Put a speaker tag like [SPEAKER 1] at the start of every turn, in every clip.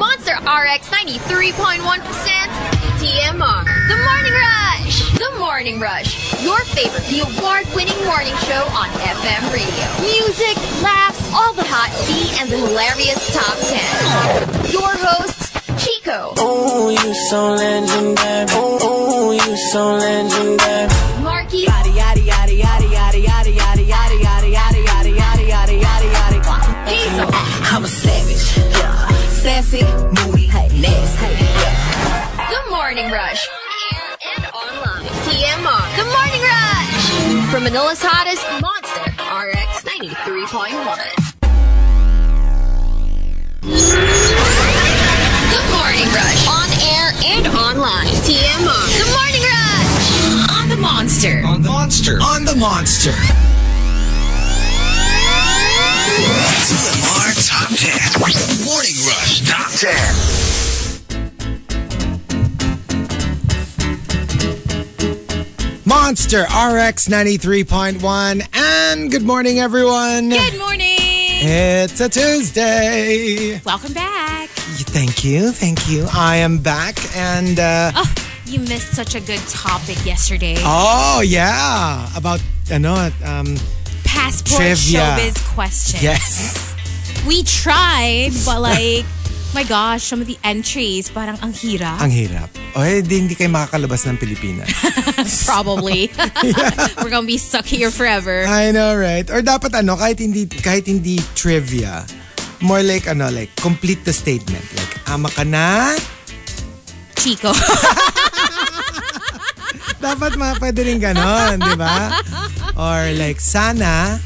[SPEAKER 1] RX 93.1% TMR. The Morning Rush. The Morning Rush. Your favorite, the award-winning morning show on FM radio. Music, laughs, all the hot tea, and the hilarious top 10. Your hosts, Chico,
[SPEAKER 2] Ooh, you so legendary. Ooh, ooh, you so legendary.
[SPEAKER 1] Marky, Hazel,
[SPEAKER 3] Uh, I'm a savage. Yeah. Sassy, moody, nasty. Yeah.
[SPEAKER 1] The Morning Rush. And online. TMR. The Morning Rush. From Manila's hottest monster, RX 93.1. The Morning Rush. On air and online. TMR. The Morning Rush. On the monster.
[SPEAKER 4] on the monster. On the monster. TMR Top 10. Morning Rush Top 10.
[SPEAKER 5] Monster RX 93.1. And good morning, everyone.
[SPEAKER 6] Good morning.
[SPEAKER 5] It's a Tuesday.
[SPEAKER 6] Welcome back.
[SPEAKER 5] Thank you. Thank you. I am back. And, uh,
[SPEAKER 6] Oh, you missed such a good topic yesterday.
[SPEAKER 5] oh, yeah. About, ano, um,
[SPEAKER 6] Passport
[SPEAKER 5] trivia.
[SPEAKER 6] showbiz questions.
[SPEAKER 5] yes.
[SPEAKER 6] We tried, but like, my gosh, some of the entries, parang ang hirap.
[SPEAKER 5] Ang hirap. O, eh, di- hindi kayo makakalabas ng Pilipinas.
[SPEAKER 6] Probably. We're gonna be stuck here forever.
[SPEAKER 5] I know, right? Or dapat ano, kahit hindi, kahit hindi trivia, more like ano, like complete the statement. Like, ama ka na?
[SPEAKER 6] Chico.
[SPEAKER 5] Dapat mga pwede rin ganon, di ba? Or like, sana,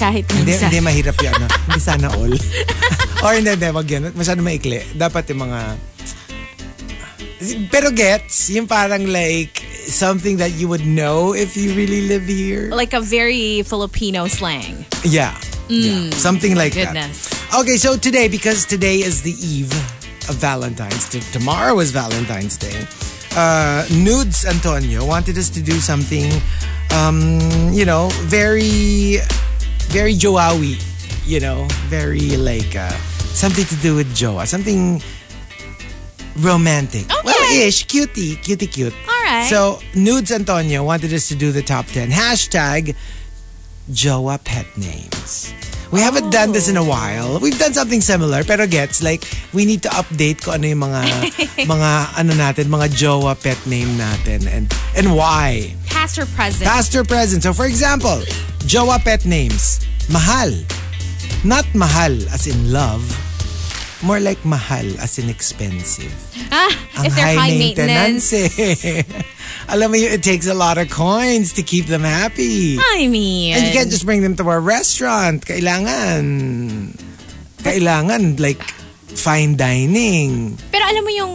[SPEAKER 6] Kahit
[SPEAKER 5] hindi,
[SPEAKER 6] minsan.
[SPEAKER 5] hindi mahirap yan. No? hindi sana all. Or hindi, hindi, wag yun. Masyado maikli. Dapat yung mga... Pero gets, yung parang like, something that you would know if you really live here.
[SPEAKER 6] Like a very Filipino slang.
[SPEAKER 5] Yeah. yeah. Something like
[SPEAKER 6] goodness.
[SPEAKER 5] that. Okay, so today, because today is the eve of Valentine's Day, tomorrow is Valentine's Day, uh, Nudes Antonio wanted us to do something, um, you know, very, very Joawi, you know, very like uh, something to do with Joa, something romantic. Well, ish, cutie, cutie, cute.
[SPEAKER 6] All right.
[SPEAKER 5] So, Nudes Antonio wanted us to do the top 10. Hashtag Joa pet names. We haven't done this in a while. We've done something similar, pero gets like we need to update ko ano yung mga mga ano natin, mga jowa pet name natin and and why.
[SPEAKER 6] Past or present.
[SPEAKER 5] Past or present. So for example, jowa pet names. Mahal. Not mahal as in love. More like mahal as in expensive.
[SPEAKER 6] ah, if they're high, maintenance.
[SPEAKER 5] eh. Alam mo yun, it takes a lot of coins to keep them happy.
[SPEAKER 6] I mean.
[SPEAKER 5] And you can't just bring them to a restaurant. Kailangan. Kailangan, like, fine dining.
[SPEAKER 6] Pero alam mo yung,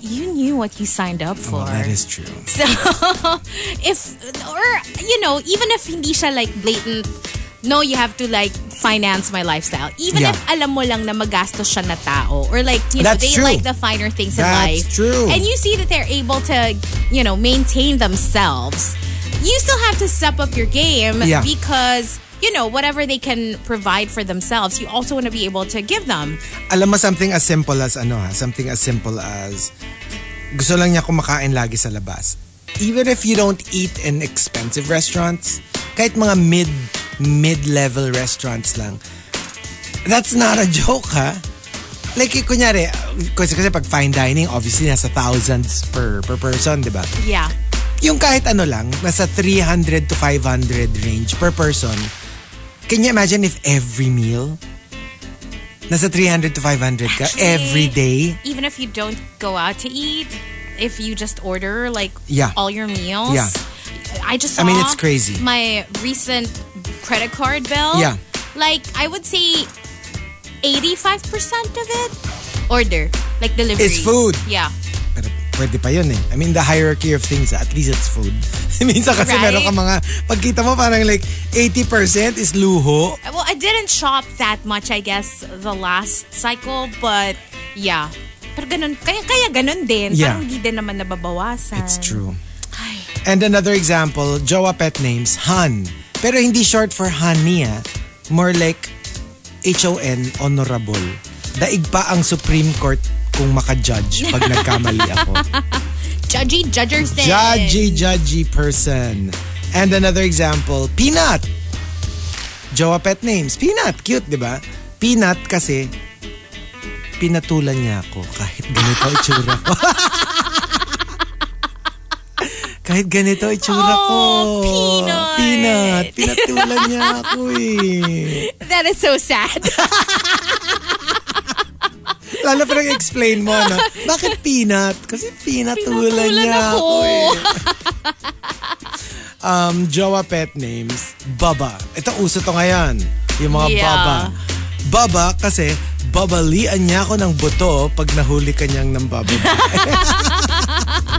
[SPEAKER 6] you knew what you signed up for.
[SPEAKER 5] Well, Oh, that is true.
[SPEAKER 6] So, if, or, you know, even if hindi siya like blatant, no, you have to like finance my lifestyle. Even
[SPEAKER 5] Yeah.
[SPEAKER 6] if alam mo lang na magastos siya na tao. Or like, you know,
[SPEAKER 5] That's
[SPEAKER 6] they
[SPEAKER 5] true.
[SPEAKER 6] like the finer things in
[SPEAKER 5] That's
[SPEAKER 6] life.
[SPEAKER 5] true.
[SPEAKER 6] And you see that they're able to, you know, maintain themselves. You still have to step up your game
[SPEAKER 5] Yeah.
[SPEAKER 6] because, you know, whatever they can provide for themselves, you also want to be able to give them.
[SPEAKER 5] Alam mo, something as simple as ano ha? Something as simple as gusto lang niya kumakain lagi sa labas. Even if you don't eat in expensive restaurants, kahit mga mid mid-level restaurants lang, that's not a joke, ha? Like, eh, kunyari, kasi, kasi pag fine dining, obviously, nasa thousands per, per person, di ba?
[SPEAKER 6] Yeah.
[SPEAKER 5] yung kahit ano lang, nasa 300 to 500 range per person, can you imagine if every meal, nasa 300 to 500 ka
[SPEAKER 6] Actually,
[SPEAKER 5] every day?
[SPEAKER 6] Even if you don't go out to eat, if you just order like
[SPEAKER 5] Yeah.
[SPEAKER 6] all your meals.
[SPEAKER 5] Yeah.
[SPEAKER 6] I just saw
[SPEAKER 5] I mean, it's crazy.
[SPEAKER 6] My recent credit card bill.
[SPEAKER 5] Yeah.
[SPEAKER 6] Like I would say 85% of it order, like delivery.
[SPEAKER 5] It's food.
[SPEAKER 6] Yeah.
[SPEAKER 5] Pero pwede pa yun eh. I mean, the hierarchy of things, at least it's food. Minsan kasi
[SPEAKER 6] Right?
[SPEAKER 5] meron ka mga, pagkita mo parang like 80% is luho.
[SPEAKER 6] Well, I didn't shop that much I guess the last cycle, but yeah. Pero ganun, kaya, kaya ganun din.
[SPEAKER 5] Yeah.
[SPEAKER 6] Parang hindi din naman nababawasan.
[SPEAKER 5] It's true. And another example, jowa pet names, Han. Pero hindi short for honey ah. More like H-O-N, honorable. daig pa ang Supreme Court kung makajudge pag nagkamali ako.
[SPEAKER 6] Judgy Judgerson.
[SPEAKER 5] Judgy, judgy person. And another example, Peanut. Jowa pet names. Peanut, cute, di ba? Peanut kasi pinatulan niya ako kahit ganito ang itsura ko. kahit ganito ang itsura ko.
[SPEAKER 6] Oh, Peanut.
[SPEAKER 5] Peanut. Pinatulan niya ako eh.
[SPEAKER 6] That is so sad.
[SPEAKER 5] Lalo pa nag-explain mo, no? Bakit peanut? Kasi pinatulan
[SPEAKER 6] Pinatulan
[SPEAKER 5] niya
[SPEAKER 6] ako.
[SPEAKER 5] ako. eh. um, jowa pet names, Baba. Ito, uso to ngayon. Yung mga
[SPEAKER 6] Yeah.
[SPEAKER 5] Baba. Baba kasi babalian niya ako ng buto pag nahuli ka niyang ng baba.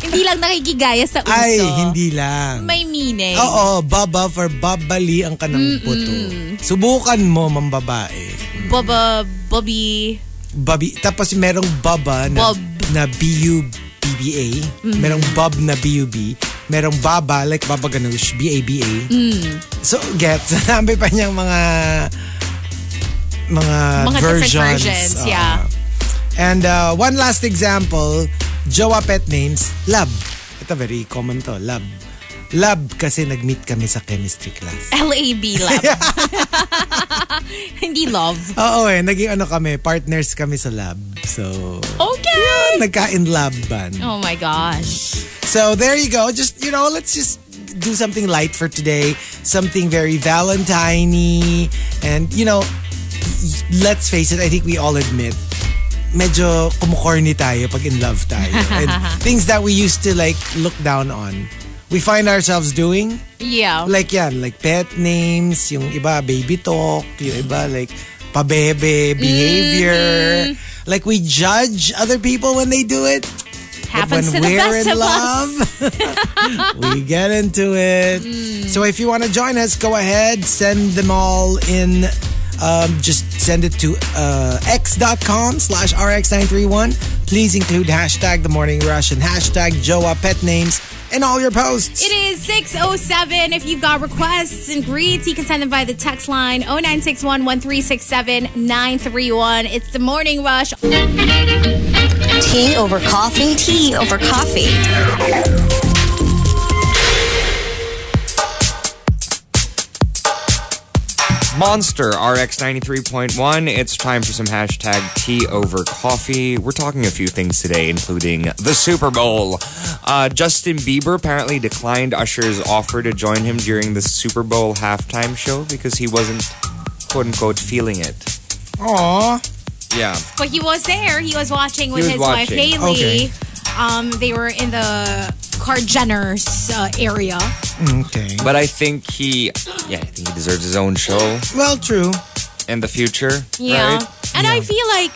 [SPEAKER 6] hindi lang nakikigaya sa uso.
[SPEAKER 5] Ay, hindi lang.
[SPEAKER 6] May meaning.
[SPEAKER 5] Oo, baba for babalian ka ng buto. Subukan mo, mambabae.
[SPEAKER 6] Baba, Bobby.
[SPEAKER 5] Babi, tapos merong baba na,
[SPEAKER 6] Bob. Mm.
[SPEAKER 5] na B-U-B-B-A, merong bob na B-U-B, merong baba, like baba ganoush, B-A-B-A.
[SPEAKER 6] Mm.
[SPEAKER 5] So, get, sinabi pa niyang mga mga, versions.
[SPEAKER 6] Mga different versions,
[SPEAKER 5] Oo.
[SPEAKER 6] yeah.
[SPEAKER 5] And uh, one last example, jowa pet names, Lab. Ito very common to, Lab. Lab kasi nag-meet kami sa chemistry class.
[SPEAKER 6] L-A-B love. hindi love.
[SPEAKER 5] Oo eh, naging ano kami, partners kami sa lab. So,
[SPEAKER 6] Okay.
[SPEAKER 5] nagka-in lab ban.
[SPEAKER 6] Oh my gosh.
[SPEAKER 5] So there you go. Just you know, let's just do something light for today, something very Valentine-y, and you know, y- let's face it. I think we all admit, medyo kumukorny tayo pag in love tayo, and things that we used to like look down on, we find ourselves doing.
[SPEAKER 6] Yeah.
[SPEAKER 5] Like yan, like pet names, yung iba baby talk, yung iba like pabebe behavior. Like we judge other people when they do it. But
[SPEAKER 6] Happens to
[SPEAKER 5] when
[SPEAKER 6] the
[SPEAKER 5] we're
[SPEAKER 6] best
[SPEAKER 5] in
[SPEAKER 6] of
[SPEAKER 5] love,
[SPEAKER 6] us. Mm.
[SPEAKER 5] we get into it. So if you want to join us, go ahead, send them all in. Um, just send it to uh, x.com slash rx931. Please include hashtag the morning rush and hashtag Joa pet names in all your posts.
[SPEAKER 6] It is 607. If you've got requests and greets, you can send them via the text line 0961 1367 931. It's the morning rush.
[SPEAKER 3] Tea over coffee. Tea over coffee.
[SPEAKER 7] Monster RX 93.1. It's time for some hashtag tea over coffee. We're talking a few things today, including the Super Bowl. Uh, Justin Bieber apparently declined Usher's offer to join him during the Super Bowl halftime show because he wasn't, quote unquote, feeling it.
[SPEAKER 5] Aww.
[SPEAKER 7] Yeah.
[SPEAKER 6] But he was there. He was watching with
[SPEAKER 7] was
[SPEAKER 6] his wife
[SPEAKER 7] watching.
[SPEAKER 6] Haley.
[SPEAKER 5] Okay.
[SPEAKER 6] Um, they were in the Car Jenner's uh, area.
[SPEAKER 5] Okay.
[SPEAKER 7] But I think he, yeah, I think he deserves his own show
[SPEAKER 5] Well, true.
[SPEAKER 7] in the future.
[SPEAKER 6] Yeah.
[SPEAKER 7] Right?
[SPEAKER 6] And I feel like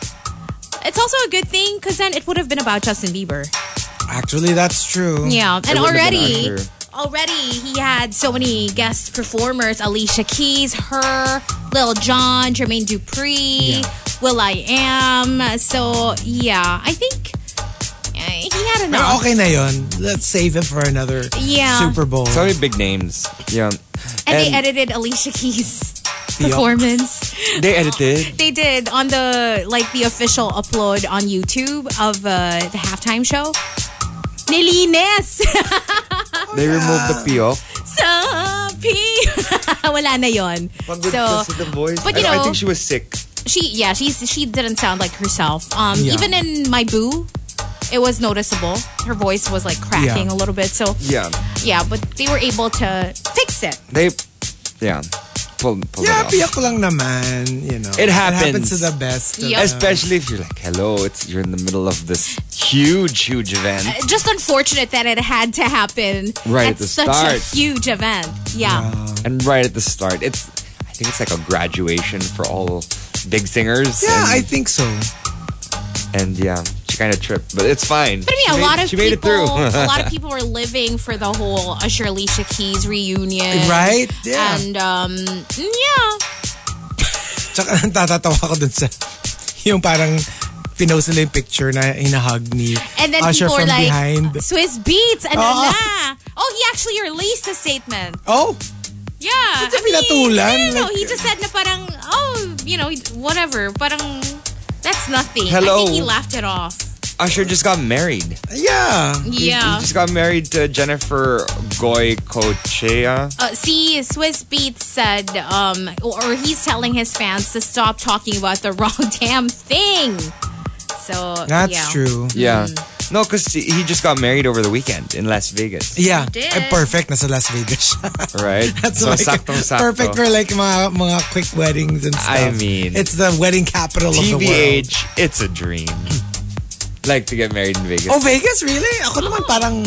[SPEAKER 6] it's also a good thing because then it would have been about Justin Bieber.
[SPEAKER 5] Actually, that's true.
[SPEAKER 6] Yeah, and
[SPEAKER 7] wouldn't have been
[SPEAKER 6] already,
[SPEAKER 7] Usher.
[SPEAKER 6] already he had so many guest performers: Alicia Keys, her, Lil Jon, Jermaine Dupri,
[SPEAKER 5] Yeah.
[SPEAKER 6] Will I Am. So yeah, I think uh, he had
[SPEAKER 5] Pero
[SPEAKER 6] enough.
[SPEAKER 5] okay na yun. Let's save it for another
[SPEAKER 6] Yeah.
[SPEAKER 5] Super Bowl.
[SPEAKER 7] oh, So many big names. Yeah.
[SPEAKER 6] and, they edited Alicia Keys'
[SPEAKER 5] Yuck.
[SPEAKER 6] performance.
[SPEAKER 7] They edited.
[SPEAKER 6] They did on the like the official upload on YouTube of uh, the halftime show. Nilinis
[SPEAKER 7] They removed the piyok.
[SPEAKER 6] sa P. Wala na yon.
[SPEAKER 7] Pagod kasi the voice.
[SPEAKER 6] but you
[SPEAKER 7] I- I
[SPEAKER 6] know-
[SPEAKER 7] think she was sick.
[SPEAKER 6] she yeah she's she didn't sound like herself um
[SPEAKER 5] Yeah.
[SPEAKER 6] even in my boo it was noticeable her voice was like
[SPEAKER 5] Yeah.
[SPEAKER 6] cracking a little bit so
[SPEAKER 7] Yeah.
[SPEAKER 6] yeah but they were able to fix it
[SPEAKER 7] They, yeah, pull, pull
[SPEAKER 5] Yeah,
[SPEAKER 7] it
[SPEAKER 5] piyak lang naman. You know.
[SPEAKER 7] It happens.
[SPEAKER 5] to the best. of
[SPEAKER 6] Yup.
[SPEAKER 7] off.
[SPEAKER 5] us.
[SPEAKER 7] Especially if you're like, hello, it's you're in the middle of this huge, huge event.
[SPEAKER 6] just unfortunate that it had to happen
[SPEAKER 7] Right
[SPEAKER 6] at
[SPEAKER 7] at the
[SPEAKER 6] such
[SPEAKER 7] start.
[SPEAKER 6] a huge event yeah,
[SPEAKER 7] And right at the start, it's I think it's like a graduation for all big singers.
[SPEAKER 5] Yeah, I
[SPEAKER 7] and,
[SPEAKER 5] think so.
[SPEAKER 7] and yeah, she kind of tripped, but it's fine.
[SPEAKER 6] But I mean, a
[SPEAKER 7] she made,
[SPEAKER 6] lot of
[SPEAKER 7] she made it
[SPEAKER 6] people,
[SPEAKER 7] through.
[SPEAKER 6] a lot of people were living for the whole Usher Alicia Keys reunion,
[SPEAKER 5] Right? Yeah.
[SPEAKER 6] And um, yeah,
[SPEAKER 5] Tsaka natatawa ko dun sa yung parang pinost nila yung picture na hinahug ni
[SPEAKER 6] And then
[SPEAKER 5] Usher
[SPEAKER 6] people
[SPEAKER 5] from
[SPEAKER 6] are like,
[SPEAKER 5] behind.
[SPEAKER 6] Swiss beats, and
[SPEAKER 5] Oo.
[SPEAKER 6] na. Oh, he actually released a statement.
[SPEAKER 5] Oh,
[SPEAKER 6] Yeah. I
[SPEAKER 5] pinatulan?
[SPEAKER 6] No, no, no. He just said na parang, oh, you you know, whatever. Parang, that's nothing. I
[SPEAKER 7] Hello.
[SPEAKER 6] think he laughed it off.
[SPEAKER 7] Usher just got married.
[SPEAKER 5] Yeah.
[SPEAKER 7] He-
[SPEAKER 6] Yeah.
[SPEAKER 7] He just got married to Jennifer Goycochea.
[SPEAKER 6] Uh, see, Swiss Beat said, um, or he's telling his fans to stop talking about the wrong damn thing. So
[SPEAKER 5] That's
[SPEAKER 6] yeah.
[SPEAKER 5] true.
[SPEAKER 7] Yeah. No, because he just got married over the weekend in Las Vegas,
[SPEAKER 5] Yeah.
[SPEAKER 6] Did.
[SPEAKER 5] Eh, perfect. Nasa Las Vegas siya.
[SPEAKER 7] right?
[SPEAKER 5] That's
[SPEAKER 7] so
[SPEAKER 5] like
[SPEAKER 7] saktong-sakto.
[SPEAKER 5] perfect for like mga, mga quick weddings and stuff.
[SPEAKER 7] I mean-
[SPEAKER 5] it's the wedding capital of the world.
[SPEAKER 7] TBH, it's a dream. Hmm. like to get married in Vegas.
[SPEAKER 5] Oh, Vegas, really? Ako naman
[SPEAKER 6] Oh.
[SPEAKER 5] parang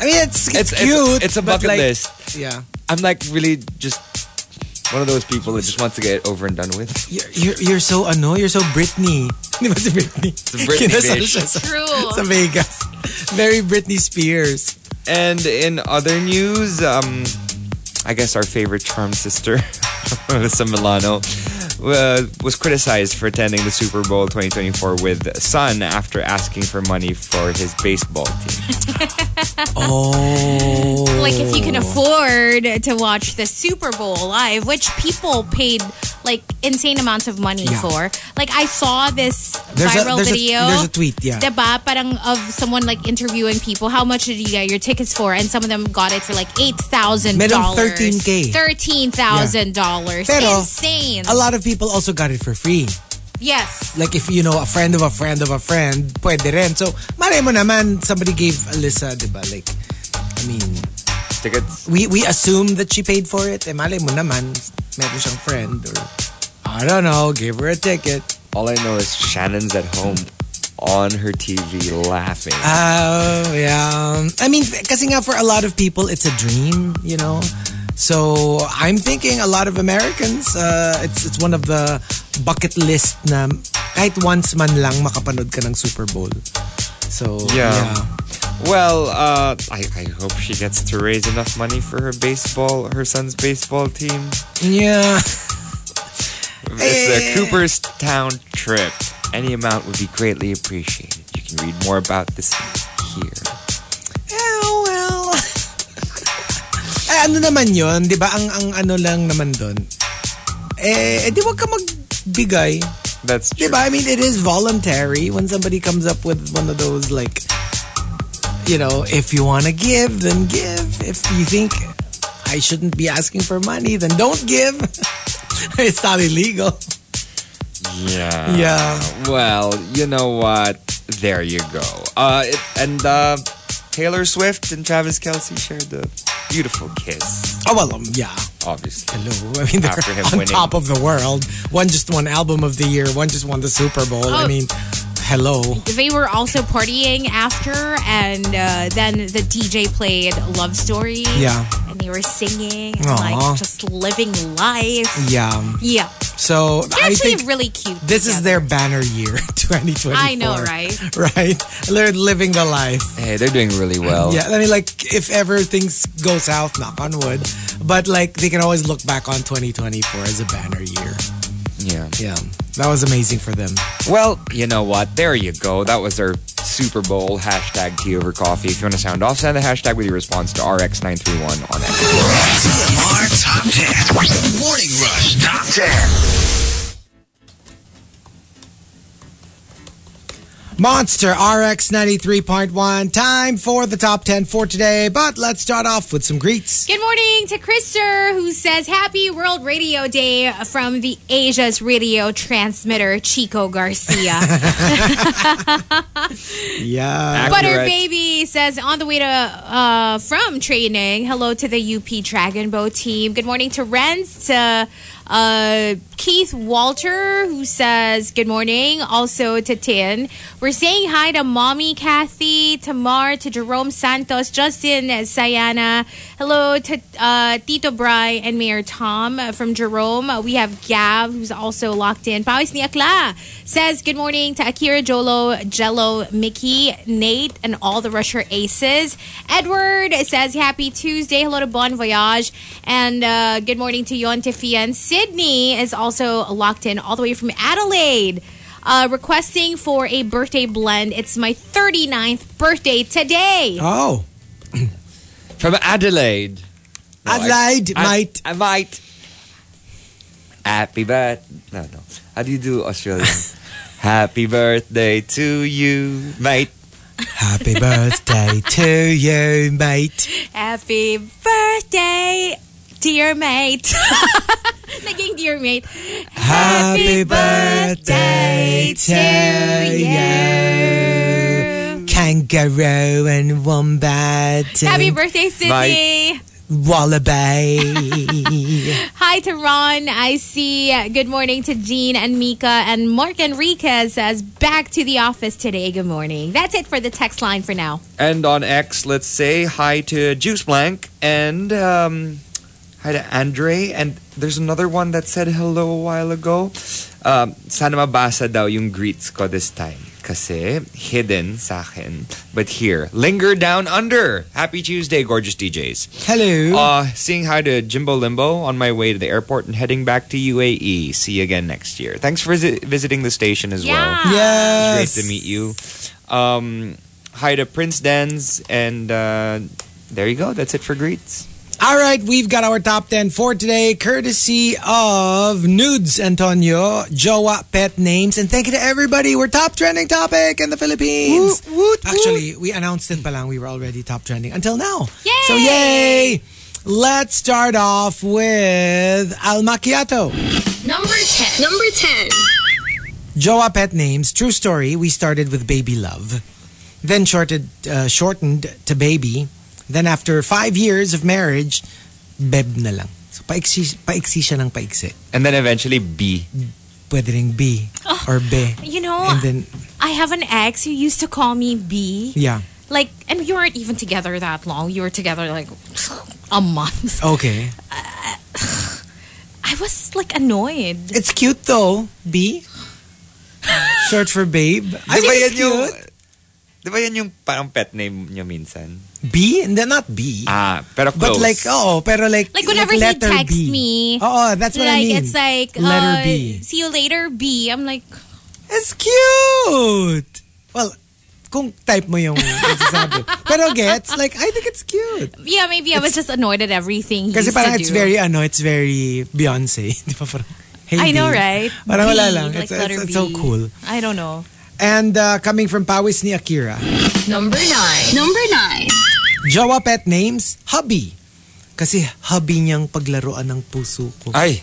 [SPEAKER 5] I mean, it's,
[SPEAKER 7] it's,
[SPEAKER 5] it's,
[SPEAKER 7] it's-
[SPEAKER 5] cute.
[SPEAKER 7] It's, a
[SPEAKER 5] but
[SPEAKER 7] bucket
[SPEAKER 5] like,
[SPEAKER 7] list.
[SPEAKER 5] Yeah.
[SPEAKER 7] I'm like really just one of those people that just wants to get it over and done with.
[SPEAKER 5] You're, you're, you're so ano, you're so Britney. Di ba si Britney?
[SPEAKER 7] Britney
[SPEAKER 5] Kinasal
[SPEAKER 7] bitch.
[SPEAKER 5] siya sa,
[SPEAKER 6] True.
[SPEAKER 5] sa Vegas. Very Britney Spears.
[SPEAKER 7] And in other news, um, I guess our favorite charm sister, Melissa Milano, uh, was criticized for attending the Super Bowl 2024 with Sun after asking for money for his baseball team.
[SPEAKER 5] Oh.
[SPEAKER 6] Like if you can afford to watch the Super Bowl live, which people paid like insane amounts of money
[SPEAKER 5] Yeah.
[SPEAKER 6] for. Like I saw this
[SPEAKER 5] There's a-
[SPEAKER 6] viral
[SPEAKER 5] there's a-
[SPEAKER 6] video.
[SPEAKER 5] there's a tweet, yeah.
[SPEAKER 6] Diba? Parang of someone like interviewing people. How much did you get your tickets for? And some of them got it for like eight thousand
[SPEAKER 5] Merong
[SPEAKER 6] dollars.
[SPEAKER 5] 13K.
[SPEAKER 6] Thirteen thousand dollars.
[SPEAKER 5] Pero,
[SPEAKER 6] Insane.
[SPEAKER 5] A lot of people also got it for free.
[SPEAKER 6] yes.
[SPEAKER 5] Like if you know a friend of a friend of a friend, pwede rin. So, malay mo naman, somebody gave Alyssa, di ba? Like, I mean,
[SPEAKER 7] Tickets?
[SPEAKER 5] we we assume that she paid for it. Eh, malay mo naman, meron siyang friend or, I don't know, gave her a ticket.
[SPEAKER 7] All I know is Shannon's at home on her TV laughing.
[SPEAKER 5] Oh, yeah. I mean, kasi nga for a lot of people, it's a dream, you know? So, I'm thinking a lot of Americans, uh, it's, it's one of the bucket list na kahit once man lang makapanood ka ng Super Bowl. So,
[SPEAKER 7] Yeah.
[SPEAKER 5] yeah.
[SPEAKER 7] Well, uh, I, I hope she gets to raise enough money for her baseball, her son's baseball team.
[SPEAKER 5] Yeah.
[SPEAKER 7] It's the Cooperstown trip. Any amount would be greatly appreciated. You can read more about this here.
[SPEAKER 5] Oh, well. eh, ano naman yun? Di ba? Ang, ang ano lang naman doon. Eh, eh, di wag ka magbigay.
[SPEAKER 7] That's true.
[SPEAKER 5] Diba? I mean, it is voluntary when somebody comes up with one of those, like, you know, if you want to give, then give. If you think I shouldn't be asking for money, then don't give. it's not illegal.
[SPEAKER 7] Yeah.
[SPEAKER 5] Yeah.
[SPEAKER 7] Well, you know what? There you go. Uh, it, and uh, Taylor Swift and Travis Kelsey shared a beautiful kiss,
[SPEAKER 5] Oh, well, um, yeah.
[SPEAKER 7] obviously.
[SPEAKER 5] Hello. I mean, they're
[SPEAKER 7] After him
[SPEAKER 5] on
[SPEAKER 7] winning.
[SPEAKER 5] top of the world. One just won Album of the Year, one just won the Super Bowl. I
[SPEAKER 6] Oh.
[SPEAKER 5] mean, hello.
[SPEAKER 6] They were also partying after, and uh, then the DJ played "Love Story."
[SPEAKER 5] Yeah.
[SPEAKER 6] and they were singing, and,
[SPEAKER 5] Aw.
[SPEAKER 6] like just living life.
[SPEAKER 5] Yeah.
[SPEAKER 6] Yeah,
[SPEAKER 5] So,
[SPEAKER 6] they're
[SPEAKER 5] I
[SPEAKER 6] actually
[SPEAKER 5] think
[SPEAKER 6] really cute.
[SPEAKER 5] this is their
[SPEAKER 6] together.
[SPEAKER 5] banner year, 2024.
[SPEAKER 6] I know, right?
[SPEAKER 5] Right? They're living the life.
[SPEAKER 7] Hey, they're doing really well.
[SPEAKER 5] Yeah, I mean, like, if ever things go south, knock on wood. But, like, they can always look back on 2024 as a banner year.
[SPEAKER 7] Yeah.
[SPEAKER 5] Yeah. That was amazing for them.
[SPEAKER 7] Well, you know what? There you go. That was our Super Bowl hashtag tea over coffee. If you want to sound off, send the hashtag with your response to RX931 on X.
[SPEAKER 4] TMR Top 10. Morning Rush Top 10.
[SPEAKER 5] Monster RX 93.1, time for the top 10 for today. But let's start off with some greets.
[SPEAKER 6] Good morning to Krister, who says Happy World Radio Day from the Asia's radio transmitter Chico Garcia.
[SPEAKER 5] Yeah.
[SPEAKER 6] Butter
[SPEAKER 7] Accurate.
[SPEAKER 6] Baby says on the way to uh, from training. Hello to the UP Dragon Boat team. Good morning to Renz to uh, Keith Walter who says good morning. Also to Tin. We're saying hi to mommy Kathy, Tamar, to Jerome Santos, Justin, Sayana. Hello to uh, Tito Bry and Mayor Tom uh, from Jerome. We have Gav who's also locked in. Pawis Niakla says good morning to Akira Jolo, Jello, Mickey, Nate, and all the Rusher Aces. Edward says happy Tuesday. Hello to Bon Voyage. And uh, good morning to Yon Tifian. Sydney is also locked in all the way from Adelaide. Uh, requesting for a birthday blend. It's my 39th birthday today.
[SPEAKER 5] Oh,
[SPEAKER 7] From Adelaide. No, I-
[SPEAKER 5] Adelaide,
[SPEAKER 7] I-
[SPEAKER 5] might.
[SPEAKER 7] I might. Happy birth. No, no. How do you do Australian? Happy birthday to you, mate.
[SPEAKER 5] Happy birthday to you, mate.
[SPEAKER 6] Happy birthday, dear mate. Naging dear mate.
[SPEAKER 5] Happy birthday to you. Kangaroo and wombat.
[SPEAKER 6] Happy
[SPEAKER 5] and
[SPEAKER 6] birthday, Sydney.
[SPEAKER 5] Wallaby.
[SPEAKER 6] Hi to Ron. I see. Good morning to Jean and Mika. And Mark Enriquez says, back to the office today. Good morning. That's it for the text line for now.
[SPEAKER 7] And on X, let's say hi to Juice Blank and um, hi to Andre. And there's another one that said hello a while ago. Um, sana mabasa daw yung greets ko this time. Kasi hidden sa akin. But here, linger down under. Happy Tuesday, gorgeous DJs.
[SPEAKER 5] Hello.
[SPEAKER 7] Uh, seeing hi to Jimbo Limbo on my way to the airport and heading back to UAE. See you again next year. Thanks for visi- visiting the station as well.
[SPEAKER 5] yes.
[SPEAKER 7] It's Great to meet you. Um, hi to Prince Dens, and uh, there you go. That's it for greets.
[SPEAKER 5] All right, we've got our top 10 for today, courtesy of Nudes Antonio, Joa Pet Names, and thank you to everybody. We're top trending topic in the Philippines. Actually, we announced it, palang we were already top trending until now.
[SPEAKER 6] Yay!
[SPEAKER 5] So yay! Let's start off with Al Macchiato.
[SPEAKER 1] Number 10. Number 10.
[SPEAKER 5] Joa pet names. True story. We started with baby love, then shorted, uh, shortened to baby. Then after five years of marriage, beb na lang. So paiksi, paiksi siya ng paiksi.
[SPEAKER 7] And then eventually B.
[SPEAKER 5] Pwede ring B
[SPEAKER 6] Oh.
[SPEAKER 5] or B.
[SPEAKER 6] You know,
[SPEAKER 5] And then,
[SPEAKER 6] I have an ex who used to call me B.
[SPEAKER 5] yeah.
[SPEAKER 6] Like, and we weren't even together that long. We were together like a month.
[SPEAKER 5] Okay.
[SPEAKER 6] I was like annoyed.
[SPEAKER 5] It's cute though. B. Short for babe. I
[SPEAKER 7] Di
[SPEAKER 5] think
[SPEAKER 7] ba yan
[SPEAKER 5] it's
[SPEAKER 7] yung...
[SPEAKER 5] cute.
[SPEAKER 7] Di ba yan yung parang pet name niya minsan?
[SPEAKER 5] B? Hindi, not B.
[SPEAKER 7] Ah, pero
[SPEAKER 5] But
[SPEAKER 7] close.
[SPEAKER 5] like, oh, pero like,
[SPEAKER 6] Like, whenever he
[SPEAKER 5] letter
[SPEAKER 6] texts
[SPEAKER 5] B.
[SPEAKER 6] me,
[SPEAKER 5] oh, that's what I
[SPEAKER 6] like,
[SPEAKER 5] mean.
[SPEAKER 6] it's like,
[SPEAKER 5] letter
[SPEAKER 6] uh,
[SPEAKER 5] B.
[SPEAKER 6] see you later, B. I'm like,
[SPEAKER 5] It's cute! Well, kung type mo yung nagsasabi. Pero gets, like, I think it's cute.
[SPEAKER 6] yeah, maybe I was just annoyed at everything. He
[SPEAKER 5] Kasi
[SPEAKER 6] used to
[SPEAKER 5] parang it's
[SPEAKER 6] do.
[SPEAKER 5] very, ano, it's very Beyonce. Di ba parang, hey,
[SPEAKER 6] I know,
[SPEAKER 5] babe.
[SPEAKER 6] right?
[SPEAKER 5] Parang
[SPEAKER 6] B,
[SPEAKER 5] wala lang. It's,
[SPEAKER 6] like
[SPEAKER 5] it's,
[SPEAKER 6] letter
[SPEAKER 5] it's so
[SPEAKER 6] B.
[SPEAKER 5] cool.
[SPEAKER 6] I don't know.
[SPEAKER 5] And uh, coming from Pawis ni Akira,
[SPEAKER 1] Number 9. Number 9.
[SPEAKER 5] Jowa pet names, hubby. Kasi hubby niyang paglaruan ng puso ko.
[SPEAKER 7] Ay,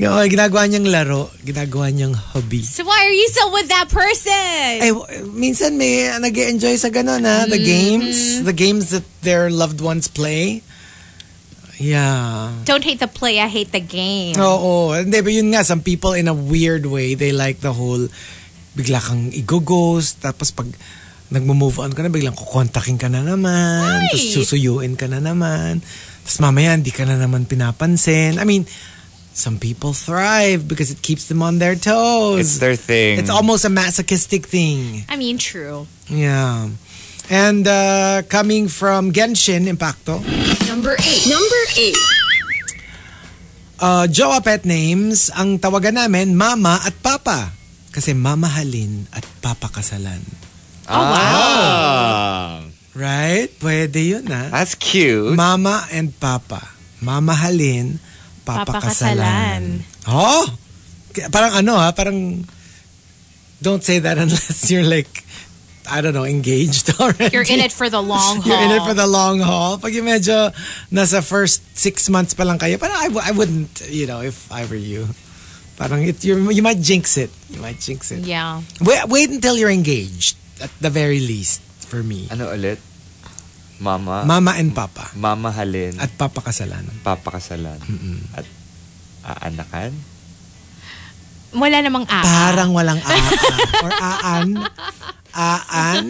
[SPEAKER 5] Yung mga ginagawa niyang laro, ginagawa niyang hubby.
[SPEAKER 6] So why are you still with that person?
[SPEAKER 5] Ay, w- minsan may nag enjoy sa ganun ha, the games, the games that their loved ones play. Yeah.
[SPEAKER 6] Don't hate the play, I hate the game.
[SPEAKER 5] Oo. Hindi, but yun nga, some people in a weird way, they like the whole, bigla kang i-ghost, tapos pag nagmo-move on ka na, biglang kukontakin ka na naman, tapos susuyuin ka na naman, tapos mamaya hindi ka na naman pinapansin. I mean, some people thrive because it keeps them on their
[SPEAKER 7] it's
[SPEAKER 5] toes.
[SPEAKER 7] their thing.
[SPEAKER 5] It's almost a masochistic thing.
[SPEAKER 6] I mean, true.
[SPEAKER 5] Yeah. And uh, coming from Genshin Impacto,
[SPEAKER 1] Number 8. Number 8.
[SPEAKER 5] uh, Jowa Pet Names, ang tawagan namin, Mama at Papa. Kasi mamahalin at papakasalan.
[SPEAKER 6] Oh,
[SPEAKER 7] Ah,
[SPEAKER 5] Right? Pwede yun ah.
[SPEAKER 7] that's cute.
[SPEAKER 5] Mama and Papa. Mamahalin, papakasalan. Oh! K- Parang ano ha, parang don't say that unless you're like, I don't know, engaged already.
[SPEAKER 6] You're in it for the long haul.
[SPEAKER 5] You're in it for the long haul. Pag yung medyo nasa first six months pa lang kayo, parang I, w- I wouldn't, you know, if I were you. Parang it, you're, you might jinx it. You might jinx it.
[SPEAKER 6] Yeah.
[SPEAKER 5] Wait, wait until you're engaged, at the very least, for me.
[SPEAKER 7] Ano ulit? Mama.
[SPEAKER 5] Mama and Papa.
[SPEAKER 7] mamahalin.
[SPEAKER 5] At Papa kasalan.
[SPEAKER 7] papakasalan. At aanakan.
[SPEAKER 6] Wala namang a.
[SPEAKER 5] Parang walang aa. Or aan. Aan.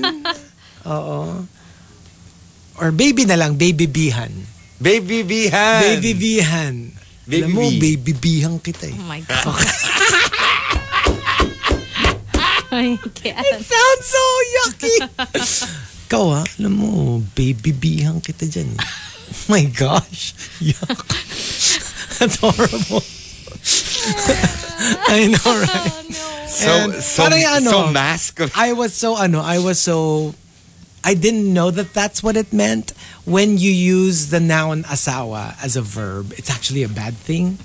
[SPEAKER 5] Oo. Or baby na lang, baby bihan.
[SPEAKER 7] Baby Bihan!
[SPEAKER 5] Baby bihan.
[SPEAKER 7] Baby
[SPEAKER 5] Alam mo,
[SPEAKER 7] bee.
[SPEAKER 5] baby bihan kita eh.
[SPEAKER 6] Oh my god. I guess.
[SPEAKER 5] Sounds so yucky. Ikaw ha, alam mo, babybihan kita dyan. eh. Oh my gosh. Yuck. That's horrible. I know, right?
[SPEAKER 7] So,
[SPEAKER 5] And
[SPEAKER 7] so,
[SPEAKER 5] parang ano,
[SPEAKER 4] oh?
[SPEAKER 7] so masculine.
[SPEAKER 5] I was so, ano, I was so, I didn't know that that's what it meant when you use the noun asawa as a verb, it's actually a bad thing.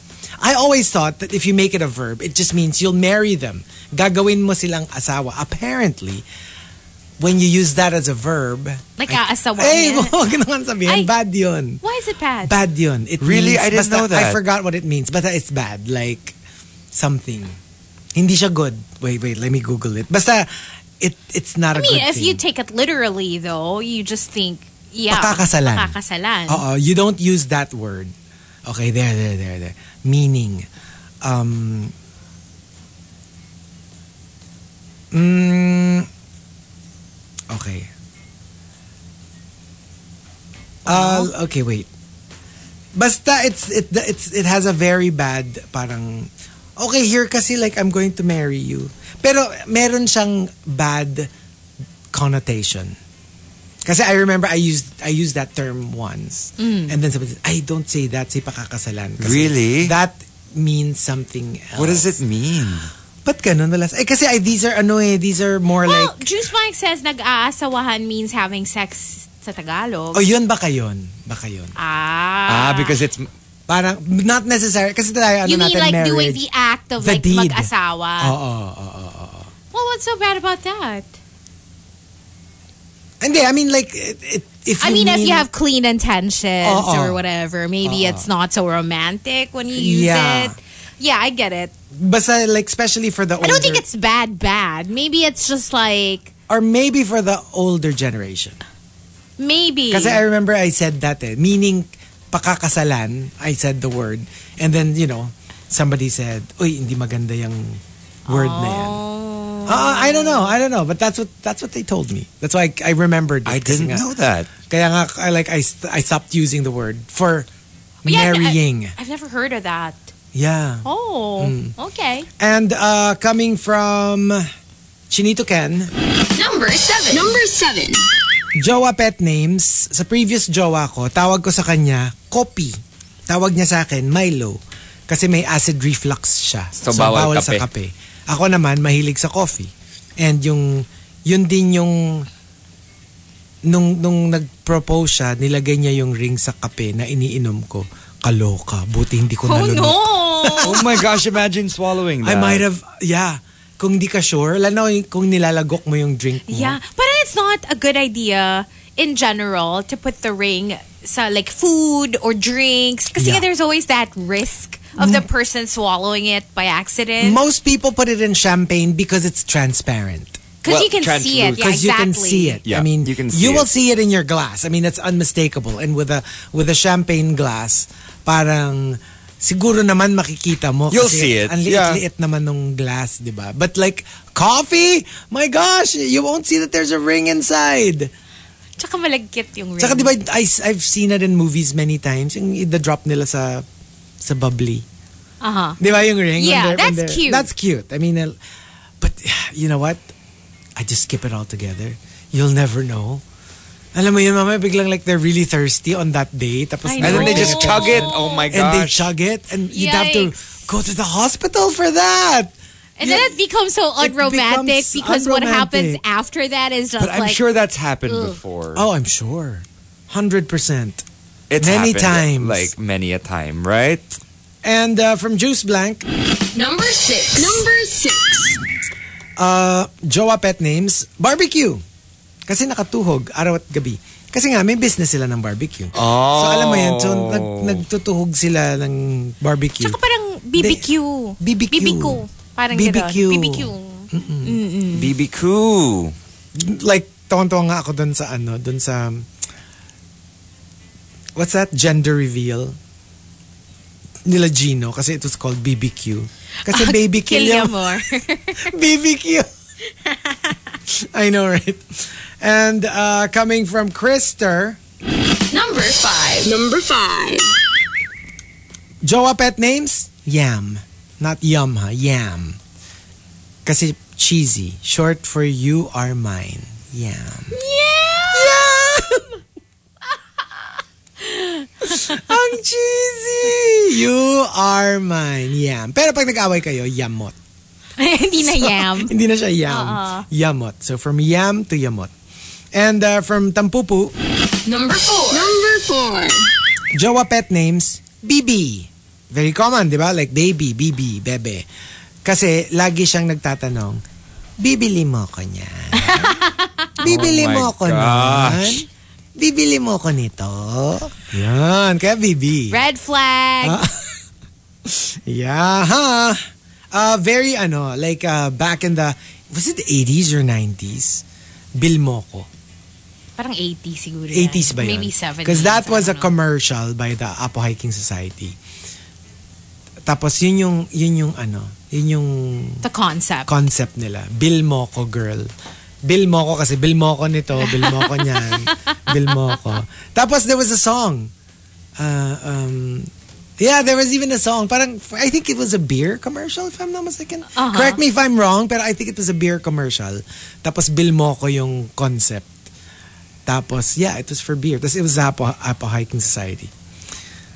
[SPEAKER 5] I always thought that if you make it a verb, it just means you'll marry them. Gagawin mo silang asawa. Apparently, when you use that as a verb,
[SPEAKER 6] Like aasawa
[SPEAKER 5] Ay,
[SPEAKER 6] niya.
[SPEAKER 5] huwag naman sabihin.
[SPEAKER 6] Ay.
[SPEAKER 5] Bad yun.
[SPEAKER 6] Why is it bad?
[SPEAKER 5] Bad yun. It means-
[SPEAKER 7] Really? I didn't
[SPEAKER 5] basta-
[SPEAKER 7] know that.
[SPEAKER 5] I forgot what it means. But it's bad. Like, something. Hindi siya good. Wait, wait. Let me Google it. Basta, it, it's not
[SPEAKER 6] I
[SPEAKER 5] a
[SPEAKER 6] mean,
[SPEAKER 5] good
[SPEAKER 6] if
[SPEAKER 5] thing.
[SPEAKER 6] you take it literally, though, you just think, yeah.
[SPEAKER 5] Pakakasalan. Oh,
[SPEAKER 6] Pakakasalan.
[SPEAKER 5] Oo, you don't use that word. Okay, there, there, there, there. Meaning, um, mm, okay. Uh,
[SPEAKER 6] Ano?
[SPEAKER 5] okay, wait. Basta it's it it's it has a very bad parang okay here kasi like I'm going to marry you. Pero meron siyang bad connotation. Kasi I remember I used I used that term once.
[SPEAKER 6] Mm.
[SPEAKER 5] And then somebody said, I don't say that, say pakakasalan. Kasi
[SPEAKER 7] Really?
[SPEAKER 5] That means something else.
[SPEAKER 7] What does it mean?
[SPEAKER 5] Ba't ganun wala? sa- Eh, kasi I, these are ano eh, these are more
[SPEAKER 6] well,
[SPEAKER 5] like,
[SPEAKER 6] Juice Mike says nag-aasawahan means having sex sa Tagalog.
[SPEAKER 5] oh yun baka yun? Baka yun.
[SPEAKER 6] ah.
[SPEAKER 7] Ah, because it's
[SPEAKER 5] Parang, not necessary. Kasi tayo, ano
[SPEAKER 6] you mean
[SPEAKER 5] natin,
[SPEAKER 6] like
[SPEAKER 5] marriage.
[SPEAKER 6] doing the uh, act of
[SPEAKER 5] The
[SPEAKER 6] like
[SPEAKER 5] deed. Oh.
[SPEAKER 6] mag-asawa?
[SPEAKER 5] Oo, oo, oo, oo.
[SPEAKER 6] Well, what's so bad about that?
[SPEAKER 5] Hindi, I mean like, it, it, if
[SPEAKER 6] I
[SPEAKER 5] you
[SPEAKER 6] mean,
[SPEAKER 5] mean, Oh,
[SPEAKER 6] if you have clean intentions
[SPEAKER 5] Oo.
[SPEAKER 6] or whatever, maybe it's not so romantic when you use
[SPEAKER 5] oh. Yeah.
[SPEAKER 6] it. Yeah, I get it.
[SPEAKER 5] Basta like, especially for the older.
[SPEAKER 6] I don't think it's bad, bad. Maybe it's just like,
[SPEAKER 5] Or maybe for the older generation.
[SPEAKER 6] maybe.
[SPEAKER 5] Kasi I remember I said that eh. Meaning, pakakasalan, I said the word. And then, you know, somebody said, uy, hindi maganda yung word na yan.
[SPEAKER 6] Oh.
[SPEAKER 5] Ah, I don't know. I don't know. But that's what that's what they told me. That's why I, I remembered. it.
[SPEAKER 7] I
[SPEAKER 5] Kasi
[SPEAKER 7] didn't
[SPEAKER 5] nga-
[SPEAKER 7] know that.
[SPEAKER 5] Kaya nga, I, like, I, st- I stopped using the word for
[SPEAKER 6] Yeah, I-
[SPEAKER 5] marrying.
[SPEAKER 6] I've never heard of that.
[SPEAKER 5] yeah.
[SPEAKER 6] Oh,
[SPEAKER 5] Hmm.
[SPEAKER 6] okay.
[SPEAKER 5] And uh, coming from Chinito Ken,
[SPEAKER 1] Number seven. Number seven.
[SPEAKER 5] Jowa pet names, sa previous jowa ko, tawag ko sa kanya, Kopi. Tawag niya sa akin, Milo. Kasi may acid reflux siya.
[SPEAKER 7] So, bawal
[SPEAKER 5] sa kape.
[SPEAKER 7] kape.
[SPEAKER 5] Ako naman, mahilig sa coffee. And yung, yun din yung, nung, nung nag-propose siya, nilagay niya yung ring sa kape na iniinom ko. Kaloka. Buti hindi ko
[SPEAKER 6] Oh
[SPEAKER 5] nalunok.
[SPEAKER 6] no!
[SPEAKER 7] oh my gosh! Imagine swallowing that.
[SPEAKER 5] I might have, yeah. Kung di ka sure, lalo na kung nilalagok mo yung drink mo.
[SPEAKER 6] yeah, but it's not a good idea in general to put the ring sa like food or drinks because
[SPEAKER 5] Yeah. Hmm.
[SPEAKER 6] there's always that risk of the person swallowing it by accident
[SPEAKER 5] Most people put it in champagne because it's transparent.
[SPEAKER 6] because
[SPEAKER 7] Well,
[SPEAKER 6] you can see it.
[SPEAKER 7] translucent.
[SPEAKER 6] Yeah,
[SPEAKER 5] because
[SPEAKER 6] exactly.
[SPEAKER 5] you can see it.
[SPEAKER 7] Yeah,
[SPEAKER 5] I mean,
[SPEAKER 7] you can
[SPEAKER 5] you
[SPEAKER 7] see
[SPEAKER 5] will
[SPEAKER 7] it.
[SPEAKER 5] see it in your glass. I mean, it's unmistakable. And with a with a champagne glass, parang siguro naman makikita mo.
[SPEAKER 7] You'll
[SPEAKER 5] kasi
[SPEAKER 7] see it,
[SPEAKER 5] Ang
[SPEAKER 7] yeah.
[SPEAKER 5] liit-liit naman nung glass, di ba? But like coffee, my gosh, you won't see that there's a ring inside.
[SPEAKER 6] Tsaka malagkit yung ring.
[SPEAKER 5] Tsaka di ba, I, I've seen it in movies many times. Yung i-drop nila sa sa bubbly.
[SPEAKER 6] Uh-huh.
[SPEAKER 5] Di ba yung ring? When
[SPEAKER 6] Yeah,
[SPEAKER 5] they're- when
[SPEAKER 6] that's
[SPEAKER 5] they're-
[SPEAKER 6] cute.
[SPEAKER 5] That's cute. I mean, uh, but you know what? I just skip it all together. You'll never know. Alam mo yun, mamaya biglang like they're really thirsty on that day. Tapos
[SPEAKER 6] I
[SPEAKER 7] And then they
[SPEAKER 6] No.
[SPEAKER 7] just chug it. Oh my
[SPEAKER 5] And they
[SPEAKER 7] gosh!
[SPEAKER 5] chug it. And you'd have to go to the hospital for that.
[SPEAKER 6] And then it becomes so
[SPEAKER 5] It
[SPEAKER 6] unromantic
[SPEAKER 5] becomes
[SPEAKER 6] because what happens
[SPEAKER 5] unromantic.
[SPEAKER 6] after that is just
[SPEAKER 7] but I'm
[SPEAKER 6] like
[SPEAKER 7] sure that's happened
[SPEAKER 6] Ugh.
[SPEAKER 7] before.
[SPEAKER 5] Oh, I'm sure. 100%.
[SPEAKER 7] it's
[SPEAKER 5] many
[SPEAKER 7] happened,
[SPEAKER 5] times.
[SPEAKER 7] like many a time, right?
[SPEAKER 5] And uh, from Juice Blank,
[SPEAKER 1] Number six. Number six.
[SPEAKER 5] uh, jowa pet names, barbecue. Kasi nakatuhog araw at gabi. Kasi nga, may business sila ng barbecue.
[SPEAKER 7] Oh.
[SPEAKER 5] So alam mo yan, so
[SPEAKER 1] Oh.
[SPEAKER 5] nag, nagtutuhog sila ng barbecue.
[SPEAKER 6] Tsaka parang BBQ.
[SPEAKER 5] They- BBQ.
[SPEAKER 6] Parang
[SPEAKER 5] BBQ.
[SPEAKER 6] gano'n. BBQ.
[SPEAKER 7] BBQ.
[SPEAKER 5] Like, tuwang-tuwa nga ako dun sa ano, dun sa... What's that? Gender reveal nila Gino kasi it was called BBQ. Kasi baby kill
[SPEAKER 6] Kill
[SPEAKER 5] yung
[SPEAKER 6] more.
[SPEAKER 5] BBQ. I know, right? And uh, coming from Krister,
[SPEAKER 1] Number five. Number five.
[SPEAKER 5] Jowa pet names? Yam. Not yum, ha? Yam. Kasi cheesy. Short for you are mine. Yam. Yam! Ang cheesy! You are mine. Yam. Pero pag nag-away kayo, yamot.
[SPEAKER 6] Hindi na yam.
[SPEAKER 5] Hindi na siya yam. Yamot. So from yam to yamot. And uh, from Tampupu,
[SPEAKER 1] Number four. Number uniform.
[SPEAKER 5] Jowa pet names, BB. Very common, di ba? Like baby, BB, bebe. Kasi lagi siyang nagtatanong, bibili mo ko niyan. bibili
[SPEAKER 7] Oh my
[SPEAKER 5] mo ko niyan.
[SPEAKER 7] gosh.
[SPEAKER 5] Bibili mo ko nito. Yan, kaya BB.
[SPEAKER 6] Red flag.
[SPEAKER 5] Yeah, huh? Uh, very ano, like uh, back in the, was it the 80s or 90s? Bilmoco.
[SPEAKER 6] Parang 80 siguro. yan.
[SPEAKER 5] 80s ba yun?
[SPEAKER 6] Maybe 70s.
[SPEAKER 5] Because that was a
[SPEAKER 6] I don't know.
[SPEAKER 5] commercial by the Apo Hiking Society. Tapos yun yung, yun yung ano, yun yung
[SPEAKER 6] The concept.
[SPEAKER 5] concept nila. Bilmoco girl. Bilmoco kasi Bilmoco nito, Bilmoco niyan, Bilmoco. Tapos there was a song. Uh, um, yeah, there was even a song. Parang, I think it was a beer commercial if I'm not mistaken.
[SPEAKER 6] Uh-huh.
[SPEAKER 5] Correct me if I'm wrong, pero I think it was a beer commercial. Tapos Bilmoco yung concept. Tapos, yeah, it was for beer. Tapos it was Apo, Apo Hiking Society.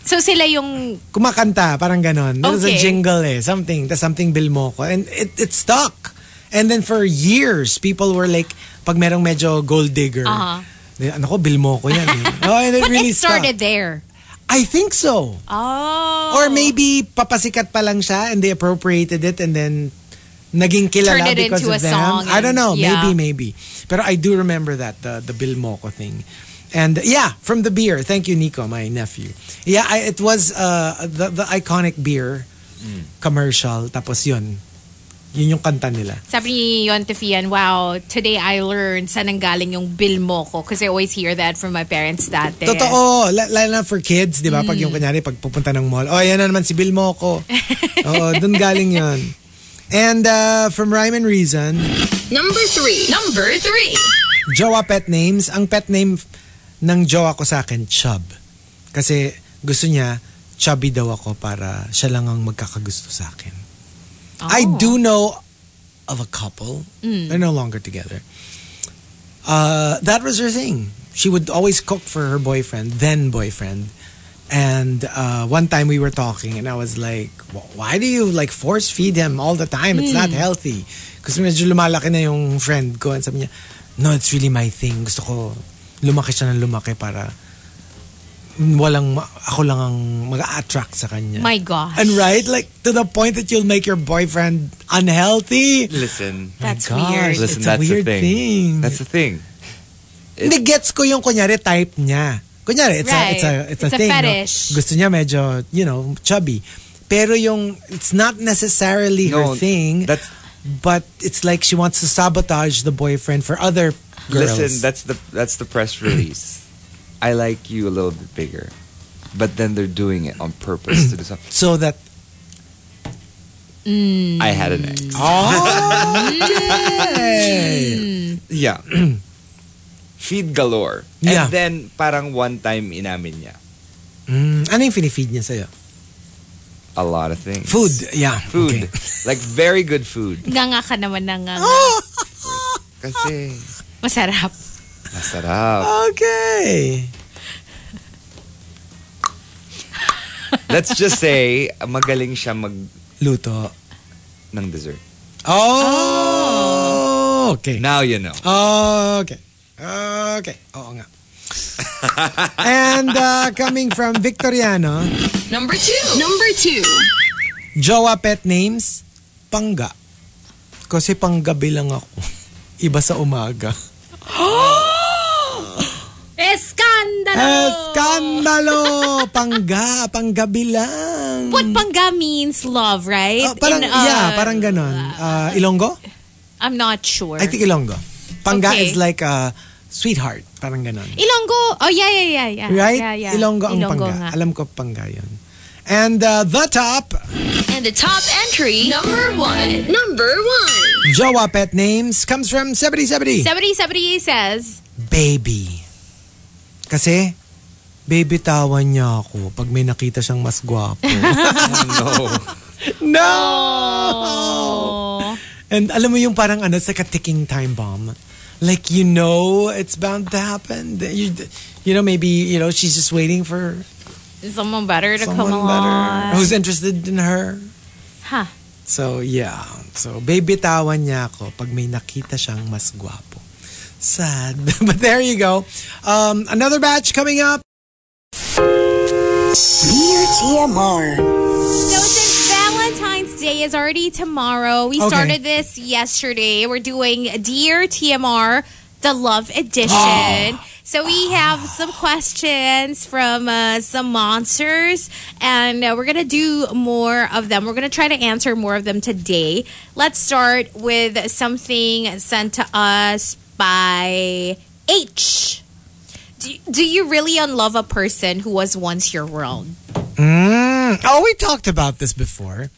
[SPEAKER 6] so sila yung
[SPEAKER 5] kumakanta, parang ganon. There was a
[SPEAKER 6] Okay.
[SPEAKER 5] jingle eh, something, tas something Bilmoco. And it, it stuck. And then for years, people were like, pag merong medyo gold digger,
[SPEAKER 6] Uh-huh.
[SPEAKER 5] eh, ano ko, Bilmoco yan. Eh. Oh, and it
[SPEAKER 6] But
[SPEAKER 5] really
[SPEAKER 6] it started
[SPEAKER 5] stuck.
[SPEAKER 6] there.
[SPEAKER 5] I think so.
[SPEAKER 6] Oh.
[SPEAKER 5] Or maybe papasikat pa lang siya and they appropriated it and then naging kilala
[SPEAKER 6] Turned it
[SPEAKER 5] because
[SPEAKER 6] into
[SPEAKER 5] of
[SPEAKER 6] a
[SPEAKER 5] them.
[SPEAKER 6] song
[SPEAKER 5] I don't
[SPEAKER 6] and-
[SPEAKER 5] know,
[SPEAKER 6] yeah.
[SPEAKER 5] maybe, maybe. Pero I do remember that, the, the Bill Moco thing. And yeah, from the beer. Thank you, Nico, my nephew. Yeah, I, it was uh, the, the iconic beer commercial. Tapos yun. Yun yung kanta nila.
[SPEAKER 6] Sabi ni Yonte Fian, wow, today I learned saan ang galing yung bill mo ko. Because I always hear that from my parents dati.
[SPEAKER 5] Totoo, la- lalo na for kids, di ba? Pag
[SPEAKER 6] Mm.
[SPEAKER 5] yung kunyari, pag pupunta ng mall, oh, yan na naman si Bill Moco. Oo, dun galing yun. And uh, from Rhyme and Reason,
[SPEAKER 1] Number three. Number three.
[SPEAKER 5] jowa pet names. Ang pet name ng jowa ko sa akin, Chub. Kasi gusto niya, chubby daw ako para siya lang ang magkakagusto sa akin.
[SPEAKER 6] Oh.
[SPEAKER 5] I do know of a couple. They're no longer together. Uh, that was her thing. She would always cook for her boyfriend, then boyfriend. And uh, one time we were talking, and I was like, "Wh- "Why do you like force feed him all the time? It's not healthy." Kasi medyo lumalaki na yung friend ko, and sabi niya, "No, it's really my thing. Gusto ko lumaki siya ng lumaki para walang ma- ako lang ang mag-attract sa kanya."
[SPEAKER 6] My gosh.
[SPEAKER 5] And right, like to the point that you'll make your boyfriend unhealthy.
[SPEAKER 7] Listen.
[SPEAKER 6] That's
[SPEAKER 5] Oh gosh.
[SPEAKER 6] weird.
[SPEAKER 5] It's
[SPEAKER 7] Oh Listen,
[SPEAKER 5] a
[SPEAKER 7] that's
[SPEAKER 5] weird
[SPEAKER 7] the thing.
[SPEAKER 5] thing.
[SPEAKER 7] That's the thing.
[SPEAKER 5] Hindi gets ko yung kunyari type niya. Kunyari, it's a,
[SPEAKER 6] Right.
[SPEAKER 5] it's a, it's a
[SPEAKER 6] It's a
[SPEAKER 5] thing. no?
[SPEAKER 6] fetish.
[SPEAKER 5] Gusto niya medyo, you know, chubby. Pero yung, it's not necessarily her
[SPEAKER 7] No,
[SPEAKER 5] thing,
[SPEAKER 7] that's-
[SPEAKER 5] but it's like she wants to sabotage the boyfriend for other girls.
[SPEAKER 7] Listen, that's the that's the press release. I like you a little bit bigger, but then they're doing it on purpose to do something.
[SPEAKER 5] so that,
[SPEAKER 7] I had an ex. Yeah. Feed galore.
[SPEAKER 5] Yeah.
[SPEAKER 7] And then parang one time inamin niya.
[SPEAKER 5] mm, ano yung finifeed niya sa'yo?
[SPEAKER 7] A lot of things.
[SPEAKER 5] Food, yeah.
[SPEAKER 7] Food.
[SPEAKER 5] okay.
[SPEAKER 7] Like very good food.
[SPEAKER 6] Nga nga ka naman na nga. nga.
[SPEAKER 5] Oh!
[SPEAKER 7] Kasi
[SPEAKER 6] Masarap.
[SPEAKER 7] masarap.
[SPEAKER 5] Okay.
[SPEAKER 7] Let's just say magaling siya mag
[SPEAKER 5] Luto.
[SPEAKER 7] ng dessert.
[SPEAKER 5] Oh! Okay.
[SPEAKER 7] Now you know.
[SPEAKER 5] Okay. Okay. Oo nga. And uh, coming from Victoriano,
[SPEAKER 1] Number two. Number two.
[SPEAKER 5] jowa pet names, pangga. Kasi panggabi lang ako. Iba sa umaga.
[SPEAKER 6] Eskandalo!
[SPEAKER 5] Eskandalo! Pangga, panggabi lang.
[SPEAKER 6] What pangga means love, right?
[SPEAKER 5] Ah, Mm. parang,
[SPEAKER 6] In, uh,
[SPEAKER 5] yeah, parang ganon. Ah, Ilonggo?
[SPEAKER 6] I'm not sure.
[SPEAKER 5] I think Ilonggo. Pangga
[SPEAKER 6] Okay.
[SPEAKER 5] is like a sweetheart. Parang ganon.
[SPEAKER 6] Ilonggo. Oh, yeah, yeah, yeah. yeah.
[SPEAKER 5] Right?
[SPEAKER 6] Yeah, yeah.
[SPEAKER 5] Ilonggo ang
[SPEAKER 6] Ilonggo
[SPEAKER 5] pangga.
[SPEAKER 6] nga.
[SPEAKER 5] Alam ko pangga yun. And uh, the top,
[SPEAKER 1] And the top entry. Number one. Number one.
[SPEAKER 5] Jowa pet names comes from 7070.
[SPEAKER 6] 7070 says,
[SPEAKER 5] baby. Kasi, baby tawan niya ako pag may nakita siyang mas gwapo.
[SPEAKER 7] No.
[SPEAKER 5] no!
[SPEAKER 6] oh,
[SPEAKER 5] And alam mo yung parang ano, it's like a ticking time bomb. Like, you know, it's bound to happen. You, you know, maybe, you know, she's just waiting for
[SPEAKER 6] someone better to
[SPEAKER 5] someone
[SPEAKER 6] come along.
[SPEAKER 5] better who's interested in her.
[SPEAKER 6] Huh.
[SPEAKER 5] So, yeah. So, baby tawan niya ako pag may nakita siyang mas gwapo. Sad. But there you go. Um, another batch coming up.
[SPEAKER 8] Dear TMR.
[SPEAKER 6] So since Valentine's Day is already tomorrow, we
[SPEAKER 5] Okay.
[SPEAKER 6] started this yesterday. We're doing Dear TMR, the Love Edition. So we have some questions from uh, some monsters, and uh, we're gonna do more of them. We're gonna try to answer more of them today. Let's start with something sent to us by H. Do, do you really unlove a person who was once your world?
[SPEAKER 5] Mm, oh, we talked about this before.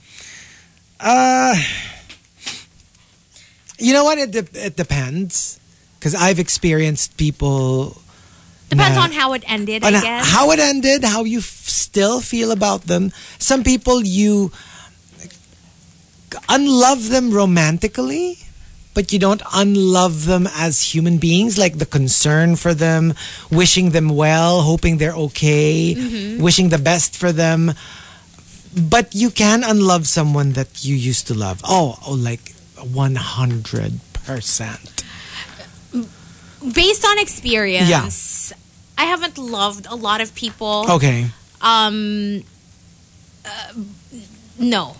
[SPEAKER 5] Uh, you know what? It, de- it depends. Because I've experienced people
[SPEAKER 6] Depends
[SPEAKER 5] Nah.
[SPEAKER 6] on how it ended, I
[SPEAKER 5] on
[SPEAKER 6] guess.
[SPEAKER 5] uh, how it ended, how you f- still feel about them. Some people you unlove them romantically, but you don't unlove them as human beings. Like the concern for them, wishing them well, hoping they're okay, wishing the best for them. But you can unlove someone that you used to love. Oh, oh like 100%.
[SPEAKER 6] Based on experience,
[SPEAKER 5] Yeah. Oh.
[SPEAKER 6] I haven't loved a lot of people.
[SPEAKER 5] Okay.
[SPEAKER 6] Um, uh, no,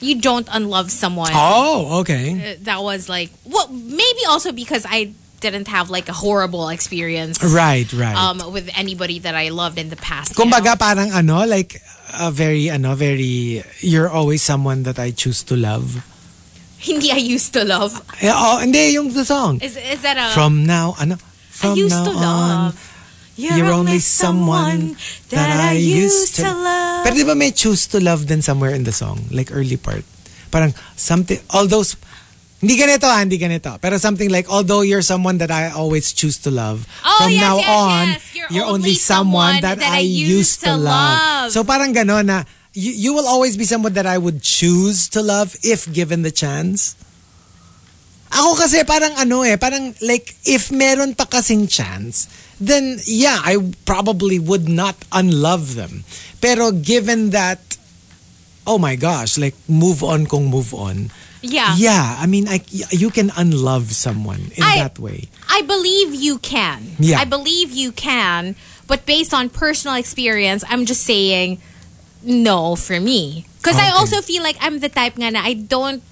[SPEAKER 6] you don't unlove someone.
[SPEAKER 5] Oh, okay.
[SPEAKER 6] Uh, That was like, well, maybe also because I didn't have like a horrible experience
[SPEAKER 5] Right, right.
[SPEAKER 6] um, with anybody that I loved in the past. you know?
[SPEAKER 5] Kumbaga parang ano, like a very ano, very you're always someone that I choose to love.
[SPEAKER 6] Hindi I used to love.
[SPEAKER 5] Eh, Oh, hindi yung the song.
[SPEAKER 6] Is, is that a.
[SPEAKER 5] From now ano,
[SPEAKER 6] Eh, uh, I
[SPEAKER 5] from
[SPEAKER 6] used
[SPEAKER 5] now
[SPEAKER 6] to
[SPEAKER 5] on.
[SPEAKER 6] love.
[SPEAKER 5] you're only someone that I used to
[SPEAKER 6] love.
[SPEAKER 5] Pero di ba may choose to love then somewhere in the song, like early part. Parang something although s- hindi ganito ah, hindi ganito. Pero something like although you're someone that I always choose to love.
[SPEAKER 6] Oh,
[SPEAKER 5] from
[SPEAKER 6] yes,
[SPEAKER 5] now
[SPEAKER 6] yes,
[SPEAKER 5] on,
[SPEAKER 6] yes. You're only someone that I used to love.
[SPEAKER 5] So parang gano'n na you, you will always be someone that I would choose to love if given the chance. Ako kasi parang ano eh, parang like if meron pa kasing chance, then yeah, I probably would not unlove them. Pero given that, oh my gosh, like move on kung move on.
[SPEAKER 6] yeah.
[SPEAKER 5] Yeah, I mean, I, you can unlove someone in
[SPEAKER 6] I-
[SPEAKER 5] that way.
[SPEAKER 6] I believe you can.
[SPEAKER 5] Yeah.
[SPEAKER 6] I believe you can, but based on personal experience, I'm just saying no for me. Because I
[SPEAKER 5] Okay.
[SPEAKER 6] also feel like I'm the type nga na I don't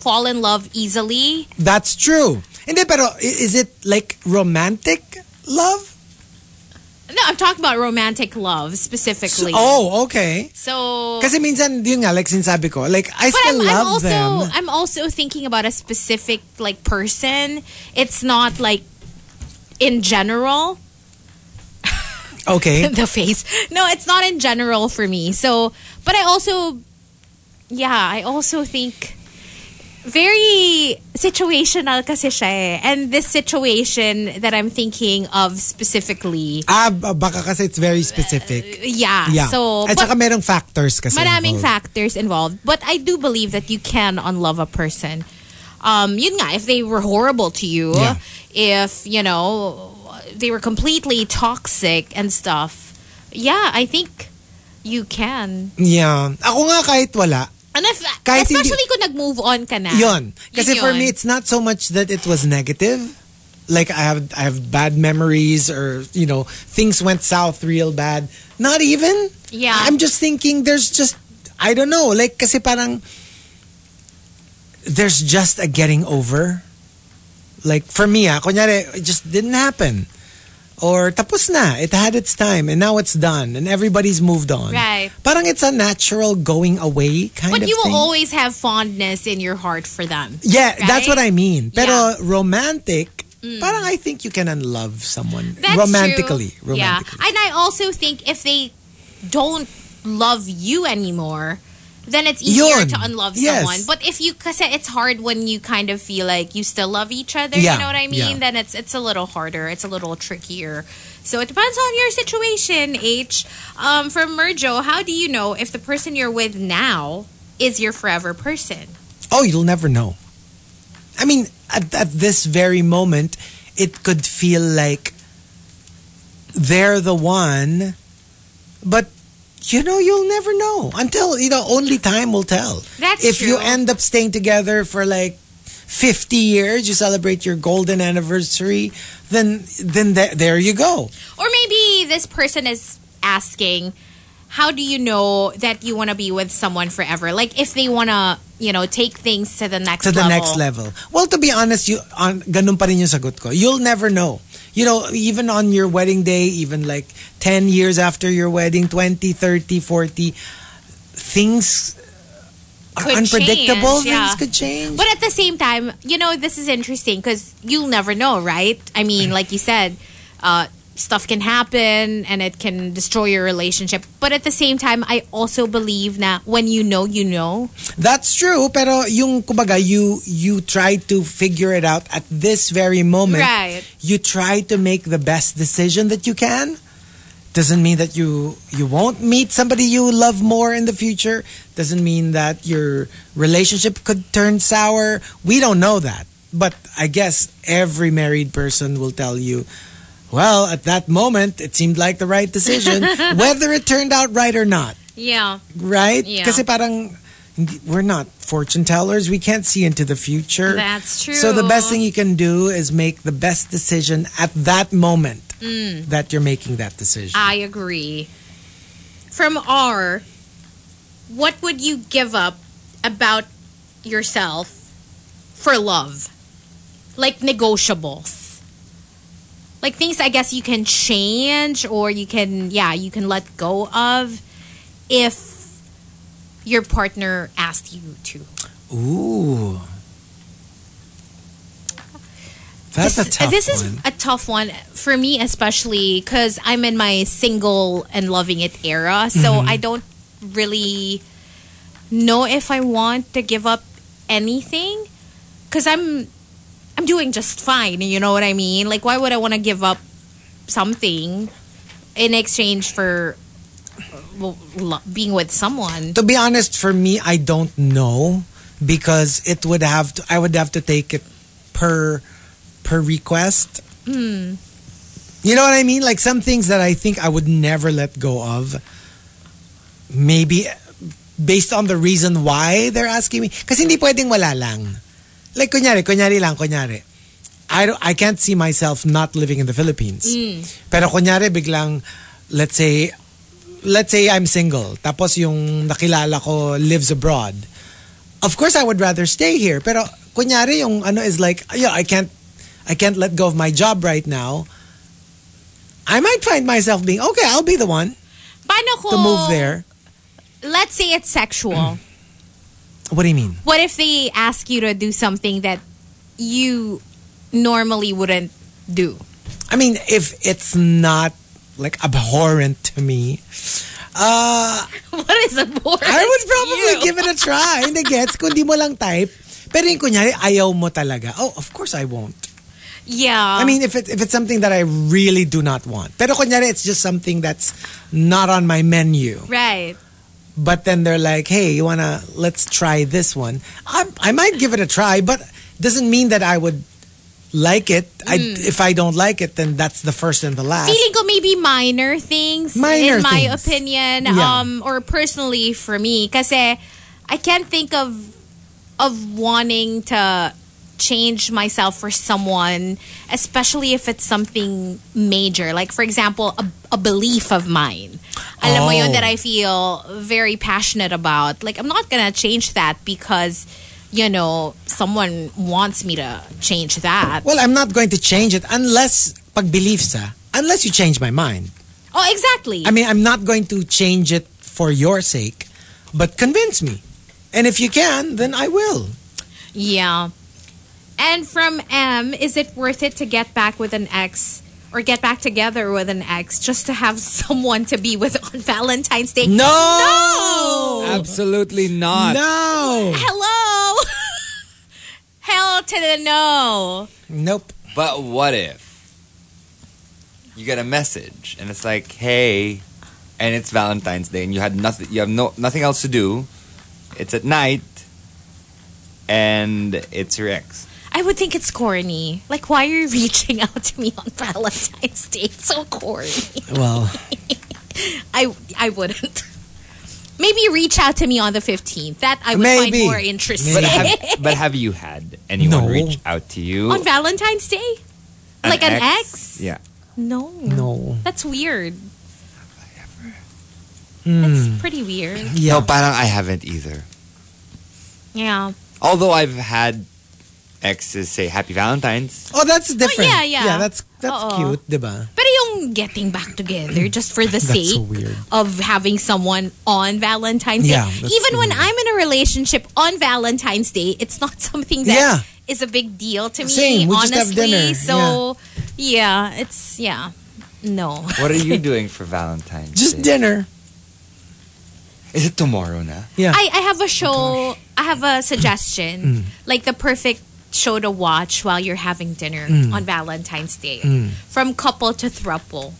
[SPEAKER 6] fall in love easily.
[SPEAKER 5] That's true. Hindi, pero i- is it like romantic love?
[SPEAKER 6] No, I'm talking about romantic love specifically.
[SPEAKER 5] Oh, okay.
[SPEAKER 6] So
[SPEAKER 5] Kasi minsan, yun nga, like sinasabi ko, like I
[SPEAKER 6] but
[SPEAKER 5] still
[SPEAKER 6] I'm,
[SPEAKER 5] love
[SPEAKER 6] I'm also
[SPEAKER 5] them.
[SPEAKER 6] I'm also thinking about a specific like person. It's not like in general.
[SPEAKER 5] Okay.
[SPEAKER 6] the face. No, it's not in general for me. So, but I also, yeah, I also think very situational kasi siya eh. And this situation that I'm thinking of specifically,
[SPEAKER 5] Ah, b- baka kasi it's very specific.
[SPEAKER 6] yeah.
[SPEAKER 5] Yeah.
[SPEAKER 6] Uh, So,
[SPEAKER 5] At saka
[SPEAKER 6] but
[SPEAKER 5] merong factors kasi.
[SPEAKER 6] maraming
[SPEAKER 5] involved.
[SPEAKER 6] factors involved. But I do believe that you can unlove a person. Um, yun nga, if they were horrible to you,
[SPEAKER 5] Yeah.
[SPEAKER 6] if, you know, they were completely toxic and stuff, yeah, I think you can.
[SPEAKER 5] Yeah. Ako nga kahit wala,
[SPEAKER 6] And if,
[SPEAKER 5] Kahit hindi-
[SPEAKER 6] especially kung nag-move on ka na.
[SPEAKER 5] Yon. Kasi
[SPEAKER 6] Ah, Yun
[SPEAKER 5] for
[SPEAKER 6] yun.
[SPEAKER 5] me, it's not so much that it was negative. Like I have I have bad memories or you know things went south real bad. Not even.
[SPEAKER 6] Yeah.
[SPEAKER 5] I'm just thinking there's just I don't know like kasi parang there's just a getting over. Like for me, ah, kunyari, it just didn't happen. Or tapos na, it had its time and now it's done and everybody's moved on.
[SPEAKER 6] Right.
[SPEAKER 5] Parang it's a natural going away kind
[SPEAKER 6] But
[SPEAKER 5] of
[SPEAKER 6] you will
[SPEAKER 5] thing.
[SPEAKER 6] always have fondness in your heart for them.
[SPEAKER 5] Yeah, that's
[SPEAKER 6] Right?
[SPEAKER 5] what I mean. Pero
[SPEAKER 6] Yeah. Mm.
[SPEAKER 5] romantic, parang I think you can unlove someone
[SPEAKER 6] That's
[SPEAKER 5] romantically.
[SPEAKER 6] true.
[SPEAKER 5] Romantically.
[SPEAKER 6] Yeah. And I also think if they don't love you anymore, then it's easier
[SPEAKER 5] Yun.
[SPEAKER 6] to unlove
[SPEAKER 5] Yes.
[SPEAKER 6] someone. But if you, because it's hard when you kind of feel like you still love each other.
[SPEAKER 5] Yeah.
[SPEAKER 6] You know what I mean?
[SPEAKER 5] Yeah.
[SPEAKER 6] Then it's it's a little harder. It's a little trickier. So it depends on your situation. H um, from Merjo, how do you know if the person you're with now is your forever person?
[SPEAKER 5] Oh, you'll never know. I mean, at, at this very moment, it could feel like they're the one, but you know, you'll never know until, you know, only time will tell.
[SPEAKER 6] That's
[SPEAKER 5] if you
[SPEAKER 6] true.
[SPEAKER 5] end up staying together for like 50 years, you celebrate your golden anniversary, then then th- there you go.
[SPEAKER 6] Or maybe this person is asking, how do you know that you want to be with someone forever? Like if they want to, you know, take things to the next
[SPEAKER 5] to the
[SPEAKER 6] level.
[SPEAKER 5] next level. Well, to be honest, you on, ganun pa rin yung sagot ko. You'll never know. You know, even on your wedding day, even like 10 years after your wedding, 20, 30, 40, things are
[SPEAKER 6] Could
[SPEAKER 5] unpredictable.
[SPEAKER 6] change, yeah.
[SPEAKER 5] Things could change.
[SPEAKER 6] But at the same time, you know, this is interesting because you'll never know, right? I mean, like you said, uh, stuff can happen and it can destroy your relationship. But at the same time, I also believe that when you know, you know.
[SPEAKER 5] That's true, pero yung kumbaga you you try to figure it out at this very moment.
[SPEAKER 6] Right.
[SPEAKER 5] You try to make the best decision that you can. Doesn't mean that you you won't meet somebody you love more in the future. Doesn't mean that your relationship could turn sour. We don't know that. But I guess every married person will tell you well, at that moment, it seemed like the right decision, whether it turned out right or not
[SPEAKER 6] Yeah.
[SPEAKER 5] right?
[SPEAKER 6] Yeah.
[SPEAKER 5] Kasi parang hindi- we're not fortune tellers. We can't see into the future.
[SPEAKER 6] That's true.
[SPEAKER 5] So the best thing you can do is make the best decision at that moment
[SPEAKER 6] Mm.
[SPEAKER 5] that you're making that decision.
[SPEAKER 6] I agree. From R, what would you give up about yourself for love? Like negotiables. Like things I guess you can change or you can, yeah, you can let go of if your partner asked you to.
[SPEAKER 5] Ooh. That's
[SPEAKER 6] this,
[SPEAKER 5] a tough
[SPEAKER 6] this is
[SPEAKER 5] one.
[SPEAKER 6] a tough one for me especially because i'm in my single and loving it era so
[SPEAKER 5] Mm-hmm.
[SPEAKER 6] i don't really know if i want to give up anything because i'm i'm doing just fine you know what i mean like why would i want to give up something in exchange for uh, well, lo- being with someone
[SPEAKER 5] to be honest, for me, I don't know because it would have to. I would have to take it per per request. You know what I mean? Like some things that I think I would never let go of. Maybe based on the reason why they're asking me. Kasi hindi pwedeng wala lang. Like kunyari, kunyari lang, kunyari. I, don't, I can't see myself not living in the Philippines. Pero kunyari biglang, let's say, let's say I'm single, tapos yung nakilala ko lives abroad, of course I would rather stay here. Pero kunyari yung ano is like, yeah, I can't, I can't let go of my job right now. I might find myself being okay. I'll be the one
[SPEAKER 6] Paano
[SPEAKER 5] to
[SPEAKER 6] kung-
[SPEAKER 5] move there.
[SPEAKER 6] let's say it's sexual
[SPEAKER 5] What do you mean?
[SPEAKER 6] what if they ask you to do something that you normally wouldn't do?
[SPEAKER 5] I mean, if it's not like abhorrent to me, uh,
[SPEAKER 6] What is a boring?
[SPEAKER 5] I would probably give it a try. Hindi gets, kung di mo lang type. Pero yung kunyari, ayaw mo talaga. Oh, of course I won't.
[SPEAKER 6] Yeah.
[SPEAKER 5] I mean, if it, if it's something that I really do not want. Pero kunyari, it's just something that's not on my menu.
[SPEAKER 6] right.
[SPEAKER 5] But then they're like, hey, you wanna, let's try this one. I, I might give it a try, but doesn't mean that I would like it. I, if I don't like it, then that's the first and the last.
[SPEAKER 6] Feeling ko maybe minor things
[SPEAKER 5] Minor
[SPEAKER 6] in my
[SPEAKER 5] things.
[SPEAKER 6] opinion
[SPEAKER 5] Yeah.
[SPEAKER 6] um or personally for me kasi I can't think of of wanting to change myself for someone especially if it's something major like for example a, a belief of mine alam mo yun
[SPEAKER 5] Oh.
[SPEAKER 6] that I feel very passionate about like I'm not gonna change that because you know someone wants me to change that
[SPEAKER 5] Well, I'm not going to change it unless, pag beliefs ah, unless you change my mind.
[SPEAKER 6] oh exactly
[SPEAKER 5] I mean, I'm not going to change it for your sake, but convince me. And if you can, then I will.
[SPEAKER 6] Yeah. And from M, is it worth it to get back with an ex or get back together with an ex just to have someone to be with on Valentine's Day?
[SPEAKER 5] No!
[SPEAKER 7] Absolutely not.
[SPEAKER 5] No!
[SPEAKER 6] Hello! Hell to the no.
[SPEAKER 5] Nope.
[SPEAKER 7] But what if you get a message and it's like, "Hey," and it's Valentine's Day and you had nothing, you have no nothing else to do. It's at night, and it's your ex.
[SPEAKER 6] I would think it's corny. Like, why are you reaching out to me on Valentine's Day? It's so corny.
[SPEAKER 5] Well,
[SPEAKER 6] I, I wouldn't. Maybe reach out to me on the 15th. That I would
[SPEAKER 5] Maybe.
[SPEAKER 6] find more interesting.
[SPEAKER 7] But have, but have you had anyone
[SPEAKER 5] No.
[SPEAKER 7] reach out to you
[SPEAKER 6] on Valentine's Day? like an ex?
[SPEAKER 7] Yeah.
[SPEAKER 6] No.
[SPEAKER 5] no.
[SPEAKER 6] That's weird. That's pretty weird.
[SPEAKER 7] No,
[SPEAKER 5] Hmm. Yeah.
[SPEAKER 7] parang I haven't either.
[SPEAKER 6] Yeah.
[SPEAKER 7] Although I've had exes say Happy Valentine's.
[SPEAKER 5] Oh, that's different.
[SPEAKER 6] yeah, yeah.
[SPEAKER 5] Yeah, that's that's
[SPEAKER 6] Oo.
[SPEAKER 5] cute, diba?
[SPEAKER 6] Pero yung getting back together just for the
[SPEAKER 5] That's
[SPEAKER 6] sake
[SPEAKER 5] so weird.
[SPEAKER 6] of having someone on Valentine's
[SPEAKER 5] Yeah,
[SPEAKER 6] Day.
[SPEAKER 5] that's
[SPEAKER 6] Even when
[SPEAKER 5] weird.
[SPEAKER 6] I'm in a relationship on Valentine's Day, it's not something that is
[SPEAKER 5] Yeah.
[SPEAKER 6] a big deal to me,
[SPEAKER 5] Same, we just
[SPEAKER 6] honestly.
[SPEAKER 5] have dinner,
[SPEAKER 6] So yeah. it's yeah. No.
[SPEAKER 7] What are you doing for Valentine's
[SPEAKER 5] Just
[SPEAKER 7] Day?
[SPEAKER 5] dinner.
[SPEAKER 7] Is it tomorrow na?
[SPEAKER 5] Yeah. Oh
[SPEAKER 6] I, I have a show I have a suggestion.
[SPEAKER 5] Mm.
[SPEAKER 6] Like the perfect show to watch while you're having dinner
[SPEAKER 5] Mm.
[SPEAKER 6] on Valentine's Day. From couple to thruple.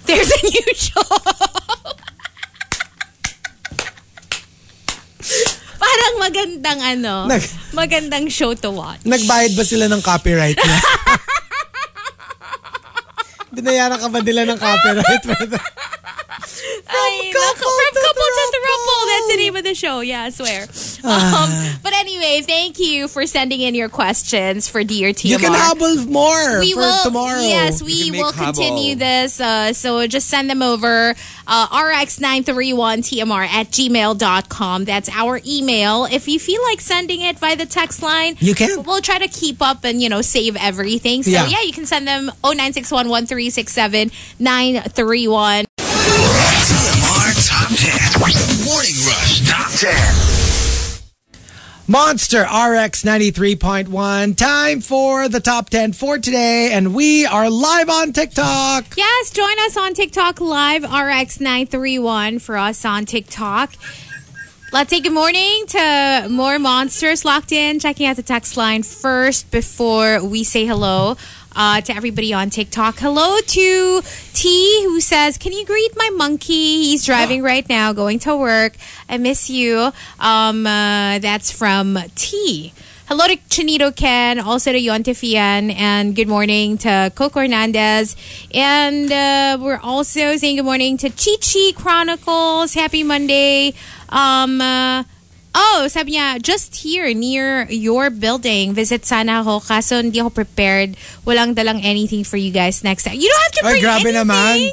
[SPEAKER 6] There's a new show. Parang magandang ano.
[SPEAKER 5] Nag-
[SPEAKER 6] magandang show to watch.
[SPEAKER 5] Nagbayad ba sila ng copyright niya? Binayaran ka ba nila ng copyright? for that?
[SPEAKER 6] Ay, nako, from couple to thruple. That's the name of the show. Yeah, I swear.
[SPEAKER 5] Ah.
[SPEAKER 6] Um, but anyway, thank you for sending in your questions for Dear TMR.
[SPEAKER 5] you can hobble more
[SPEAKER 6] we
[SPEAKER 5] for
[SPEAKER 6] will,
[SPEAKER 5] tomorrow.
[SPEAKER 6] Yes,
[SPEAKER 7] You
[SPEAKER 6] we
[SPEAKER 7] can make
[SPEAKER 6] will
[SPEAKER 7] habol.
[SPEAKER 6] continue this. Uh, so just send them over. Uh, rx931tmr at gmail.com. That's our email. If you feel like sending it by the text line,
[SPEAKER 5] You can.
[SPEAKER 6] We'll try to keep up and, you know, save everything. So yeah,
[SPEAKER 5] Yeah.
[SPEAKER 6] you can send them 0961 1367 931.
[SPEAKER 4] TMR Top 10. Morning Rush Top 10.
[SPEAKER 5] Monster RX 93.1. Time for the top 10 for today. And we are live on TikTok.
[SPEAKER 6] Yes, join us on TikTok live, RX931 for us on TikTok. Let's say good morning to more monsters locked in, checking out the text line first before we say hello uh, to everybody on TikTok. Hello to T, who says, Can you greet my monkey? He's driving right now, going to work. I miss you. Um, uh, that's from T. Hello to Chinito Ken, also to Yonte Fian, and good morning to Coco Hernandez. And uh, we're also saying good morning to Chi Chi Chronicles. Happy Monday. Um, uh, oh, sabi niya, just here near your building, visit sana ako kaso hindi ako prepared. Walang dalang anything for you guys next time. You don't have to
[SPEAKER 5] Ay,
[SPEAKER 6] bring
[SPEAKER 5] grabe
[SPEAKER 6] anything.
[SPEAKER 5] naman.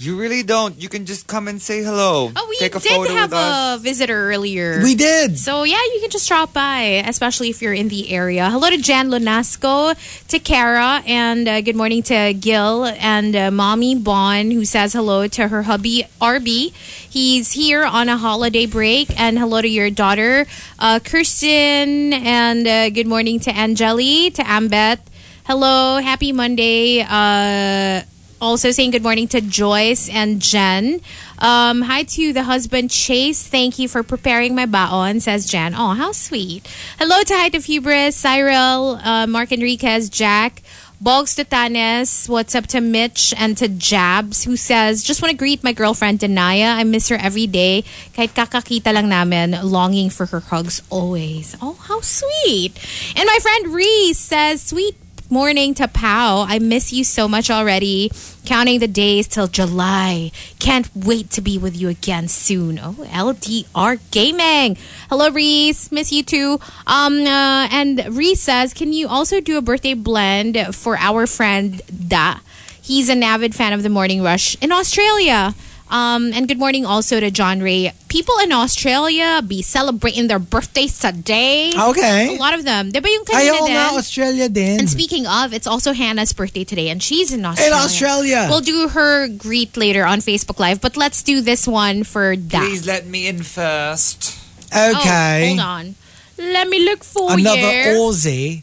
[SPEAKER 7] You really don't. You can just come and say hello.
[SPEAKER 6] Oh, we
[SPEAKER 7] Take a
[SPEAKER 6] did
[SPEAKER 7] photo
[SPEAKER 6] have
[SPEAKER 7] with us.
[SPEAKER 6] a visitor earlier.
[SPEAKER 5] We did.
[SPEAKER 6] So yeah, you can just drop by, especially if you're in the area. Hello to Jan Lunasco, to Kara, and uh, good morning to Gil and uh, Mommy Bon, who says hello to her hubby Arby. He's here on a holiday break, and hello to your daughter uh, Kirsten, and uh, good morning to Angeli, to Ambeth. Hello, happy Monday. Uh, also saying good morning to Joyce and Jen. Um, hi to the husband Chase. Thank you for preparing my baon, says Jen. Oh, how sweet. Hello to Height of Hubris, Cyril, uh, Mark Enriquez, Jack. Bogs to Tanes, what's up to Mitch and to Jabs who says, just want to greet my girlfriend Danaya. I miss her every day. Kahit kakakita lang namin, longing for her hugs always. Oh, how sweet. And my friend Reese says, sweet Morning to Pau. I miss you so much already. Counting the days till July. Can't wait to be with you again soon. Oh, LDR Gaming. Hello, Reese. Miss you too. Um, uh, and Reese says, can you also do a birthday blend for our friend Da? He's an avid fan of the Morning Rush in Australia. Um, and good morning also to John Ray. People in Australia be celebrating their birthdays today.
[SPEAKER 5] Okay.
[SPEAKER 6] A lot of them. Diba yung kanina
[SPEAKER 5] Ayaw
[SPEAKER 6] din?
[SPEAKER 5] nga, Australia din.
[SPEAKER 6] And speaking of, it's also Hannah's birthday today, and she's in Australia.
[SPEAKER 5] Mm-hmm. In Australia.
[SPEAKER 6] We'll do her greet later on Facebook Live, but let's do this one for Da.
[SPEAKER 7] Please let me in first.
[SPEAKER 6] Oh,
[SPEAKER 5] okay.
[SPEAKER 6] hold on. Let me look for
[SPEAKER 5] Another
[SPEAKER 6] you.
[SPEAKER 5] Aussie.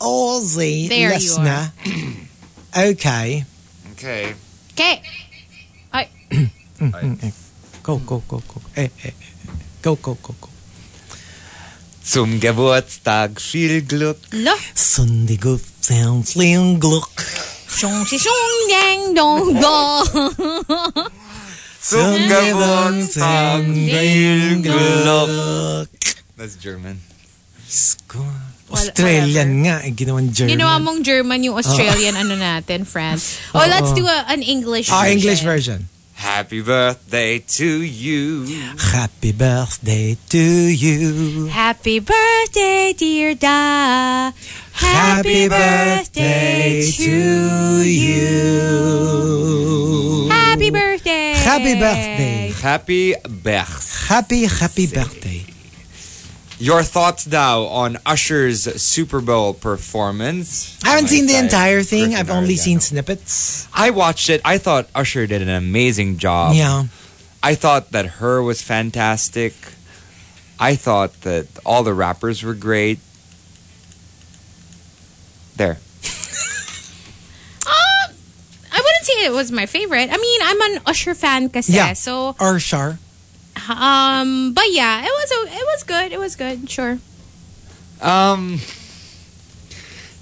[SPEAKER 5] Aussie
[SPEAKER 6] There you
[SPEAKER 5] listener. okay.
[SPEAKER 7] Okay.
[SPEAKER 6] Okay.
[SPEAKER 5] Go, go, go, go. Eh, eh, eh. Go, go, go, go.
[SPEAKER 7] Zum Geburtstag viel Glück.
[SPEAKER 6] Look.
[SPEAKER 5] Sundigo sounds Leon Gluck.
[SPEAKER 6] Shong si shong yang dong go.
[SPEAKER 7] Zum Geburtstag viel Glück.
[SPEAKER 5] Gluck.
[SPEAKER 7] That's German.
[SPEAKER 5] Australian nga, eh, ginawan German.
[SPEAKER 6] Ginawa mong German
[SPEAKER 5] Uh-huh.
[SPEAKER 6] yung Australian ano natin, friends. Oh, let's do a, an English
[SPEAKER 5] Ah,
[SPEAKER 6] version.
[SPEAKER 5] Uh-huh. English version.
[SPEAKER 7] Happy birthday to you.
[SPEAKER 5] Happy birthday to you.
[SPEAKER 6] Happy birthday, dear Da. Happy birthday to
[SPEAKER 5] you.
[SPEAKER 6] Happy birthday.
[SPEAKER 5] Happy birthday.
[SPEAKER 7] Happy Bech.
[SPEAKER 5] Happy, happy birthday.
[SPEAKER 7] Your thoughts now on Usher's Super Bowl performance?
[SPEAKER 5] I haven't
[SPEAKER 7] My
[SPEAKER 5] seen the
[SPEAKER 7] side,
[SPEAKER 5] entire thing.
[SPEAKER 7] Griffin
[SPEAKER 5] I've only
[SPEAKER 7] Arellano.
[SPEAKER 5] seen snippets.
[SPEAKER 7] I watched it. I thought Usher did an amazing job.
[SPEAKER 5] yeah.
[SPEAKER 7] I thought that her was fantastic. I thought that all the rappers were great. There.
[SPEAKER 6] Uh, I wouldn't say it was my favorite. I mean, I'm an Usher fan kasi.
[SPEAKER 5] Yeah.
[SPEAKER 6] So,
[SPEAKER 5] Or Shar.
[SPEAKER 6] um, but yeah, it was o- it was good. It was good. Sure.
[SPEAKER 7] Um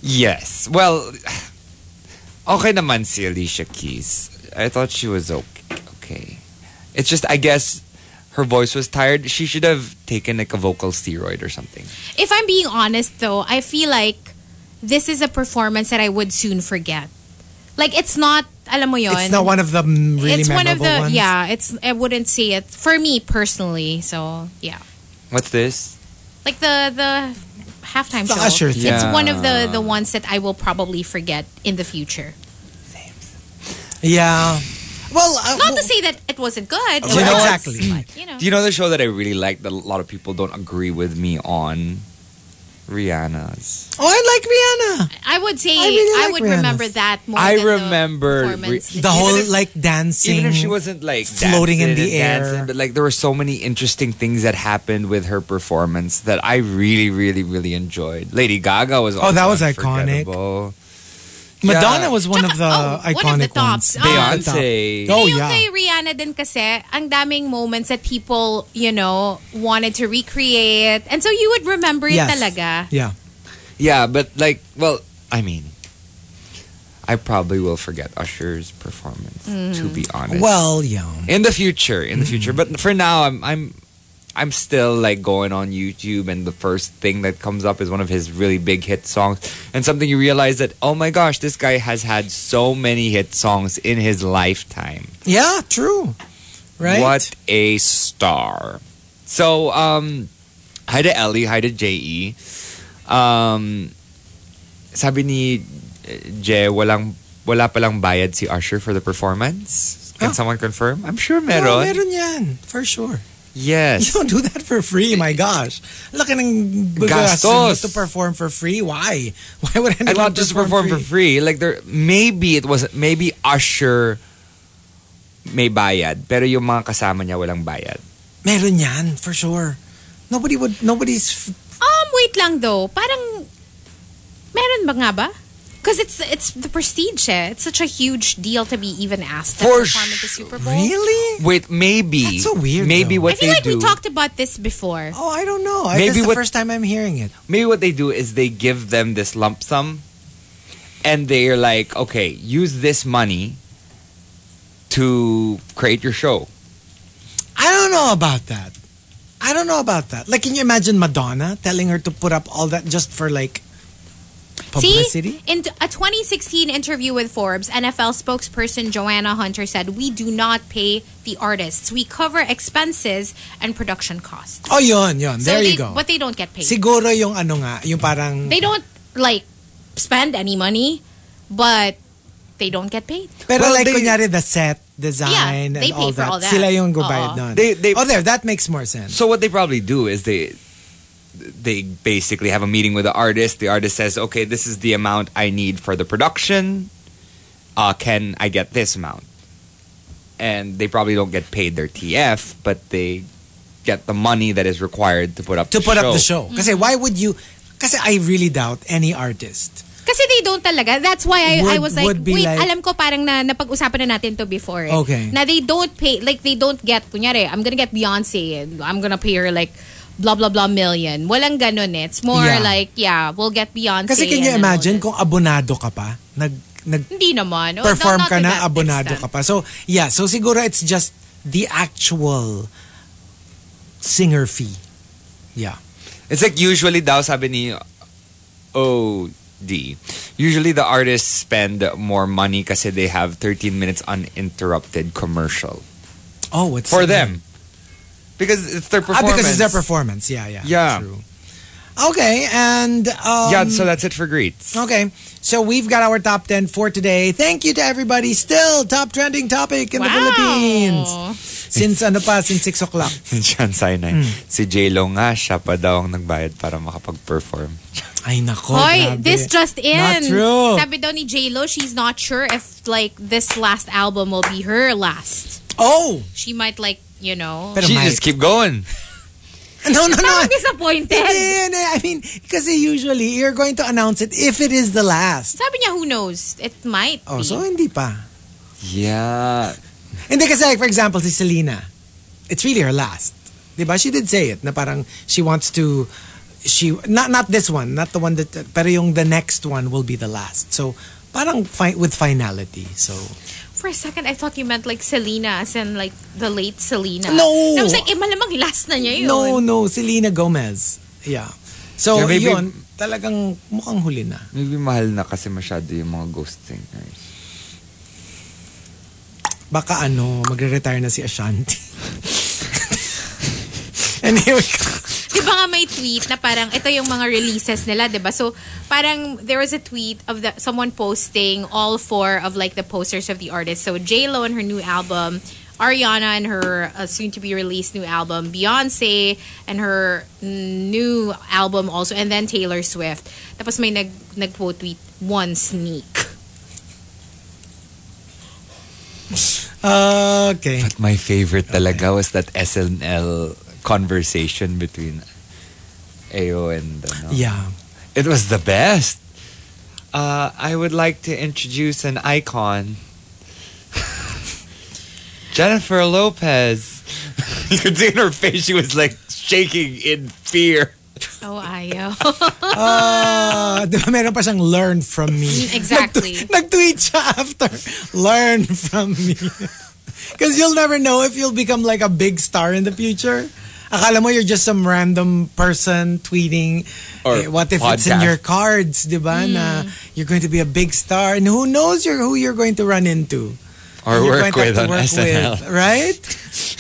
[SPEAKER 7] Yes. Well, okay naman si Alicia Keys. I thought she was okay. okay. It's just I guess her voice was tired. She should have taken like a vocal steroid or something.
[SPEAKER 6] If I'm being honest though, I feel like this is a performance that I would soon forget. Like it's not alam mo yon.
[SPEAKER 5] It's not one of the mm, really
[SPEAKER 6] it's one
[SPEAKER 5] memorable
[SPEAKER 6] of the
[SPEAKER 5] ones.
[SPEAKER 6] yeah, it's I wouldn't say it for me personally. So, yeah.
[SPEAKER 7] What's this?
[SPEAKER 6] Like the the halftime
[SPEAKER 5] The
[SPEAKER 6] show.
[SPEAKER 5] Usher thing.
[SPEAKER 6] It's
[SPEAKER 7] Yeah.
[SPEAKER 6] one of the the ones that I will probably forget in the future.
[SPEAKER 5] Yeah. Well, uh,
[SPEAKER 6] Not to say that it wasn't good. It
[SPEAKER 5] You
[SPEAKER 6] was
[SPEAKER 5] know Mm.
[SPEAKER 6] good,
[SPEAKER 5] exactly.
[SPEAKER 6] but, you know.
[SPEAKER 7] Do you know the show that I really like that a lot of people don't agree with me on? Rihanna's.
[SPEAKER 5] oh, I like Rihanna.
[SPEAKER 6] I would say I,
[SPEAKER 5] I really like
[SPEAKER 6] would
[SPEAKER 5] Rihanna.
[SPEAKER 6] remember that more. than
[SPEAKER 7] I
[SPEAKER 6] the
[SPEAKER 7] remember
[SPEAKER 6] performance.
[SPEAKER 7] Ri-
[SPEAKER 5] The whole
[SPEAKER 7] if-
[SPEAKER 5] like dancing.
[SPEAKER 7] Even if she wasn't like
[SPEAKER 5] floating in
[SPEAKER 7] dancing
[SPEAKER 5] the
[SPEAKER 7] and
[SPEAKER 5] air.
[SPEAKER 7] dancing, but like there were so many interesting things that happened with her performance that I really, really, really enjoyed. Lady Gaga was
[SPEAKER 5] Oh, that was
[SPEAKER 7] also
[SPEAKER 5] iconic.
[SPEAKER 7] unforgettable.
[SPEAKER 5] Madonna
[SPEAKER 7] Yeah.
[SPEAKER 5] was one of the
[SPEAKER 6] Oh,
[SPEAKER 5] iconic
[SPEAKER 6] one of the tops.
[SPEAKER 5] ones.
[SPEAKER 6] Ah.
[SPEAKER 5] One of the top.
[SPEAKER 7] Beyonce.
[SPEAKER 5] Oh
[SPEAKER 6] Pero yung
[SPEAKER 5] yeah.
[SPEAKER 6] kay Rihanna din kasi, ang daming moments that people, you know, wanted to recreate. And so you would remember it
[SPEAKER 5] Yes.
[SPEAKER 6] talaga.
[SPEAKER 5] Yeah.
[SPEAKER 7] Yeah, but like, well, I mean, I probably will forget Usher's performance. To be honest,
[SPEAKER 5] Mm. Well, yeah.
[SPEAKER 7] in the future, in the future.
[SPEAKER 5] Mm-hmm.
[SPEAKER 7] But for now, I'm I'm I'm still like going on YouTube, and the first thing that comes up is one of his really big hit songs, and something you realize that oh my gosh, this guy has had so many hit songs in his lifetime.
[SPEAKER 5] Yeah, true. Right?
[SPEAKER 7] What a star. So, um, hi to Ellie, hi to JE. Um, sabi ni eh, Je, walang, wala palang bayad si Usher for the performance. Can
[SPEAKER 5] Ah.
[SPEAKER 7] someone confirm? I'm sure
[SPEAKER 5] Oh,
[SPEAKER 7] meron.
[SPEAKER 5] meron yan, for sure. You
[SPEAKER 7] Yes.
[SPEAKER 5] don't do that for free, my gosh. Laki ng
[SPEAKER 7] Gastos.
[SPEAKER 5] gastos to perform for free. Why? Why would anyone
[SPEAKER 7] and not just perform for free. Like there, maybe it wasn't. Maybe Usher may bayad, pero yung mga kasama niya walang bayad.
[SPEAKER 5] Meron yan, for sure. Nobody would, nobody's, f-
[SPEAKER 6] Um, wait lang though. Parang, meron ba nga ba? Because it's, it's the prestige eh. It's such a huge deal to be even asked to
[SPEAKER 7] For
[SPEAKER 6] perform at the Super Bowl.
[SPEAKER 5] really?
[SPEAKER 7] Wait, maybe
[SPEAKER 5] That's so weird,
[SPEAKER 7] Maybe
[SPEAKER 5] though.
[SPEAKER 7] what
[SPEAKER 6] I feel
[SPEAKER 7] they
[SPEAKER 6] like
[SPEAKER 7] do,
[SPEAKER 6] we talked about this before.
[SPEAKER 5] Oh, I don't know. I-
[SPEAKER 7] Maybe
[SPEAKER 5] this is the
[SPEAKER 7] what-
[SPEAKER 5] first time I'm hearing it.
[SPEAKER 7] maybe what they do is they give them this lump sum, and they're like, okay, use this money to create your show.
[SPEAKER 5] I don't know about that. I don't know about that. Like, can you imagine Madonna telling her to put up all that just for like publicity?
[SPEAKER 6] See, in a 2016 interview with Forbes, NFL spokesperson Joanna Hunter said, "We do not pay the artists. We cover expenses and production costs."
[SPEAKER 5] Oh, yun, yun. there
[SPEAKER 6] they,
[SPEAKER 5] you go.
[SPEAKER 6] But they don't get paid.
[SPEAKER 5] Siguro yung ano nga, yung parang...
[SPEAKER 6] they don't like spend any money, but they don't get paid.
[SPEAKER 5] Pero
[SPEAKER 7] Well,
[SPEAKER 5] like,
[SPEAKER 7] they-
[SPEAKER 5] kunyari, the set, design,
[SPEAKER 6] Yeah, they
[SPEAKER 5] and
[SPEAKER 6] pay
[SPEAKER 5] all
[SPEAKER 6] for
[SPEAKER 5] that.
[SPEAKER 6] all that.
[SPEAKER 5] Sila yung
[SPEAKER 6] Oo.
[SPEAKER 5] gubayad nun.
[SPEAKER 7] They- they-
[SPEAKER 5] oh, there, that makes more sense.
[SPEAKER 7] So what they probably do is they they basically have a meeting with the artist. The artist says, "Okay, this is the amount I need for the production. Uh, can I get this amount?" And they probably don't get paid their TF, but they get the money that is required to put up
[SPEAKER 5] to
[SPEAKER 7] the
[SPEAKER 5] put
[SPEAKER 7] show.
[SPEAKER 5] up the show. Kasi
[SPEAKER 6] Mm-hmm.
[SPEAKER 5] why would you... Kasi I really doubt any artist.
[SPEAKER 6] Kasi they don't talaga. That's why I, I
[SPEAKER 5] Would-
[SPEAKER 6] was like,
[SPEAKER 5] would be
[SPEAKER 6] wait,
[SPEAKER 5] like-
[SPEAKER 6] alam ko parang na napag-usapan na natin to before. Eh.
[SPEAKER 5] Okay.
[SPEAKER 6] Na they don't pay, like they don't get, kunyari, I'm gonna get Beyonce and I'm gonna pay her like blah blah blah million. Walang ganun eh. It's more
[SPEAKER 5] Yeah.
[SPEAKER 6] like, yeah, we'll get Beyonce.
[SPEAKER 5] Kasi can you
[SPEAKER 6] and then we'll
[SPEAKER 5] imagine
[SPEAKER 6] just-
[SPEAKER 5] kung abonado ka pa? Nag, nag
[SPEAKER 6] Hindi naman. Oh,
[SPEAKER 5] perform
[SPEAKER 6] not- not
[SPEAKER 5] ka
[SPEAKER 6] to
[SPEAKER 5] na,
[SPEAKER 6] that
[SPEAKER 5] abonado
[SPEAKER 6] extent.
[SPEAKER 5] ka pa. So, yeah. So, siguro it's just the actual singer fee. Yeah.
[SPEAKER 7] It's like usually daw sabi ni OD. Usually the artists spend more money kasi they have 13 minutes uninterrupted commercial
[SPEAKER 5] Oh, it's...
[SPEAKER 7] for them. Because it's their
[SPEAKER 5] Ah,
[SPEAKER 7] performance.
[SPEAKER 5] because it's their performance. Yeah, yeah.
[SPEAKER 7] Yeah.
[SPEAKER 5] True. Okay, and... Um,
[SPEAKER 7] yeah, so that's it for greets.
[SPEAKER 5] Okay, so we've got our top 10 for today. Thank you to everybody. Still, top trending topic in the
[SPEAKER 6] Wow.
[SPEAKER 5] Philippines. Since ano pa, since 6 o'clock.
[SPEAKER 7] John Sinai.
[SPEAKER 5] Hmm.
[SPEAKER 7] Si J-Lo nga, siya pa daw ang nagbayad para makapag-perform.
[SPEAKER 5] Ay, nako. Oh,
[SPEAKER 6] Hoy,
[SPEAKER 5] grabe.
[SPEAKER 6] this just in.
[SPEAKER 5] Not true.
[SPEAKER 6] Sabi daw ni J-Lo, she's not sure if like this last album will be her last.
[SPEAKER 5] Oh!
[SPEAKER 6] She might like, you know.
[SPEAKER 5] Pero
[SPEAKER 7] She
[SPEAKER 5] might.
[SPEAKER 7] just keep going.
[SPEAKER 5] No, no, no.
[SPEAKER 6] Parang disappointed.
[SPEAKER 5] Hindi, hindi. I mean, kasi usually, you're going to announce it if it is the last.
[SPEAKER 6] Sabi niya, who knows? It might
[SPEAKER 5] Oh,
[SPEAKER 6] be.
[SPEAKER 5] so hindi pa.
[SPEAKER 7] Yeah.
[SPEAKER 5] Hindi kasi, like, for example, si Selena, it's really her last. Diba? She did say it, na parang she wants to, she, not not this one, not the one that, pero yung the next one will be the last. So, parang fi- with finality. So,
[SPEAKER 6] For a second, I thought you meant like Selena, as in like the late Selena.
[SPEAKER 5] No.
[SPEAKER 6] And I was like, eh, malamang last na niya yun.
[SPEAKER 5] no, no, Selena Gomez. Yeah. So,
[SPEAKER 7] Yeah, maybe-
[SPEAKER 5] yun, talagang mukhang huli na.
[SPEAKER 7] Maybe mahal na kasi masyado yung mga ghost singers.
[SPEAKER 5] baka ano, magre-retire na si Ashanti. anyway,
[SPEAKER 6] Di ba nga may tweet na parang ito yung mga releases nila, di ba? So, parang there was a tweet of the someone posting all four of like the posters of the artists. So, J-Lo and her new album, Ariana and her uh, soon-to-be released new album, Beyonce and her new album also, and then Taylor Swift. Tapos may nag, nag-quote tweet, one sneak.
[SPEAKER 5] okay.
[SPEAKER 7] But my favorite talaga was that SNL conversation between AO and ano.
[SPEAKER 5] Yeah.
[SPEAKER 7] It was the best. Uh, I would like to introduce an icon. Jennifer Lopez. you could see in her face she was like shaking in fear.
[SPEAKER 6] Oh, ayaw.
[SPEAKER 5] Ah, di ba meron pa siyang learn from me?
[SPEAKER 6] exactly.
[SPEAKER 5] Nag-tweet siya after, learn from me. Because you'll never know if you'll become like a big star in the future. Akala mo you're just some random person tweeting. eh,
[SPEAKER 7] Or
[SPEAKER 5] what if it's in
[SPEAKER 7] podcast.
[SPEAKER 5] your cards, di ba? Na
[SPEAKER 6] Hmm.
[SPEAKER 5] you're going to be a big star and who knows you're, who you're going to run into.
[SPEAKER 7] Or
[SPEAKER 5] you're
[SPEAKER 7] work
[SPEAKER 5] going
[SPEAKER 7] with
[SPEAKER 5] to
[SPEAKER 7] on
[SPEAKER 5] have to
[SPEAKER 7] SNL.
[SPEAKER 5] with, right?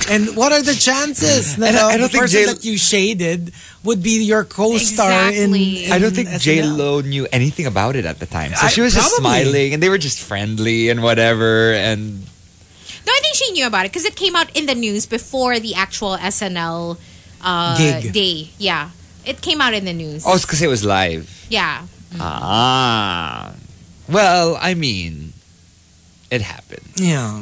[SPEAKER 5] And what are the chances that
[SPEAKER 7] And I- I
[SPEAKER 5] um,
[SPEAKER 7] don't
[SPEAKER 5] the
[SPEAKER 7] think
[SPEAKER 5] person
[SPEAKER 7] J-
[SPEAKER 5] that you shaded would be your co-star in,
[SPEAKER 6] Exactly.
[SPEAKER 5] in
[SPEAKER 7] I don't think
[SPEAKER 5] SNL?
[SPEAKER 7] J Lo knew anything about it at the time. So
[SPEAKER 5] I-
[SPEAKER 7] she was just
[SPEAKER 5] probably.
[SPEAKER 7] smiling and they were just friendly and whatever and
[SPEAKER 6] No, I think she knew about it because it came out in the news before the actual SNL uh,
[SPEAKER 5] Gig.
[SPEAKER 6] day. Yeah, it came out in the news.
[SPEAKER 7] Oh, it's because it was live.
[SPEAKER 6] Yeah,
[SPEAKER 7] Mm. Ah. Well, I mean, it happened.
[SPEAKER 5] Yeah.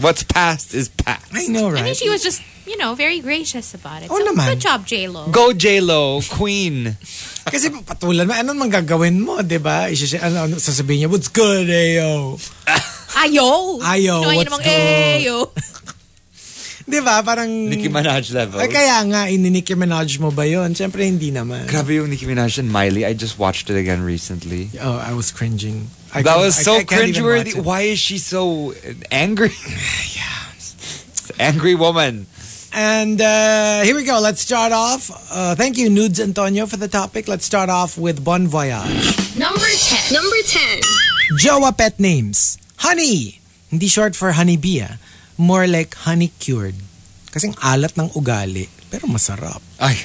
[SPEAKER 7] What's past is past.
[SPEAKER 5] I know,
[SPEAKER 6] I
[SPEAKER 5] right?
[SPEAKER 6] think she was just you know very gracious about it.
[SPEAKER 5] Oh,
[SPEAKER 6] so,
[SPEAKER 5] naman.
[SPEAKER 6] good job, J Lo.
[SPEAKER 7] Go J Lo, Queen.
[SPEAKER 5] Kasi patulad mo, anong manggagawin mo, di ba? Isisi- Ano, ano, sasabihin niya, what's good, eh, ayo?
[SPEAKER 6] Ayo,
[SPEAKER 5] Ayaw,
[SPEAKER 6] Ginawa niya
[SPEAKER 5] what's
[SPEAKER 6] namang, eh,
[SPEAKER 5] good?
[SPEAKER 6] "Ayo."
[SPEAKER 5] Di ba? Parang...
[SPEAKER 7] Nicki Minaj level.
[SPEAKER 5] Ay, kaya nga, ini Nicki Minaj mo ba yun? Siyempre, hindi naman.
[SPEAKER 7] Grabe yung Nicki Minaj and Miley. I just watched it again recently.
[SPEAKER 5] Oh, I was cringing. I
[SPEAKER 7] that
[SPEAKER 5] couldn't-
[SPEAKER 7] was
[SPEAKER 5] I-
[SPEAKER 7] so
[SPEAKER 5] I can't even watch
[SPEAKER 7] cringeworthy.
[SPEAKER 5] it.
[SPEAKER 7] Why is she so angry? Angry woman.
[SPEAKER 5] And uh, here we go. Let's start off. Uh, thank you, Nudes Antonio, for the topic. Let's start off with Bon Voyage.
[SPEAKER 1] Number 10. Number 10.
[SPEAKER 5] Jowa pet names. Honey. Hindi short for honeybee, ah. More like honey cured. Kasing alat ng ugali. Pero masarap. Oh.
[SPEAKER 7] Ay,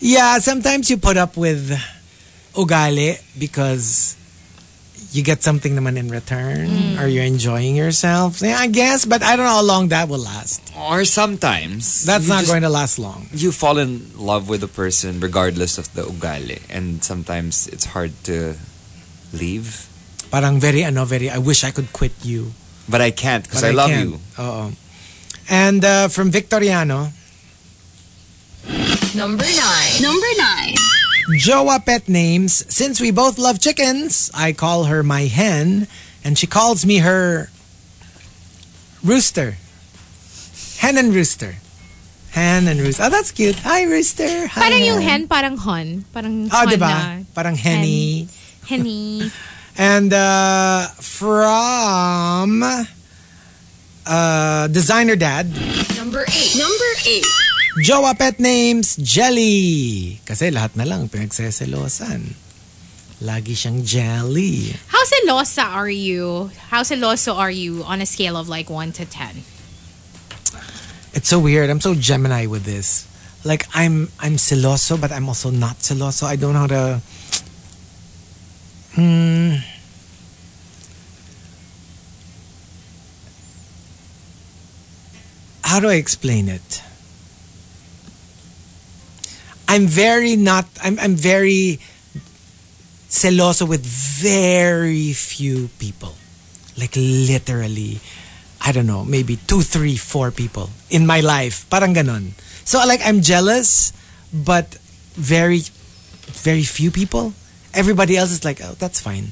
[SPEAKER 5] Yeah, sometimes you put up with ugali because you get something naman in return or you're enjoying yourself. Yeah, I guess, but I don't know how long that will last.
[SPEAKER 7] or sometimes
[SPEAKER 5] That's
[SPEAKER 7] you
[SPEAKER 5] not
[SPEAKER 7] just-
[SPEAKER 5] going to last long.
[SPEAKER 7] You fall in love with a person regardless of the ugali, and sometimes it's hard to leave.
[SPEAKER 5] Parang very ano, very I wish I could quit you.
[SPEAKER 7] But I can't because
[SPEAKER 5] But
[SPEAKER 7] I, love
[SPEAKER 5] can't.
[SPEAKER 7] you.
[SPEAKER 5] Oo. And uh, from Victoriano,
[SPEAKER 1] Number 9. Number 9.
[SPEAKER 5] Jowa pet names. Since we both love chickens, I call her my hen, and she calls me her rooster. Hen and rooster. Hen and rooster. Oh, that's cute. Hi, rooster. Hi,
[SPEAKER 6] parang yung hen, ah. parang hon, parang
[SPEAKER 5] Oh,
[SPEAKER 6] hon
[SPEAKER 5] di
[SPEAKER 6] na.
[SPEAKER 5] ba? Parang henny.
[SPEAKER 6] Henny.
[SPEAKER 5] And uh, from uh, designer dad.
[SPEAKER 1] Number 8. Number 8.
[SPEAKER 5] Jowa pet names, Jelly. Kasi lahat na lang pinagseselosan. Lagi siyang jelly.
[SPEAKER 6] How selosa are you? How seloso are you on a scale of like one to ten?
[SPEAKER 5] It's so weird. I'm so Gemini with this. Like I'm I'm celoso but I'm also not celoso. I don't know how to Hmm. how do I explain it? I'm very not I'm I'm very celoso with very few people. Like literally, I don't know, maybe two, three, four people in my life. Parang ganon. So like I'm jealous, but very very few people. Everybody else is like, oh, that's fine.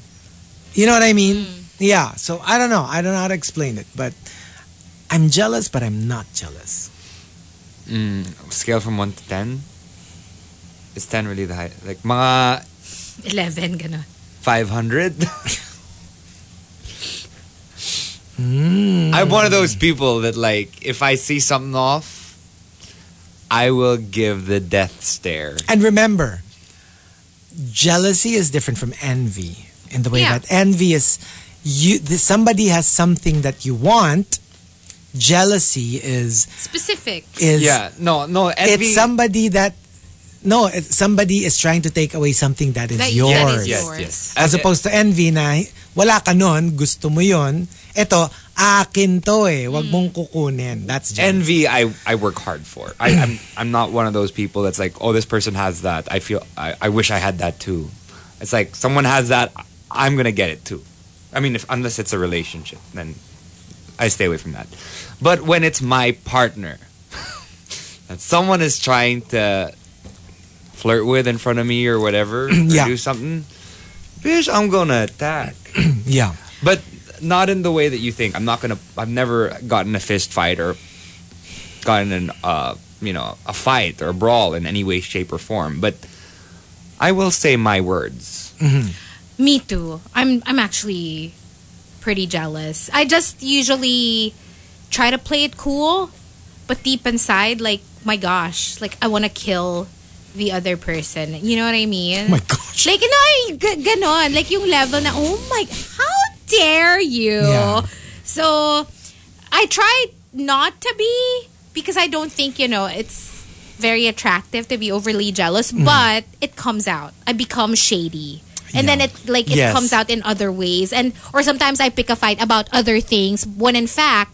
[SPEAKER 5] You know what I mean? Yeah. So I don't know. I don't know how to explain it, but I'm jealous, but I'm not jealous.
[SPEAKER 7] Mm, Scale from 1 to 10? Is 10 really the high? Like, mga
[SPEAKER 6] 11, gano'n.
[SPEAKER 7] 500?
[SPEAKER 5] Hmm.
[SPEAKER 7] I'm one
[SPEAKER 5] Mm.
[SPEAKER 7] of those people that, like, if I see something off, I will give the death stare.
[SPEAKER 5] And remember, jealousy is different from envy in the way
[SPEAKER 6] Yeah.
[SPEAKER 5] that envy is you the, somebody has something that you want. Jealousy is
[SPEAKER 6] Specific.
[SPEAKER 5] is
[SPEAKER 7] yeah, no, no, envy.
[SPEAKER 5] it's somebody that no, it's somebody is trying to take away something that is
[SPEAKER 6] That- that is
[SPEAKER 5] yours.
[SPEAKER 7] yes,
[SPEAKER 6] yours.
[SPEAKER 7] yes.
[SPEAKER 5] As opposed to envy na wala ka nun, gusto mo yun. Ito, akin to eh. Wag
[SPEAKER 6] Mm.
[SPEAKER 5] mong kukunin. That's jealousy.
[SPEAKER 7] envy I, I work hard for I, I'm, I'm not one of those people that's like oh this person has that i feel I, I wish i had that too it's like someone has that i'm gonna get it too i mean if, unless it's a relationship then i stay away from that but when it's my partner that someone is trying to flirt with in front of me or whatever or
[SPEAKER 5] Yeah.
[SPEAKER 7] do something bitch i'm gonna attack
[SPEAKER 5] yeah.
[SPEAKER 7] but not in the way that you think. I'm not gonna. I've never gotten a fist fight or gotten an uh, you know a fight or a brawl in any way, shape, or form. But I will say my words.
[SPEAKER 6] Me too. I'm I'm actually pretty jealous. I just usually try to play it cool, but deep inside, like my gosh, like I want to kill the other person. You know what I mean?
[SPEAKER 5] Oh my gosh.
[SPEAKER 6] Like, no, ay, g- ganon. Like, yung level na, oh my, how dare you?
[SPEAKER 5] Yeah.
[SPEAKER 6] So, I try not to be because I don't think, you know, it's very attractive to be overly jealous,
[SPEAKER 7] Mm-hmm.
[SPEAKER 6] but it comes out. I become shady. And then it like it
[SPEAKER 5] Yes.
[SPEAKER 6] comes out in other ways and or sometimes I pick a fight about other things when in fact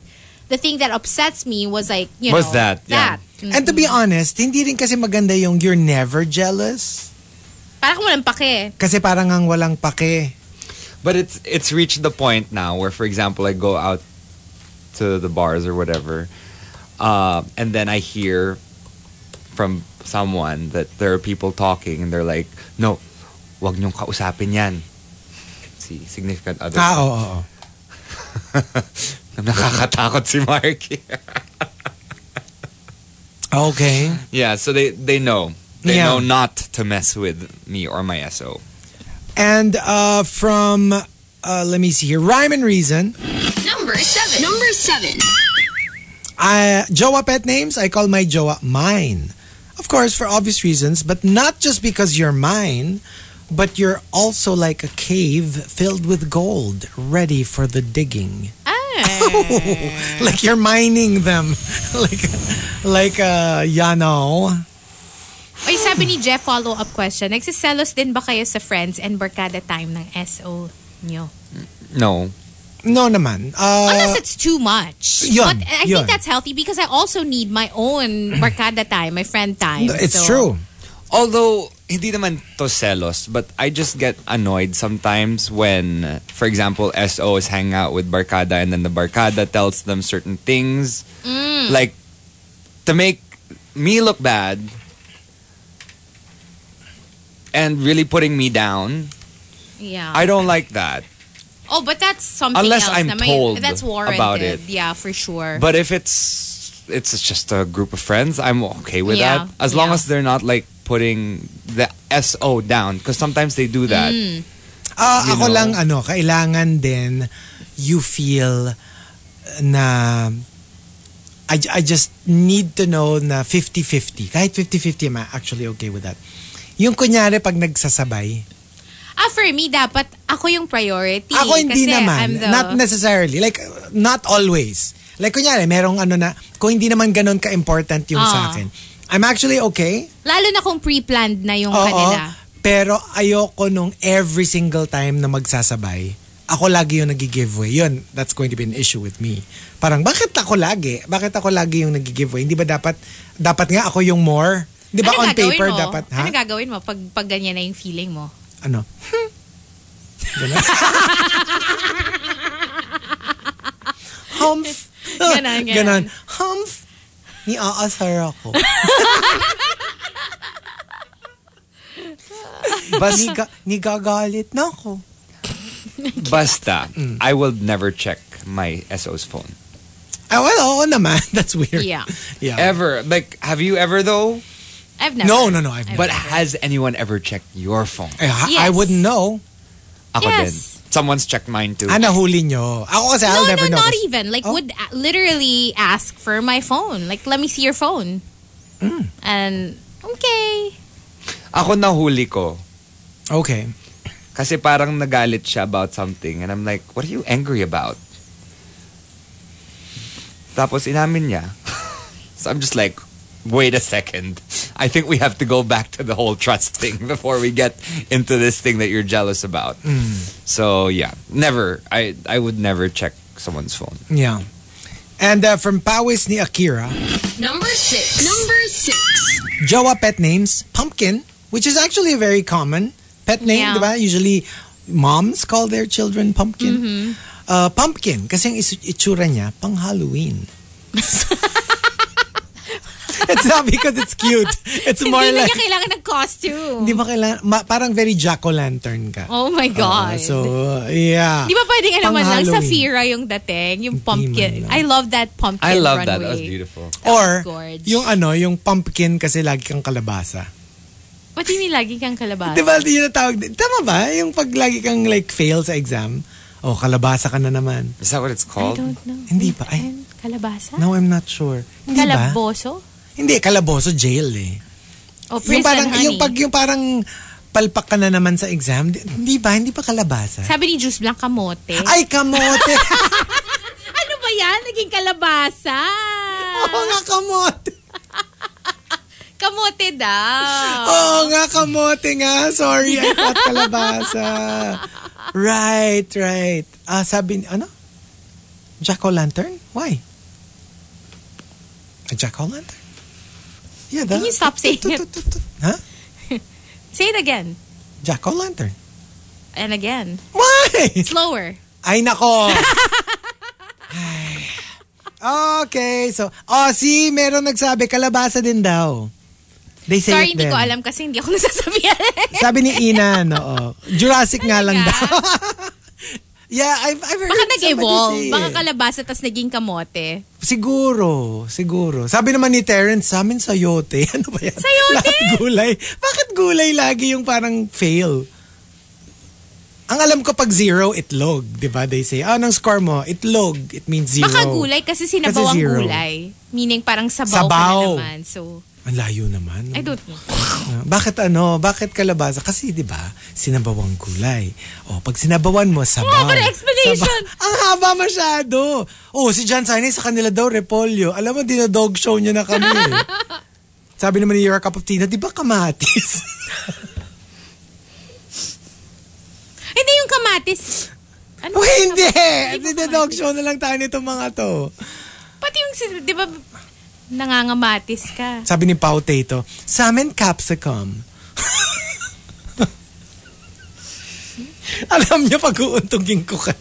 [SPEAKER 6] the thing that upsets me was like, you
[SPEAKER 7] Was
[SPEAKER 6] know,
[SPEAKER 7] that, yeah.
[SPEAKER 6] that.
[SPEAKER 5] And to be honest, hindi rin kasi maganda yung you're never jealous.
[SPEAKER 6] Parang walang pake.
[SPEAKER 5] Kasi parang ang walang pake.
[SPEAKER 7] But it's it's reached the point now where, for example, I go out to the bars or whatever, uh, and then I hear from someone that there are people talking and they're like, "No, wag niyong kausapin yan." Si significant other.
[SPEAKER 5] Ah, oo, oo.
[SPEAKER 7] Nakakatakot si Marky.
[SPEAKER 5] Okay.
[SPEAKER 7] yeah, so they they know. They
[SPEAKER 5] Yeah.
[SPEAKER 7] know not to mess with me or my SO.
[SPEAKER 5] And uh, from, uh, let me see here, Rhyme and Reason,
[SPEAKER 1] Number seven. Number seven.
[SPEAKER 5] I, Jowa pet names, I call my Jowa mine. Of course, for obvious reasons, but not just because you're mine, but you're also like a cave filled with gold, ready for the digging. like you're mining them. like, like, uh, Yano.
[SPEAKER 6] Oy, sabi ni Jeff, follow-up question. Nagsiselos din ba kayo sa friends and barkada time ng SO nyo?
[SPEAKER 7] No.
[SPEAKER 5] No naman. Uh,
[SPEAKER 6] Unless it's too much.
[SPEAKER 5] yun,
[SPEAKER 6] but I
[SPEAKER 5] yun.
[SPEAKER 6] think that's healthy because I also need my own barkada time, my friend time.
[SPEAKER 5] it's
[SPEAKER 6] So,
[SPEAKER 5] true.
[SPEAKER 7] Although hindi naman to selos, but I just get annoyed sometimes when for example SO is hanging out with barkada and then the barkada tells them certain things
[SPEAKER 6] Mm, Hmm.
[SPEAKER 7] like to make me look bad and really putting me down.
[SPEAKER 6] Yeah.
[SPEAKER 7] I don't like that.
[SPEAKER 6] oh, but that's something
[SPEAKER 7] Unless
[SPEAKER 6] else.
[SPEAKER 7] I'm
[SPEAKER 6] na may-
[SPEAKER 7] told
[SPEAKER 6] that's warranted.
[SPEAKER 7] about it.
[SPEAKER 6] Yeah, for sure.
[SPEAKER 7] But if it's it's just a group of friends, I'm okay with
[SPEAKER 6] Yeah,
[SPEAKER 7] that. As long
[SPEAKER 6] yeah.
[SPEAKER 7] as they're not like putting the SO down because sometimes they do that.
[SPEAKER 6] Mm.
[SPEAKER 5] Ah,
[SPEAKER 7] You
[SPEAKER 5] ako
[SPEAKER 7] know?
[SPEAKER 5] lang ano, kailangan din you feel na I, I just need to know na 50-50. Kahit 50-50, I'm actually okay with that. Yung kunyari pag nagsasabay,
[SPEAKER 6] ah, for me, dapat ako yung priority.
[SPEAKER 5] ako hindi
[SPEAKER 6] kasi
[SPEAKER 5] naman.
[SPEAKER 6] I'm the,
[SPEAKER 5] Not necessarily. Like, uh, not always. Like, kunyari, merong ano na, kung hindi naman ganun ka-important yung sa
[SPEAKER 6] Ah.
[SPEAKER 5] akin. I'm actually okay.
[SPEAKER 6] lalo na kung pre-planned na yung
[SPEAKER 5] Oo.
[SPEAKER 6] kanila.
[SPEAKER 5] Pero ayoko nung every single time na magsasabay, ako lagi yung nagigiveaway. Yun, that's going to be an issue with me. Parang, bakit ako lagi? Bakit ako lagi yung nagigiveaway? Hindi ba dapat, dapat nga ako yung more? Di ba on
[SPEAKER 6] Ano gagawin
[SPEAKER 5] paper
[SPEAKER 6] mo?
[SPEAKER 5] dapat, ha?
[SPEAKER 6] Ano gagawin mo pag, pag ganyan na yung feeling mo?
[SPEAKER 5] ano? Ganun. Humph.
[SPEAKER 6] Ganon, ganon.
[SPEAKER 5] Ganon. Humph. Ni-aasar ako. Bas, Niga, nigagalit na ako.
[SPEAKER 7] Basta, I will never check my SO's phone.
[SPEAKER 5] Ah, well, oo naman. That's weird.
[SPEAKER 6] Yeah.
[SPEAKER 5] Yeah.
[SPEAKER 7] Ever. Like, have you ever though?
[SPEAKER 6] I've never.
[SPEAKER 5] no, no, no. I've,
[SPEAKER 7] But has anyone ever checked your phone?
[SPEAKER 5] Eh, ha-
[SPEAKER 6] Yes.
[SPEAKER 5] I wouldn't know.
[SPEAKER 7] Ako
[SPEAKER 6] Yes.
[SPEAKER 7] din. Someone's checked mine too.
[SPEAKER 5] Ah, nahuli nyo. Ako kasi, I'll
[SPEAKER 6] no,
[SPEAKER 5] never
[SPEAKER 6] no,
[SPEAKER 5] know.
[SPEAKER 6] not e- even. Like,
[SPEAKER 5] Oh.
[SPEAKER 6] would a- literally ask for my phone. Like, let me see your phone.
[SPEAKER 5] Hmm.
[SPEAKER 6] And, okay.
[SPEAKER 7] Ako nahuli ko.
[SPEAKER 5] Okay.
[SPEAKER 7] Kasi parang nagalit siya about something. And I'm like, what are you angry about? Tapos inamin niya. so I'm just like, wait a second. I think we have to go back to the whole trust thing before we get into this thing that you're jealous about. So yeah, never. I, I would never check someone's phone.
[SPEAKER 5] Yeah. And uh, from Pawis ni Akira,
[SPEAKER 1] Number six. Number six.
[SPEAKER 5] Jawa pet names, pumpkin, which is actually a very common pet name,
[SPEAKER 6] Yeah.
[SPEAKER 5] di ba? Usually, moms call their children pumpkin.
[SPEAKER 6] Mm-hmm.
[SPEAKER 5] Uh, pumpkin, kasi ang isu- itsura niya, pang Halloween. it's not because it's cute. It's more
[SPEAKER 6] Hindi na
[SPEAKER 5] like,
[SPEAKER 6] niya kailangan ng costume.
[SPEAKER 5] di ba kailangan, ma- parang very jack-o'-lantern ka.
[SPEAKER 6] Oh my
[SPEAKER 5] Uh,
[SPEAKER 6] God.
[SPEAKER 5] so, uh, yeah.
[SPEAKER 6] Di ba pwedeng ano
[SPEAKER 5] Pang
[SPEAKER 6] man lang,
[SPEAKER 5] Halloween.
[SPEAKER 6] Safira yung dating, yung
[SPEAKER 5] Hindi
[SPEAKER 6] pumpkin.
[SPEAKER 5] man lang.
[SPEAKER 6] I love that pumpkin
[SPEAKER 7] I love
[SPEAKER 6] runway.
[SPEAKER 7] that. That was beautiful.
[SPEAKER 5] Or,
[SPEAKER 6] gorge.
[SPEAKER 5] yung ano, yung pumpkin kasi lagi kang kalabasa.
[SPEAKER 6] What do you mean lagi kang kalabas?
[SPEAKER 5] Di ba, yun ang tawag. din. Tama ba? Yung pag lagi kang like fail sa exam, oh, kalabasa ka na naman.
[SPEAKER 7] Is that what it's
[SPEAKER 6] I
[SPEAKER 7] called?
[SPEAKER 6] don't know.
[SPEAKER 5] Hindi pa. Ay.
[SPEAKER 6] Ano? Kalabasa?
[SPEAKER 5] No, I'm not sure. Hindi ba?
[SPEAKER 6] Kalaboso?
[SPEAKER 5] Hindi, kalaboso jail eh.
[SPEAKER 6] O prison
[SPEAKER 5] yung parang,
[SPEAKER 6] honey?
[SPEAKER 5] Yung, pag, yung parang palpak ka na naman sa exam, di- hindi ba? Hindi pa kalabasa.
[SPEAKER 6] Sabi ni Juice Blanc, kamote.
[SPEAKER 5] Ay, kamote!
[SPEAKER 6] Ano ba yan? Naging kalabasa.
[SPEAKER 5] Oo nga, kamote!
[SPEAKER 6] Kamote daw.
[SPEAKER 5] Oo nga, kamote nga. Sorry, I thought kalabasa. Right, right. Ah, sabi ni, ano? Jack-o'-lantern? Why? A jack-o'-lantern? Yeah,
[SPEAKER 6] Can you stop saying it?
[SPEAKER 5] Huh?
[SPEAKER 6] Say it again.
[SPEAKER 5] Jack-o'-lantern.
[SPEAKER 6] And again.
[SPEAKER 5] Why?
[SPEAKER 6] Slower.
[SPEAKER 5] Ay, nako! Ay. okay, so, oh, see, meron nagsabi, kalabasa din daw. They say
[SPEAKER 6] Sorry,
[SPEAKER 5] it
[SPEAKER 6] hindi
[SPEAKER 5] then.
[SPEAKER 6] ko alam kasi hindi ako nasasabihan.
[SPEAKER 5] Sabi ni Ina, no. oh. Jurassic nga lang
[SPEAKER 6] Talaga?
[SPEAKER 5] daw. yeah, I've, I've heard
[SPEAKER 6] Baka
[SPEAKER 5] somebody
[SPEAKER 6] nag-evolve.
[SPEAKER 5] say
[SPEAKER 6] Baka
[SPEAKER 5] it.
[SPEAKER 6] kalabasa tas naging kamote.
[SPEAKER 5] Siguro, siguro. Sabi naman ni Terrence, sa amin sayote. Ano ba yan?
[SPEAKER 6] Sayote?
[SPEAKER 5] Lahat gulay. Bakit gulay lagi yung parang fail? Ang alam ko pag zero, itlog. Di ba? They say, ah, anong score mo? Itlog. It means zero.
[SPEAKER 6] Baka gulay kasi
[SPEAKER 5] Kasi
[SPEAKER 6] sinabaw ang
[SPEAKER 5] zero.
[SPEAKER 6] gulay. Meaning parang sabaw,
[SPEAKER 5] Sabaw.
[SPEAKER 6] ka na naman. So,
[SPEAKER 5] Ang layo naman.
[SPEAKER 6] I don't know.
[SPEAKER 5] Bakit ano? Bakit kalabasa? Kasi 'di ba, sinabawang gulay. O pag sinabawan mo sabaw.
[SPEAKER 6] Ang haba ng explanation.
[SPEAKER 5] Sabaw. Ang haba masyado. Oh, si John Sinay sa kanila daw repolyo. Alam mo dinodog show niya na kami. eh. Sabi naman ni Your Cup of Tea na, di ba kamatis?
[SPEAKER 6] Hindi yung kamatis. Ano
[SPEAKER 5] oh,
[SPEAKER 6] ba yung
[SPEAKER 5] hindi!
[SPEAKER 6] kamatis? Hindi ba
[SPEAKER 5] Dinodog
[SPEAKER 6] kamatis?
[SPEAKER 5] show na lang tayo nitong mga to.
[SPEAKER 6] Pati yung, sin- di ba, nangangamatis ka.
[SPEAKER 5] Sabi ni Pau Tato, sa amin capsicum. Alam niya pag-uuntugin ko ka.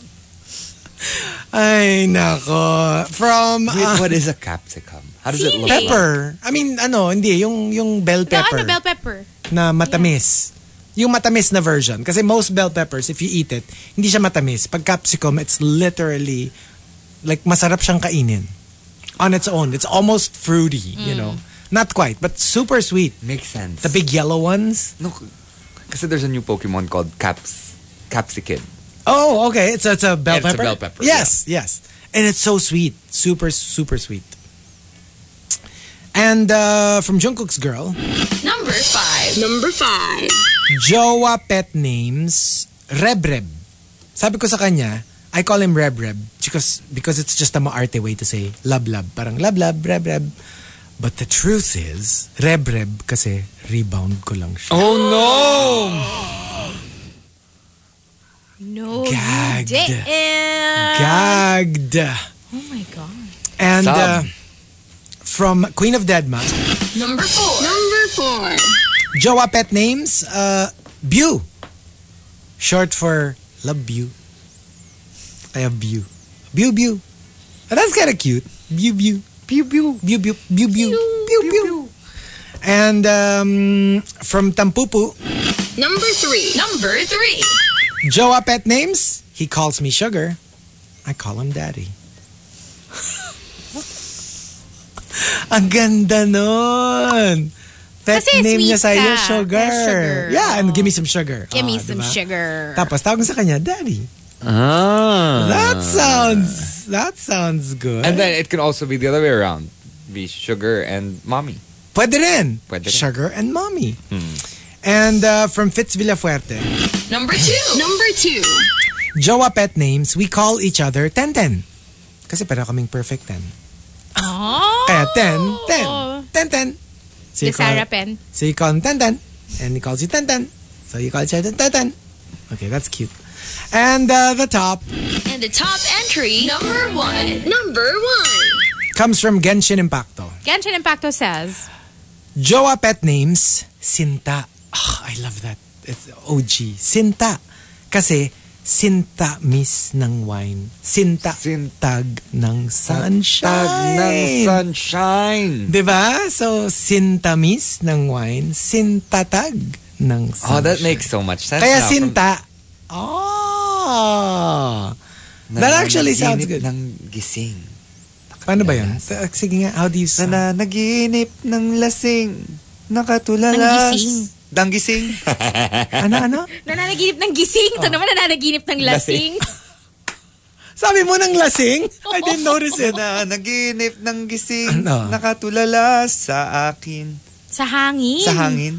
[SPEAKER 5] Ay, nako. From
[SPEAKER 7] Wait,
[SPEAKER 5] uh,
[SPEAKER 7] what is a capsicum? How does it look?
[SPEAKER 6] Sili.
[SPEAKER 7] like?
[SPEAKER 5] pepper. I mean, ano, hindi, yung, yung bell
[SPEAKER 6] The,
[SPEAKER 5] pepper
[SPEAKER 6] ano, bell pepper.
[SPEAKER 5] na matamis. Yung matamis na version. Kasi most bell peppers, if you eat it, hindi siya matamis. Pag capsicum, it's literally, like, masarap siyang kainin. On its own. It's almost fruity,
[SPEAKER 6] Mm.
[SPEAKER 5] you know. Not quite, but super sweet.
[SPEAKER 7] Makes sense.
[SPEAKER 5] The big yellow ones?
[SPEAKER 7] No, kasi there's a new Pokemon called Caps Capsicum.
[SPEAKER 5] Oh, okay. It's a, it's a bell
[SPEAKER 7] It's a
[SPEAKER 5] pepper.
[SPEAKER 7] bell pepper,
[SPEAKER 5] Yes, yes. And it's so sweet. Super, super sweet. And uh, from Jungkook's girl,
[SPEAKER 1] Number five.
[SPEAKER 9] Number five.
[SPEAKER 5] Jowa pet names Rebreb. Sabi ko sa kanya, I call him Rebreb because because it's just a maarte way to say lab lab. Parang lab lab, Rebreb. But the truth is, Rebreb kasi rebound ko lang siya.
[SPEAKER 7] Oh no!
[SPEAKER 6] No, you
[SPEAKER 5] Gagged.
[SPEAKER 6] Damn.
[SPEAKER 5] Gagged.
[SPEAKER 6] Oh my god.
[SPEAKER 5] And
[SPEAKER 7] Oh. Sub.
[SPEAKER 5] uh, from Queen of Deadma,
[SPEAKER 1] Number four. Number four.
[SPEAKER 5] Jowa pet names, uh, Bew. Short for Love Bew. I have Bew. Bew Bew. Oh, that's kind of cute. Bew Bew. Pew Pew. Bew Bew. Bew Bew. Pew Pew. And um, from Tampupu,
[SPEAKER 1] Number three. Number three.
[SPEAKER 5] Jowa pet names, he calls me sugar. I call him daddy. Ang ganda nun. Pet
[SPEAKER 6] Kasi
[SPEAKER 5] name niya
[SPEAKER 6] sweet
[SPEAKER 5] sa iyo,
[SPEAKER 6] ka.
[SPEAKER 5] sugar.
[SPEAKER 6] Yes, sugar.
[SPEAKER 5] Yeah, and
[SPEAKER 6] Oh.
[SPEAKER 5] give me some sugar.
[SPEAKER 6] Give me
[SPEAKER 5] Ah,
[SPEAKER 6] some
[SPEAKER 5] diba?
[SPEAKER 6] sugar.
[SPEAKER 5] Tapos tawag sa kanya, daddy.
[SPEAKER 7] Ah.
[SPEAKER 5] That sounds, that sounds good.
[SPEAKER 7] And then it can also be the other way around. Be sugar and mommy.
[SPEAKER 5] Pwede rin.
[SPEAKER 7] Pwede rin. Hmm.
[SPEAKER 5] Sugar and mommy. And uh, from Fitz Villafuerte,
[SPEAKER 1] Number two. Number two.
[SPEAKER 5] Jowa pet names, we call each other Tenten. Kasi para kaming perfect ten.
[SPEAKER 6] Oh.
[SPEAKER 5] Kaya 10, 10, 10, 10. So
[SPEAKER 6] The
[SPEAKER 5] you,
[SPEAKER 6] Sarah
[SPEAKER 5] call,
[SPEAKER 6] Pen.
[SPEAKER 5] so you call him 10, 10. And he calls you 10, 10. So you call each other 10, 10. Okay, that's cute. And uh, the top
[SPEAKER 1] And the top entry. Number one. Number one.
[SPEAKER 5] comes from Genshin Impacto.
[SPEAKER 6] Genshin Impacto says.
[SPEAKER 5] Jowa pet names, Sinta. Ah, I love that. It's OG. Sinta. Kasi, sinta miss ng wine. Sinta. Sintag ng sunshine.
[SPEAKER 7] sunshine.
[SPEAKER 5] Diba? So, sintamis ng wine, sintatag ng sunshine.
[SPEAKER 7] Oh, that makes so much sense.
[SPEAKER 5] Kaya
[SPEAKER 7] now.
[SPEAKER 5] sinta. Oh. That actually sounds good.
[SPEAKER 7] ng gising.
[SPEAKER 5] Paano ba yun? Sige nga, how do you sound?
[SPEAKER 7] Nananaginip ng lasing. Nakatulalas.
[SPEAKER 6] Ng
[SPEAKER 7] Ng gising.
[SPEAKER 5] Ano, ano?
[SPEAKER 6] Nananaginip ng gising.
[SPEAKER 5] Oh.
[SPEAKER 6] Ito naman nananaginip ng lasing.
[SPEAKER 5] Sabi mo ng lasing? I didn't notice it.
[SPEAKER 7] Nananaginip ng gising.
[SPEAKER 5] Ano?
[SPEAKER 7] Nakatulalas sa akin.
[SPEAKER 6] Sa hangin.
[SPEAKER 7] hangin.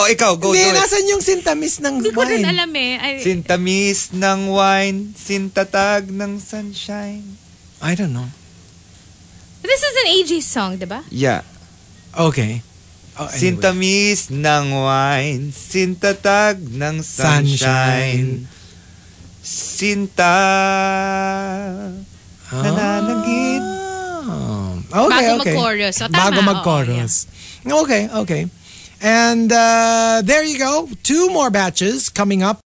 [SPEAKER 7] oh, ikaw. Go,
[SPEAKER 5] Hindi,
[SPEAKER 7] do it.
[SPEAKER 5] nasan yung sintamis ng
[SPEAKER 6] Hindi ko rin
[SPEAKER 5] wine?
[SPEAKER 6] alam eh. Ay,
[SPEAKER 7] Sintamis ng wine. Sintatag ng sunshine.
[SPEAKER 5] I don't know.
[SPEAKER 6] this is an AJ song, di ba?
[SPEAKER 7] Yeah.
[SPEAKER 5] Okay. Oh, anyway.
[SPEAKER 7] Sintamis ng wine, sintatag ng sunshine. Sinta nananagin.
[SPEAKER 5] Oh. Ah. Okay,
[SPEAKER 6] Bago
[SPEAKER 5] okay.
[SPEAKER 6] mag-chorus. O, tama.
[SPEAKER 5] Bago
[SPEAKER 6] Oh, Oo,
[SPEAKER 5] mag-chorus. Okay, okay. And uh, there you go. Two more batches coming up.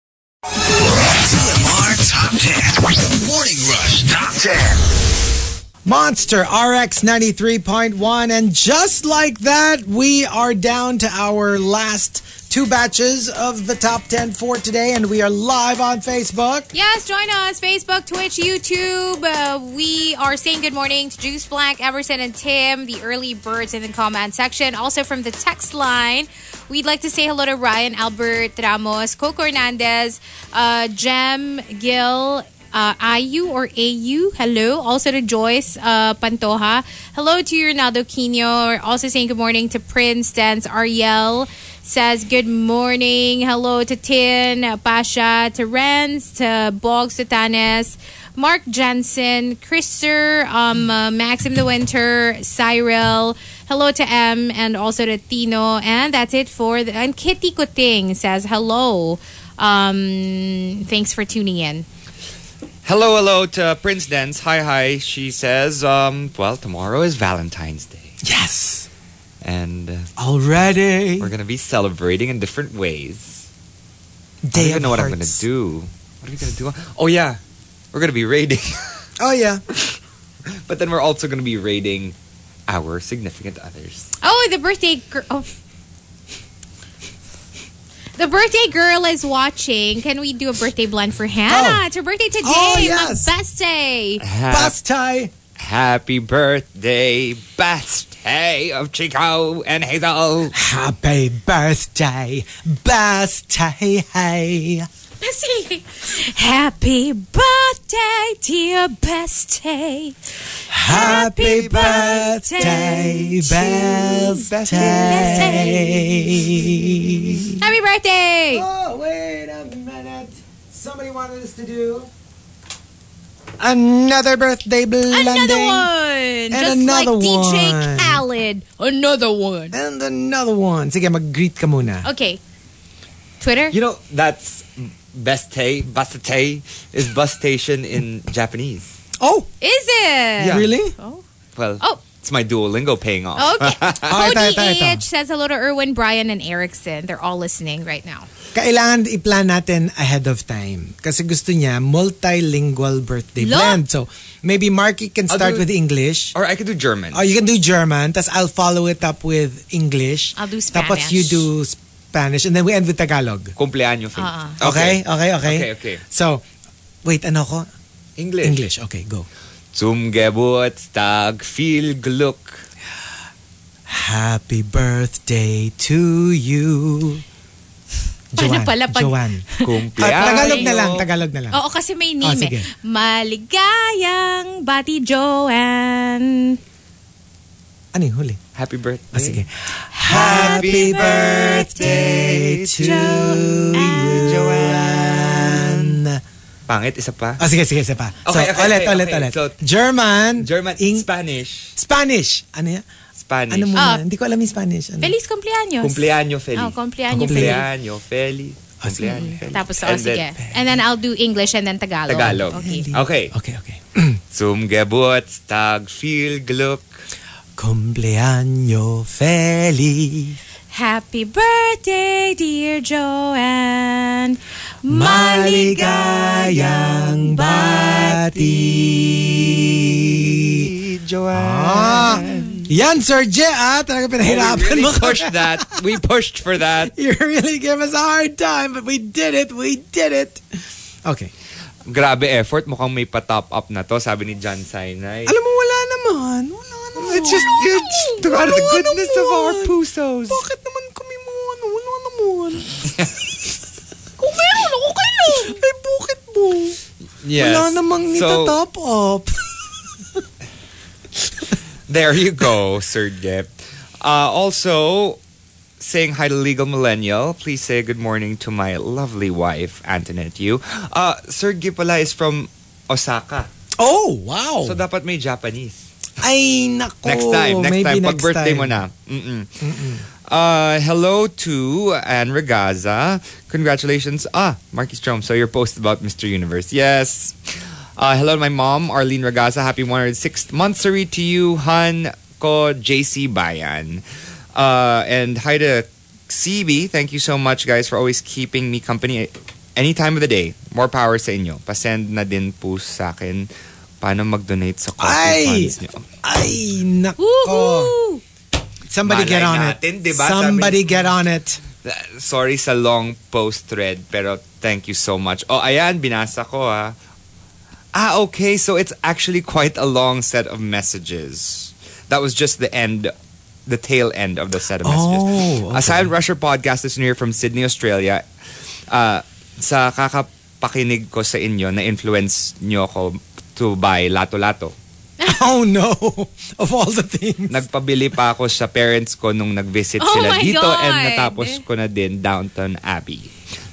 [SPEAKER 4] TMR Top 10. Morning Rush Top 10.
[SPEAKER 5] Monster RX 93.1. And just like that, we are down to our last two batches of the top 10 for today. And we are live on Facebook.
[SPEAKER 6] Yes, join us. Facebook, Twitch, YouTube. Uh, we are saying good morning to Juice Black, Emerson, and Tim, the early birds in the comment section. Also from the text line, we'd like to say hello to Ryan, Albert, Ramos, Coco Hernandez, uh, Jem, Gil, uh, IU or AU. Hello. Also to Joyce uh, Pantoja. Hello to you, Ronaldo Quino. We're also saying good morning to Prince, Dance, Ariel. Says good morning. Hello to Tin, uh, Pasha, to Renz, to Boggs, to Tanes, Mark Jensen, Krister, um, uh, Maxim the Winter, Cyril. Hello to M and also to Tino. And that's it for the, and Kitty Kuting says hello. Um, thanks for tuning in.
[SPEAKER 7] Hello, hello to Prince Dance. Hi, hi. She says, um, well, tomorrow is Valentine's Day.
[SPEAKER 5] Yes.
[SPEAKER 7] And uh,
[SPEAKER 5] Already.
[SPEAKER 7] we're going to be celebrating in different ways. I
[SPEAKER 5] Day
[SPEAKER 7] don't even
[SPEAKER 5] of
[SPEAKER 7] know what I'm going
[SPEAKER 5] Hearts.
[SPEAKER 7] to do. What are we going to do? Oh, yeah. We're going to be raiding.
[SPEAKER 5] Oh, yeah.
[SPEAKER 7] but then we're also going to be raiding our significant others.
[SPEAKER 6] Oh, the birthday girl. Oh. The birthday girl is watching. Can we do a birthday blend for Hannah?
[SPEAKER 5] Oh.
[SPEAKER 6] It's her birthday today.
[SPEAKER 5] Oh, yes.
[SPEAKER 6] My best day.
[SPEAKER 7] Happy
[SPEAKER 5] Pastai.
[SPEAKER 7] Happy birthday, birthday of Chico and Hazel.
[SPEAKER 5] Happy birthday. Pastai. Hey.
[SPEAKER 6] Let's see. Happy birthday, dear best day.
[SPEAKER 5] Happy birthday,
[SPEAKER 6] birthday,
[SPEAKER 5] birthday.
[SPEAKER 6] Happy birthday.
[SPEAKER 5] Oh, wait a minute. Somebody wanted us to do another birthday blending.
[SPEAKER 6] Another one. Just
[SPEAKER 5] another
[SPEAKER 6] like
[SPEAKER 5] one.
[SPEAKER 6] DJ Khaled. Another one.
[SPEAKER 5] And another one. Sige, mag-greet ka muna.
[SPEAKER 6] Okay. Twitter?
[SPEAKER 7] You know, that's Beste, Basete is bus station in Japanese.
[SPEAKER 5] Oh,
[SPEAKER 6] Is it?
[SPEAKER 5] really?
[SPEAKER 6] Oh.
[SPEAKER 7] Well,
[SPEAKER 6] Oh.
[SPEAKER 7] it's my Duolingo paying off.
[SPEAKER 6] Okay.
[SPEAKER 5] Ah, ito,
[SPEAKER 6] Cody
[SPEAKER 5] ito, ito.
[SPEAKER 6] AH says hello to Erwin, Brian, and Erickson. They're all listening right now.
[SPEAKER 5] Kailangan i-plan natin ahead of time. Kasi gusto niya multilingual birthday
[SPEAKER 6] Lo-
[SPEAKER 5] blend. So, maybe Marky can
[SPEAKER 7] I'll
[SPEAKER 5] start
[SPEAKER 7] do-
[SPEAKER 5] with English.
[SPEAKER 7] Or I could do German.
[SPEAKER 5] Oh, you can do German, tas I'll follow it up with English.
[SPEAKER 6] I'll do
[SPEAKER 5] Tapos
[SPEAKER 6] Spanish.
[SPEAKER 5] you do Spanish, and then we end with Tagalog.
[SPEAKER 7] Cumpleaños.
[SPEAKER 6] Uh-uh.
[SPEAKER 5] Okay? Okay, okay.
[SPEAKER 7] Okay, okay.
[SPEAKER 5] So, wait, ano ko?
[SPEAKER 7] English.
[SPEAKER 5] English. Okay, go.
[SPEAKER 7] Zum Geburtstag viel Glück.
[SPEAKER 5] Happy birthday to you.
[SPEAKER 6] Paano Ano pala pag- oh.
[SPEAKER 5] Joanne. Ah,
[SPEAKER 7] Cumpleaños.
[SPEAKER 5] Tagalog na lang, Tagalog na lang.
[SPEAKER 6] Oo, kasi may name
[SPEAKER 5] Ah,
[SPEAKER 6] eh.
[SPEAKER 5] sige.
[SPEAKER 6] Maligayang Bati Joanne.
[SPEAKER 5] Ano yung huli?
[SPEAKER 7] Happy birthday.
[SPEAKER 5] Ah, sige. Happy birthday to you, Joanne.
[SPEAKER 7] Pangit, isa pa.
[SPEAKER 5] Ah, sige, sige, sige pa. So,
[SPEAKER 7] Okay, okay,
[SPEAKER 5] ulit,
[SPEAKER 7] okay,
[SPEAKER 5] ulit,
[SPEAKER 7] okay.
[SPEAKER 5] ulit.
[SPEAKER 7] So,
[SPEAKER 5] German.
[SPEAKER 7] German,
[SPEAKER 5] Eng-
[SPEAKER 7] Spanish.
[SPEAKER 5] Spanish. Ano yan?
[SPEAKER 7] Spanish.
[SPEAKER 5] Ano muna?
[SPEAKER 6] Ah.
[SPEAKER 5] Hindi ko alam yung Spanish. Ano?
[SPEAKER 6] Feliz cumpleaños.
[SPEAKER 7] Cumpleaños feliz.
[SPEAKER 6] Oh, cumpleaños
[SPEAKER 7] Cumpleaños feliz.
[SPEAKER 5] Ah,
[SPEAKER 7] Cumpleaños feliz.
[SPEAKER 6] Tapos, oh,
[SPEAKER 7] And
[SPEAKER 6] sige.
[SPEAKER 7] then,
[SPEAKER 6] And then I'll do English and then Tagalog.
[SPEAKER 7] Tagalog.
[SPEAKER 6] Okay.
[SPEAKER 7] Okay.
[SPEAKER 5] Okay, okay.
[SPEAKER 7] Zum Geburtstag viel Glück.
[SPEAKER 5] Cumpleaños feliz.
[SPEAKER 6] Happy birthday, dear Joanne.
[SPEAKER 5] Maligayang bati. Ah, yan, Sir J, ah. Talaga
[SPEAKER 7] Oh, We
[SPEAKER 5] pinahirapan mo
[SPEAKER 7] really
[SPEAKER 5] kami.
[SPEAKER 7] pushed that. We pushed for that.
[SPEAKER 5] You really gave us a hard time, but we did it. We did it. Okay.
[SPEAKER 7] Grabe effort. Mukhang may pa-top up na to, sabi ni John Sinai.
[SPEAKER 5] Alam mo, wala naman. Wala naman.
[SPEAKER 7] It's just, it's out of the
[SPEAKER 5] Wala
[SPEAKER 7] goodness of our
[SPEAKER 5] naman.
[SPEAKER 7] pusos.
[SPEAKER 5] Bakit naman kami mo ano? Wala naman. Kung meron, okay lang. Ay, bakit mo?
[SPEAKER 7] Yes.
[SPEAKER 5] Wala namang
[SPEAKER 7] So,
[SPEAKER 5] nita-top up.
[SPEAKER 7] there you go, Sir Dip. Uh, also, saying hi to Legal Millennial, please say good morning to my lovely wife, Antoinette Yu. Uh, Sir Dip pala is from Osaka.
[SPEAKER 5] Oh, wow.
[SPEAKER 7] So, dapat may Japanese.
[SPEAKER 5] Ay, nako.
[SPEAKER 7] Next time, next
[SPEAKER 5] Oh, Maybe
[SPEAKER 7] time. Pag
[SPEAKER 5] next
[SPEAKER 7] birthday
[SPEAKER 5] time.
[SPEAKER 7] mo na. Mm-mm. Uh, hello to Anne Regaza. Congratulations. Ah, Marky Strom, so your post about Mr. Universe. Yes. Uh, hello to my mom, Arlene Regaza. Happy 106th monthsary to you, Han Ko JC Bayan. Uh, and hi to CB. Thank you so much, guys, for always keeping me company any time of the day. More power sa inyo. Pasend na din po sa akin paano mag-donate sa
[SPEAKER 5] Ay!
[SPEAKER 7] coffee funds niyo.
[SPEAKER 5] Ay, nako. Oh,
[SPEAKER 6] Woohoo!
[SPEAKER 5] Somebody
[SPEAKER 7] Malay
[SPEAKER 5] get on
[SPEAKER 7] natin,
[SPEAKER 5] it.
[SPEAKER 7] diba? Sabi-
[SPEAKER 5] Somebody get on it.
[SPEAKER 7] Uh, sorry sa long post thread, pero thank you so much. Oh, ayan, binasa ko ha. Ah, okay, so it's actually quite a long set of messages. That was just the end, the tail end of the set of messages.
[SPEAKER 5] Oh, okay.
[SPEAKER 7] A Silent Rusher podcast is here from Sydney, Australia. Uh, sa kakapakinig ko sa inyo, na-influence nyo ako to buy lato-lato.
[SPEAKER 5] Oh, no. Of all the things.
[SPEAKER 7] Nagpabili pa ako sa parents ko nung nag-visit
[SPEAKER 6] Oh
[SPEAKER 7] sila
[SPEAKER 6] my
[SPEAKER 7] dito
[SPEAKER 6] God!
[SPEAKER 7] and natapos ko na din Downton Abbey.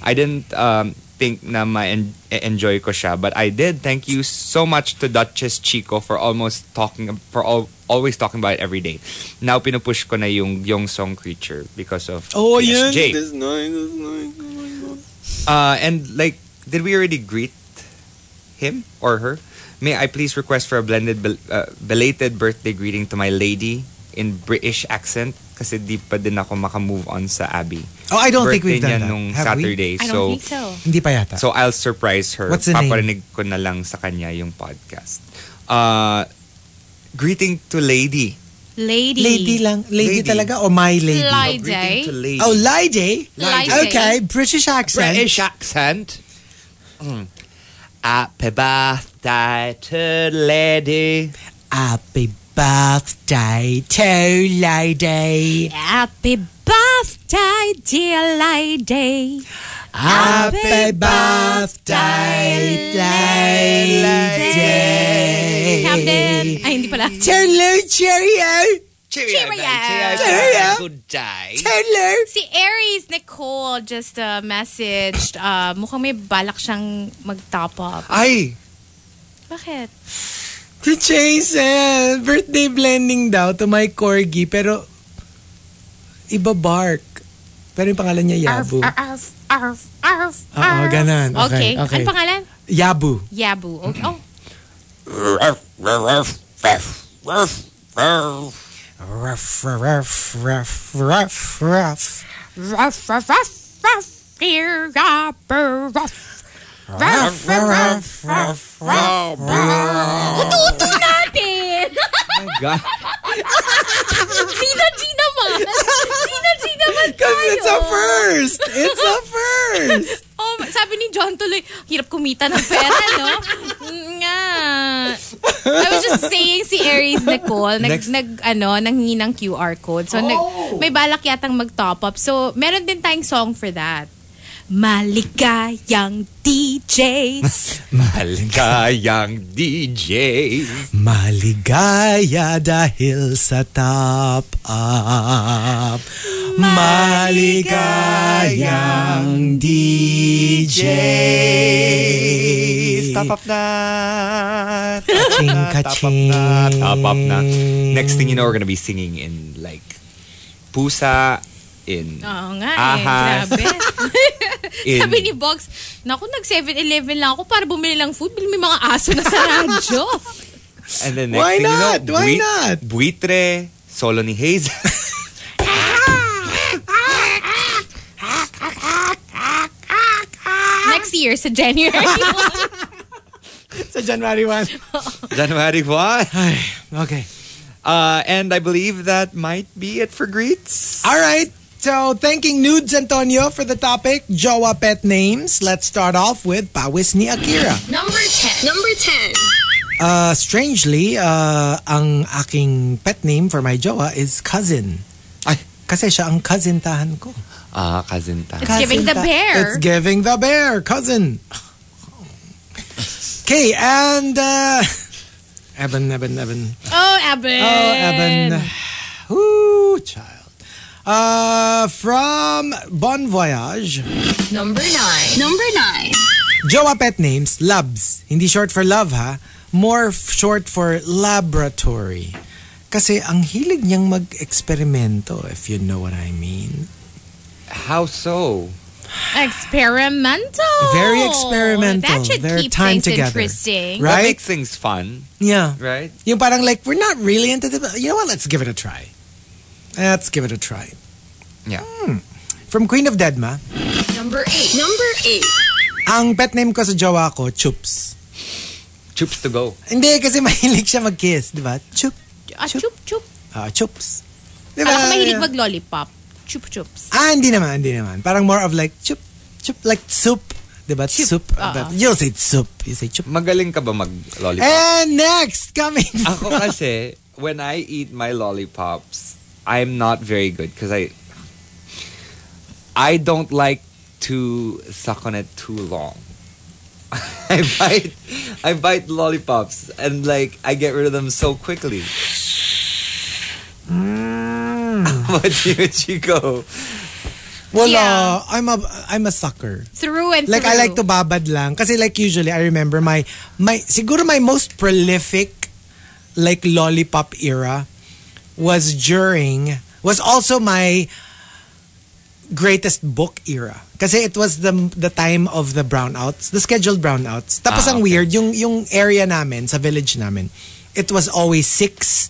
[SPEAKER 7] I didn't um, think na ma-enjoy ko siya but I did. Thank you so much to Duchess Chico for almost talking for al- always talking about it every day. Now pinupush ko na yung yung song creature because of
[SPEAKER 5] Oh, yan.
[SPEAKER 7] PSG.
[SPEAKER 5] That's nice, that's nice. Oh my God.
[SPEAKER 7] Uh, and like, did we already greet him or her? May I please request for a blended, bel- uh, belated birthday greeting to my lady in British accent? Kasi di pa din ako makamove on sa Abby.
[SPEAKER 5] Oh, I don't think we've
[SPEAKER 7] Birthday
[SPEAKER 5] done
[SPEAKER 7] niya
[SPEAKER 5] that.
[SPEAKER 7] nung
[SPEAKER 5] Have we?
[SPEAKER 7] Saturday.
[SPEAKER 6] I don't
[SPEAKER 7] so,
[SPEAKER 6] think so.
[SPEAKER 5] Hindi pa yata.
[SPEAKER 7] so I'll surprise her.
[SPEAKER 5] Ah. What's the name?
[SPEAKER 7] Paparinig ko na lang sa kanya yung podcast. Uh, greeting to lady.
[SPEAKER 6] Lady.
[SPEAKER 5] lady lang. Lady,
[SPEAKER 7] Lady.
[SPEAKER 5] talaga o my lady?
[SPEAKER 6] Lady.
[SPEAKER 7] No, greeting to lady.
[SPEAKER 5] Oh, lady.
[SPEAKER 6] Lady.
[SPEAKER 5] Okay, British accent.
[SPEAKER 7] British accent. Mm. Happy birthday to lady.
[SPEAKER 5] Happy birthday to lady.
[SPEAKER 6] Happy birthday, dear lady.
[SPEAKER 5] Happy birthday, lady.
[SPEAKER 6] Camden. Ay, hindi pala.
[SPEAKER 5] Hello, cheerio.
[SPEAKER 7] Cheerio.
[SPEAKER 6] Cheerio.
[SPEAKER 7] guys.
[SPEAKER 5] Cheerio.
[SPEAKER 7] Good day.
[SPEAKER 5] Hello.
[SPEAKER 6] Si Aries Nicole just uh, messaged, uh, mukhang may balak siyang mag-top up.
[SPEAKER 7] Ay!
[SPEAKER 6] Bakit?
[SPEAKER 5] Si Chase, eh, birthday blending daw to my corgi, pero iba bark. Pero yung pangalan niya Yabu.
[SPEAKER 6] Arf, arf, arf, arf,
[SPEAKER 5] Oo,
[SPEAKER 6] arf.
[SPEAKER 5] ganun. Okay, okay.
[SPEAKER 6] Okay. Ano pangalan?
[SPEAKER 5] Yabu.
[SPEAKER 6] Yabu. Okay. Oh,
[SPEAKER 5] Ruff, ruff, ruff, ruff, ruff.
[SPEAKER 6] ruff, ruff, ruff, ruff, dear Yabu, ruff. Ruff, ruff, ruff, ruff, ruff, ruff. Uto-uto natin!
[SPEAKER 7] God.
[SPEAKER 6] Gina, G naman! Gina, G naman
[SPEAKER 5] Because
[SPEAKER 6] tayo!
[SPEAKER 5] it's a first! It's a first!
[SPEAKER 6] Oh, sabi ni John tuloy, hirap kumita ng pera, no? Nga. I was just saying si Aries Nicole, nag,
[SPEAKER 5] Next.
[SPEAKER 6] nag, ano, nanghingi ng QR code. So, nag, may balak yatang mag-top up. So, meron din tayong song for that. Maligayang DJs.
[SPEAKER 7] Maligayang DJ.
[SPEAKER 5] Maligaya dahil sa top up. Maligayang DJ.
[SPEAKER 7] Top up na.
[SPEAKER 5] Kaching, kaching.
[SPEAKER 7] na. Top up na.
[SPEAKER 5] Mm.
[SPEAKER 7] Next thing you know, we're gonna be singing in like pusa, in
[SPEAKER 5] Ah,
[SPEAKER 6] Oo nga eh,
[SPEAKER 7] Ahas.
[SPEAKER 6] grabe.
[SPEAKER 7] in
[SPEAKER 6] Sabi ni Box, naku, nag 7-Eleven lang ako para bumili ng food. Bili may mga aso na sa radyo.
[SPEAKER 7] and then next
[SPEAKER 5] Why
[SPEAKER 7] thing
[SPEAKER 5] not?
[SPEAKER 7] you know,
[SPEAKER 5] Why not?
[SPEAKER 7] Buitre, solo ni Hazel.
[SPEAKER 6] Next year, sa January.
[SPEAKER 5] Sa January 1.
[SPEAKER 7] January 1.
[SPEAKER 5] Okay.
[SPEAKER 7] Uh, and I believe that might be it for greets.
[SPEAKER 5] All right. So, thanking Nudes Antonio for the topic, Jowa Pet Names. Let's start off with Pawis ni Akira.
[SPEAKER 1] Number 10. Number 10.
[SPEAKER 5] Uh, strangely, uh, ang aking pet name for my jowa is Cousin. Ay, kasi siya ang cousin tahan ko.
[SPEAKER 7] Ah, cousin ta.
[SPEAKER 6] It's giving the
[SPEAKER 5] ta-
[SPEAKER 6] bear.
[SPEAKER 5] It's giving the bear, cousin. Okay, and uh, Eben, Eben, Eben.
[SPEAKER 6] Oh, Eben.
[SPEAKER 5] Oh, Eben. Ooh, child. Uh, from Bon Voyage,
[SPEAKER 1] Number 9. Number 9.
[SPEAKER 5] Jowa pet names, labs. Hindi short for love ha. More f- short for laboratory. Kasi ang hilig niyang mag-eksperimento, if you know what I mean.
[SPEAKER 7] How so?
[SPEAKER 6] Experimental.
[SPEAKER 5] Very experimental.
[SPEAKER 6] That should
[SPEAKER 5] Their
[SPEAKER 6] keep
[SPEAKER 5] time
[SPEAKER 6] things
[SPEAKER 5] together.
[SPEAKER 6] interesting.
[SPEAKER 7] That
[SPEAKER 5] Right?
[SPEAKER 7] makes things fun,
[SPEAKER 5] Yeah.
[SPEAKER 7] right?
[SPEAKER 5] Yung parang like, we're not really into the... You know what? Let's give it a try. Let's give it a try. Hmm.
[SPEAKER 7] Yeah.
[SPEAKER 5] From Queen of Deadma,
[SPEAKER 1] Number 8. Number 8.
[SPEAKER 5] ang pet name ko sa jowa ko, Chups.
[SPEAKER 7] Chups to go.
[SPEAKER 5] Hindi, kasi mahilig siya mag-kiss, di ba? Chup.
[SPEAKER 6] Ah, chup chup.
[SPEAKER 5] Ah, Chups. Di ba?
[SPEAKER 6] Parang ako mahilig mag lollipop. Chup chups.
[SPEAKER 5] Ah, hindi naman, hindi naman. Parang more of like, chup, chup, like soup. Diba?
[SPEAKER 6] Chup,
[SPEAKER 5] Soup.
[SPEAKER 6] oo.
[SPEAKER 5] But you don't say soup. You say chup.
[SPEAKER 7] Magaling ka ba mag-lollipop?
[SPEAKER 5] And next, coming
[SPEAKER 7] Ako
[SPEAKER 5] from-
[SPEAKER 7] kasi, when I eat my lollipops, I'm not very good because I I don't like to suck on it too long. I bite I bite lollipops and like I get rid of them so quickly. What you, Chico?
[SPEAKER 5] Wala.
[SPEAKER 6] Yeah.
[SPEAKER 5] I'm a, I'm a sucker.
[SPEAKER 6] Through and
[SPEAKER 5] Like,
[SPEAKER 6] through.
[SPEAKER 5] I like to babad lang. Kasi like usually, I remember my, my, siguro my most prolific, like lollipop era was during, was also my greatest book era. Kasi it was the the time of the brownouts, the scheduled brownouts. Tapos
[SPEAKER 7] Ah,
[SPEAKER 5] ang
[SPEAKER 7] okay.
[SPEAKER 5] weird, yung yung area namin, sa village namin, it was always 6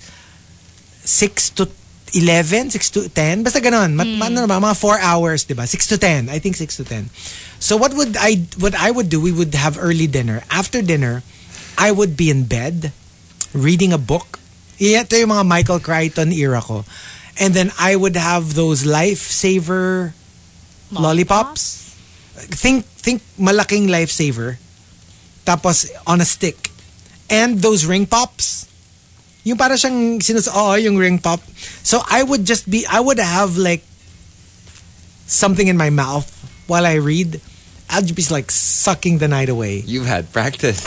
[SPEAKER 5] 6 to 11, 6 to 10. Basta ganun. Mat,
[SPEAKER 7] Hmm.
[SPEAKER 5] ano naman, mga 4 hours, di ba? 6 to 10. I think 6 to 10. So what would I what I would do, we would have early dinner. After dinner, I would be in bed reading a book. Yeah, Ito yung mga Michael Crichton era ko. And then I would have those lifesaver lollipops. Think think malaking lifesaver. Tapos on a stick. And those ring pops. Yung para siyang sinus oo, yung ring pop. So I would just be I would have like something in my mouth while I read. I'd just be like sucking the night away.
[SPEAKER 7] You've had practice.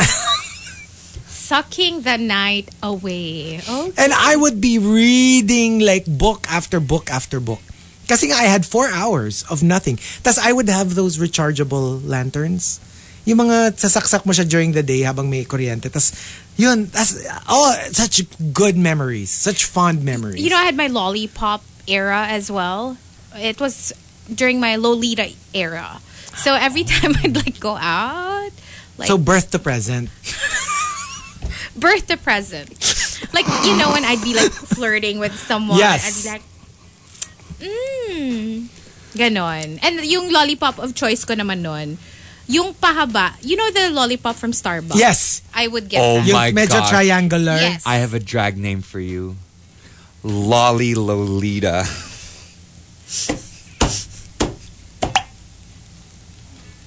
[SPEAKER 6] Sucking the night away. Oh,
[SPEAKER 5] And I would be reading like book after book after book. Kasi nga, I had four hours of nothing. Tapos I would have those rechargeable lanterns. Yung mga sasaksak mo siya during the day habang may kuryente. Tapos yun, tas, oh, such good memories. Such fond memories.
[SPEAKER 6] you know, I had my lollipop era as well. It was during my Lolita era. So every time I'd like go out, like
[SPEAKER 5] So birth to present.
[SPEAKER 6] birth the present. Like you know when I'd be like flirting with someone,
[SPEAKER 5] Yes.
[SPEAKER 6] I'd be like, mmm, ganon. And yung lollipop of choice ko naman nun, yung pahaba, you know the lollipop from Starbucks?
[SPEAKER 5] Yes.
[SPEAKER 6] I would get
[SPEAKER 7] Oh
[SPEAKER 6] that.
[SPEAKER 5] Yung
[SPEAKER 7] my
[SPEAKER 5] medyo
[SPEAKER 7] gosh.
[SPEAKER 5] triangular.
[SPEAKER 6] Yes.
[SPEAKER 7] I have a drag name for you. Lolly Lolita.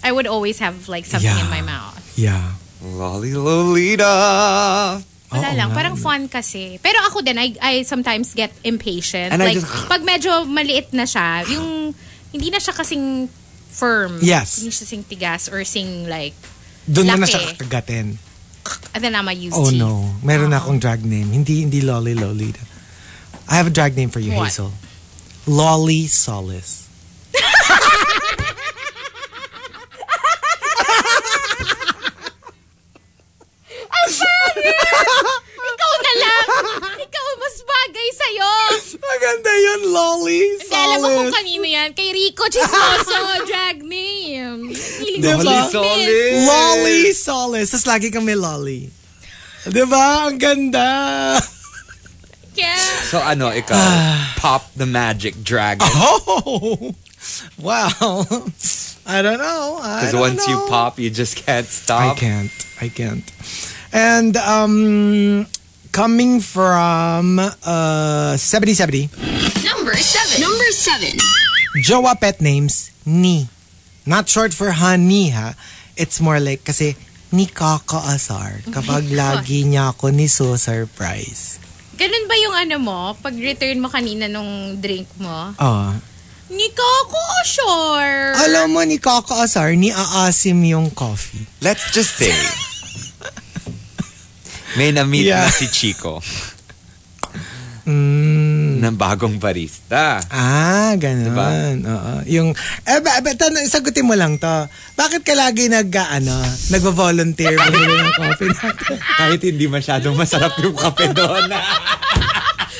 [SPEAKER 6] I would always have like something
[SPEAKER 5] Yeah.
[SPEAKER 6] in my mouth.
[SPEAKER 5] Yeah.
[SPEAKER 7] Lolly Lolita.
[SPEAKER 6] Wala
[SPEAKER 5] Oo
[SPEAKER 6] lang.
[SPEAKER 5] nga.
[SPEAKER 6] Parang fun kasi. Pero ako din, I, I sometimes get impatient.
[SPEAKER 7] And I
[SPEAKER 6] like,
[SPEAKER 7] just-
[SPEAKER 6] pag medyo maliit na siya, yung, hindi na siya kasing firm.
[SPEAKER 5] Yes.
[SPEAKER 6] Hindi siya sing tigas or sing like,
[SPEAKER 5] Doon mo na
[SPEAKER 6] Laki.
[SPEAKER 5] siya kakagatin.
[SPEAKER 6] and then I'ma use
[SPEAKER 5] Oh
[SPEAKER 6] teeth.
[SPEAKER 5] no. Meron akong drag name. Hindi hindi Lolly Lolita. I have a drag name for you,
[SPEAKER 6] What?
[SPEAKER 5] Hazel. Lolly Solace.
[SPEAKER 6] Ikaw na lang! Ikaw mas bagay sa'yo!
[SPEAKER 5] Maganda yun, Lolly
[SPEAKER 6] Hindi, alam mo kung kanino yan. Kay Rico Chismoso, drag name. Feeling ko
[SPEAKER 5] Diba?
[SPEAKER 6] chismis.
[SPEAKER 7] Solid.
[SPEAKER 5] Lolly Solace. Tapos lagi kami Lolly. Diba? Ang ganda.
[SPEAKER 6] Yeah.
[SPEAKER 7] So ano, ikaw, pop the magic dragon.
[SPEAKER 5] Oh! Wow. I don't know. I
[SPEAKER 7] Because
[SPEAKER 5] don't
[SPEAKER 7] once you
[SPEAKER 5] know.
[SPEAKER 7] pop, you just can't
[SPEAKER 5] I
[SPEAKER 7] stop.
[SPEAKER 5] can't. I can't. And um, coming from uh, 7070,
[SPEAKER 1] Number seven. Number seven.
[SPEAKER 5] Jowa pet names, ni. Not short for honey, ha? It's more like kasi ni Kaka Azar kapag lagi niya ako ni so surprise.
[SPEAKER 6] Ganun ba yung ano mo? Pag return mo kanina nung drink mo?
[SPEAKER 5] Oh.
[SPEAKER 6] Ni Coco Ashore!
[SPEAKER 5] Alam mo ni Kaka Azar, ni aasim yung coffee.
[SPEAKER 7] Let's just say, may na-meet
[SPEAKER 5] Yeah.
[SPEAKER 7] na si Chico. ng bagong barista.
[SPEAKER 5] Mm. Ah, ganun.
[SPEAKER 7] Diba?
[SPEAKER 5] Oo. Yung, eh, ba, ba, tan- sagutin mo lang to. Bakit ka lagi nag, ah, ano, nagvo-volunteer bumili ng coffee natin?
[SPEAKER 7] Kahit hindi masyadong masarap yung kape doon.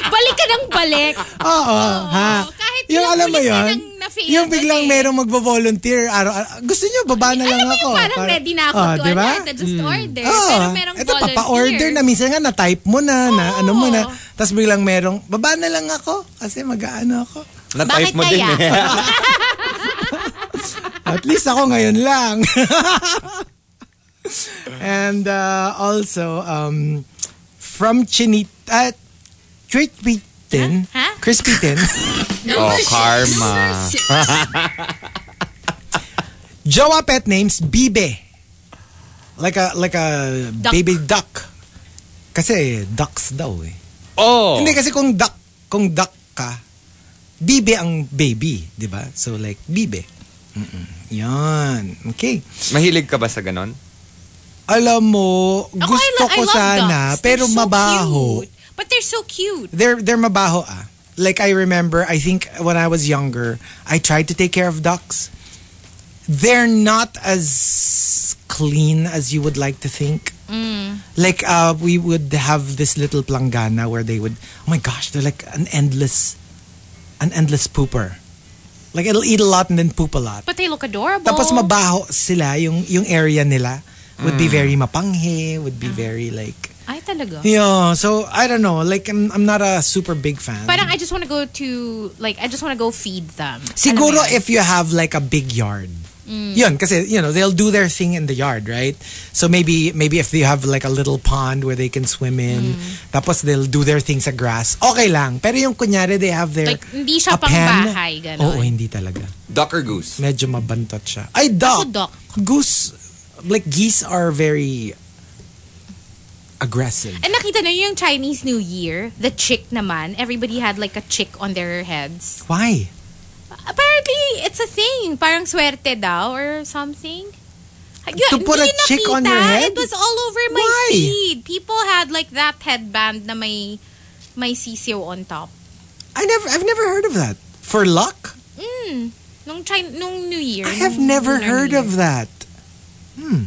[SPEAKER 6] Balik ka ng balik.
[SPEAKER 5] Oo, ha?
[SPEAKER 6] Oo, kahit
[SPEAKER 5] yung
[SPEAKER 6] ilang
[SPEAKER 5] alam mo
[SPEAKER 6] ulit na
[SPEAKER 5] yun?
[SPEAKER 6] nang na-fail
[SPEAKER 5] yung
[SPEAKER 6] na
[SPEAKER 5] biglang
[SPEAKER 6] eh.
[SPEAKER 5] merong magvo-volunteer araw-araw. Gusto nyo, baba na Ano lang
[SPEAKER 6] Alam mo
[SPEAKER 5] ako.
[SPEAKER 6] yung parang
[SPEAKER 5] Par-
[SPEAKER 6] ready na ako
[SPEAKER 5] Oh,
[SPEAKER 6] to
[SPEAKER 5] diba? Ah,
[SPEAKER 6] ano, to just order.
[SPEAKER 5] Oo.
[SPEAKER 6] Pero merong
[SPEAKER 5] Ito,
[SPEAKER 6] volunteer.
[SPEAKER 5] papa-order na. Minsan nga, na-type mo na, na ano mo na.
[SPEAKER 6] Oo.
[SPEAKER 5] Tapos biglang merong, baba na lang ako kasi mag-ano ako.
[SPEAKER 6] Bakit
[SPEAKER 7] Na-type mo din eh.
[SPEAKER 6] kaya?
[SPEAKER 5] At least ako ngayon lang. And uh, also, um, from Chinita, uh, Crispy Tin,
[SPEAKER 6] Huh? Huh?
[SPEAKER 5] Crispy Tin,
[SPEAKER 7] Oh, karma.
[SPEAKER 5] Jowa pet names, Bibe. Like a, like a
[SPEAKER 6] Duck.
[SPEAKER 5] baby duck. Kasi ducks daw eh.
[SPEAKER 7] Oh.
[SPEAKER 5] Hindi kasi kung duck, kung duck ka, Bibe ang baby, di ba? So like, Bibe. Mm-mm. Yan. Okay.
[SPEAKER 7] Mahilig ka ba sa ganon?
[SPEAKER 5] Alam mo,
[SPEAKER 6] Ako, I
[SPEAKER 5] gusto
[SPEAKER 6] lo- I
[SPEAKER 5] ko
[SPEAKER 6] love
[SPEAKER 5] sana,
[SPEAKER 6] ducks.
[SPEAKER 5] pero
[SPEAKER 6] They're so
[SPEAKER 5] mabaho.
[SPEAKER 6] cute. But they're so cute.
[SPEAKER 5] they're they're mabaho ah. Like I remember, I think when I was younger, I tried to take care of ducks. They're not as clean as you would like to think. Like uh, we would have this little plangana where they would. Oh my gosh, they're like an endless, an endless pooper. Like it'll eat a lot and then poop a lot.
[SPEAKER 6] But they look adorable.
[SPEAKER 5] Tapos mabaho sila yung yung area nila would be very mapanghe, would be very like
[SPEAKER 6] Ay, talaga.
[SPEAKER 5] yeah, so I don't know. Like I'm, I'm not a super big fan.
[SPEAKER 6] Parang I just want to go to, like, I just want to go feed them.
[SPEAKER 5] Siguro
[SPEAKER 6] Alam mo yun? Mm.
[SPEAKER 5] if you have like a big yard. Yun, kasi you know, they'll do their thing in the yard, right? So maybe maybe if they have like a little pond where they can swim in,
[SPEAKER 6] Mm.
[SPEAKER 5] tapos they'll do their thing sa grass. Okay lang. Pero yung kunyari they have their
[SPEAKER 6] Like, hindi siya
[SPEAKER 5] a pen. Oh,
[SPEAKER 6] pangbahay, ganon.
[SPEAKER 5] Oo, hindi talaga.
[SPEAKER 7] Duck or goose?
[SPEAKER 5] Medyo mabantot siya. Ay, duck.
[SPEAKER 6] Ako duck.
[SPEAKER 5] Goose like geese are very aggressive.
[SPEAKER 6] And eh, nakita na yung Chinese New Year, the chick naman, everybody had like a chick on their heads.
[SPEAKER 5] Why?
[SPEAKER 6] Apparently, it's a thing. Parang swerte daw or something.
[SPEAKER 5] To put
[SPEAKER 6] hindi
[SPEAKER 5] a chick on your head?
[SPEAKER 6] It was all over my
[SPEAKER 5] Why?
[SPEAKER 6] feed. People had like that headband na may may sisiw on top.
[SPEAKER 5] I never I've never heard of that. For luck?
[SPEAKER 6] Mm. Nung, China, nung New Year.
[SPEAKER 5] I have
[SPEAKER 6] nung
[SPEAKER 5] never
[SPEAKER 6] Lunar New
[SPEAKER 5] heard
[SPEAKER 6] Year.
[SPEAKER 5] of that.
[SPEAKER 6] Yeah,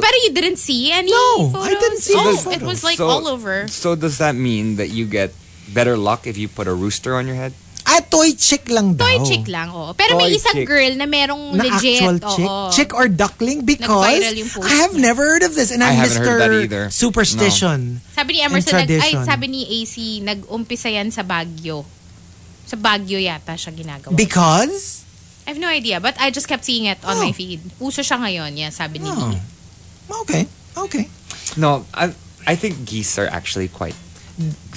[SPEAKER 7] Well-
[SPEAKER 6] but you didn't see any
[SPEAKER 5] No, I
[SPEAKER 6] photos?
[SPEAKER 5] didn't see
[SPEAKER 6] oh,
[SPEAKER 5] those
[SPEAKER 6] it was
[SPEAKER 5] photos.
[SPEAKER 6] like all over.
[SPEAKER 7] So does that mean that you get better luck if you put a rooster on your head?
[SPEAKER 5] Ah, toy chick lang daw.
[SPEAKER 6] Toy chick lang, oo. Pero may
[SPEAKER 7] Toy
[SPEAKER 6] isang
[SPEAKER 7] chick.
[SPEAKER 6] girl na merong
[SPEAKER 5] Na
[SPEAKER 6] legit.
[SPEAKER 5] actual
[SPEAKER 6] oo.
[SPEAKER 5] chick? Chick or duckling? Because
[SPEAKER 6] Nag-viral yung post
[SPEAKER 5] I have never heard of this. And
[SPEAKER 7] I
[SPEAKER 5] I'm
[SPEAKER 7] haven't
[SPEAKER 5] Mr.
[SPEAKER 7] heard that either.
[SPEAKER 5] Superstition.
[SPEAKER 6] Sabi ni
[SPEAKER 5] And
[SPEAKER 6] Emerson, nag, ay,
[SPEAKER 5] tradition.
[SPEAKER 6] sabi ni AC, nag-umpisa yan sa Baguio. Sa Baguio yata siya ginagawa.
[SPEAKER 5] Because?
[SPEAKER 6] I have no idea, but I just kept seeing it on
[SPEAKER 5] Oh.
[SPEAKER 6] my feed. Uso siya ngayon, yeah, sabi ni
[SPEAKER 5] Oh. Okay. Okay.
[SPEAKER 7] No, I I think geese are actually quite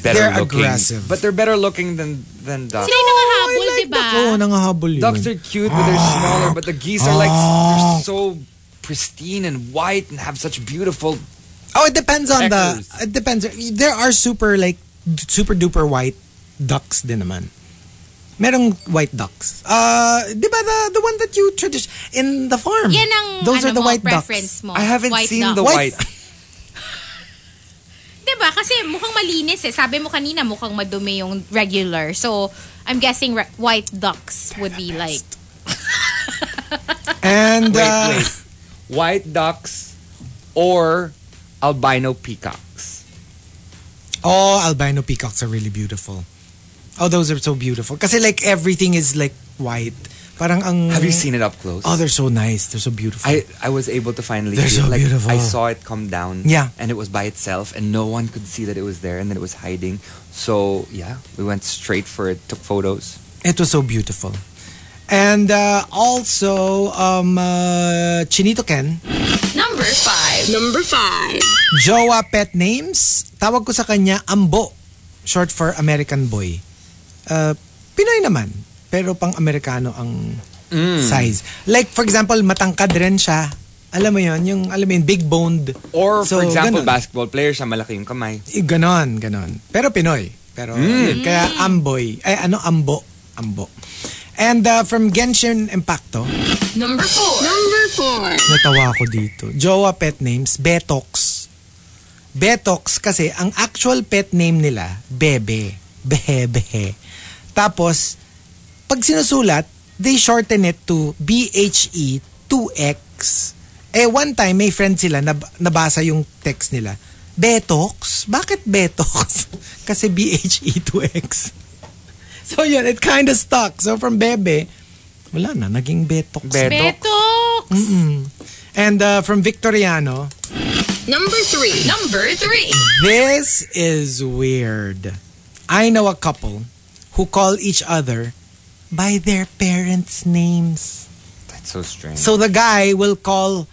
[SPEAKER 7] better
[SPEAKER 5] They're
[SPEAKER 7] looking.
[SPEAKER 5] aggressive.
[SPEAKER 7] But they're better looking than than ducks.
[SPEAKER 6] Sila yung diba?
[SPEAKER 5] Oh,
[SPEAKER 6] nangahabol,
[SPEAKER 5] I
[SPEAKER 6] di ba?
[SPEAKER 5] duck. Oo, nangahabol yun.
[SPEAKER 7] Ducks are cute, but they're smaller. But the geese are like
[SPEAKER 5] Ah.
[SPEAKER 7] they're so pristine and white and have such beautiful.
[SPEAKER 5] Oh, it depends on the.
[SPEAKER 7] Peckers.
[SPEAKER 5] It depends. There are super like d- super duper white ducks din naman. Merong white ducks. Uh, di ba the, the one that you tradition in the farm?
[SPEAKER 6] Yan ang
[SPEAKER 5] Those
[SPEAKER 6] ano
[SPEAKER 5] are the
[SPEAKER 6] mo,
[SPEAKER 5] white ducks.
[SPEAKER 6] preference mo.
[SPEAKER 7] I haven't
[SPEAKER 6] white
[SPEAKER 7] seen
[SPEAKER 6] duck.
[SPEAKER 7] the
[SPEAKER 5] White-
[SPEAKER 7] white.
[SPEAKER 6] Diba? Kasi mukhang malinis eh. Sabi mo kanina mukhang madumi yung regular. So, I'm guessing re- white ducks would be like...
[SPEAKER 5] And uh,
[SPEAKER 7] Wait, wait. White ducks or albino peacocks.
[SPEAKER 5] oh, albino peacocks are really beautiful. Oh, those are so beautiful. Kasi like everything is like white. Parang ang
[SPEAKER 7] Have you seen it up close?
[SPEAKER 5] Oh, they're so nice. They're so beautiful.
[SPEAKER 7] I, I was able to finally
[SPEAKER 5] They're
[SPEAKER 7] see it.
[SPEAKER 5] so
[SPEAKER 7] like,
[SPEAKER 5] beautiful.
[SPEAKER 7] I saw it come down.
[SPEAKER 5] Yeah.
[SPEAKER 7] And it was by itself and no one could see that it was there and that it was hiding. So yeah, we went straight for it, took photos.
[SPEAKER 5] It was so beautiful. And uh, also um uh, Chinito Ken
[SPEAKER 1] Number five. Number five.
[SPEAKER 5] Jowa pet names, tawag ko sa kanya Ambo, short for American Boy. Uh, Pinoy naman, pero pang Amerikano ang size. Like for example, matangkad rin siya. Alam mo yon yung alam mo yun, big boned.
[SPEAKER 7] Or
[SPEAKER 5] So,
[SPEAKER 7] for
[SPEAKER 5] ganun.
[SPEAKER 7] example, basketball players siya malaki yung kamay.
[SPEAKER 5] Eh, Ganon, ganon. Pero Pinoy. Pero yun, kaya Amboy. Eh ano, Ambo. Ambo. And uh, from Genshin Impacto,
[SPEAKER 1] Number four. Number four.
[SPEAKER 5] natawa ako dito. Jowa pet names, Betox. Betox kasi ang actual pet name nila, Bebe. Behe, behe. Tapos, pag sinusulat, they shorten it to BHE2X. Eh, one time, may friend sila, nab- nabasa yung text nila. Betox? Bakit Betox? kasi BHE2X. So yun, it kind of stuck. So from Bebe, wala na, naging Betox.
[SPEAKER 7] Betox.
[SPEAKER 6] Betok!
[SPEAKER 5] And uh, from Victoriano,
[SPEAKER 1] Number three. Number three.
[SPEAKER 5] this is weird. I know a couple who call each other by their parents' names.
[SPEAKER 7] That's so strange.
[SPEAKER 5] So the guy will call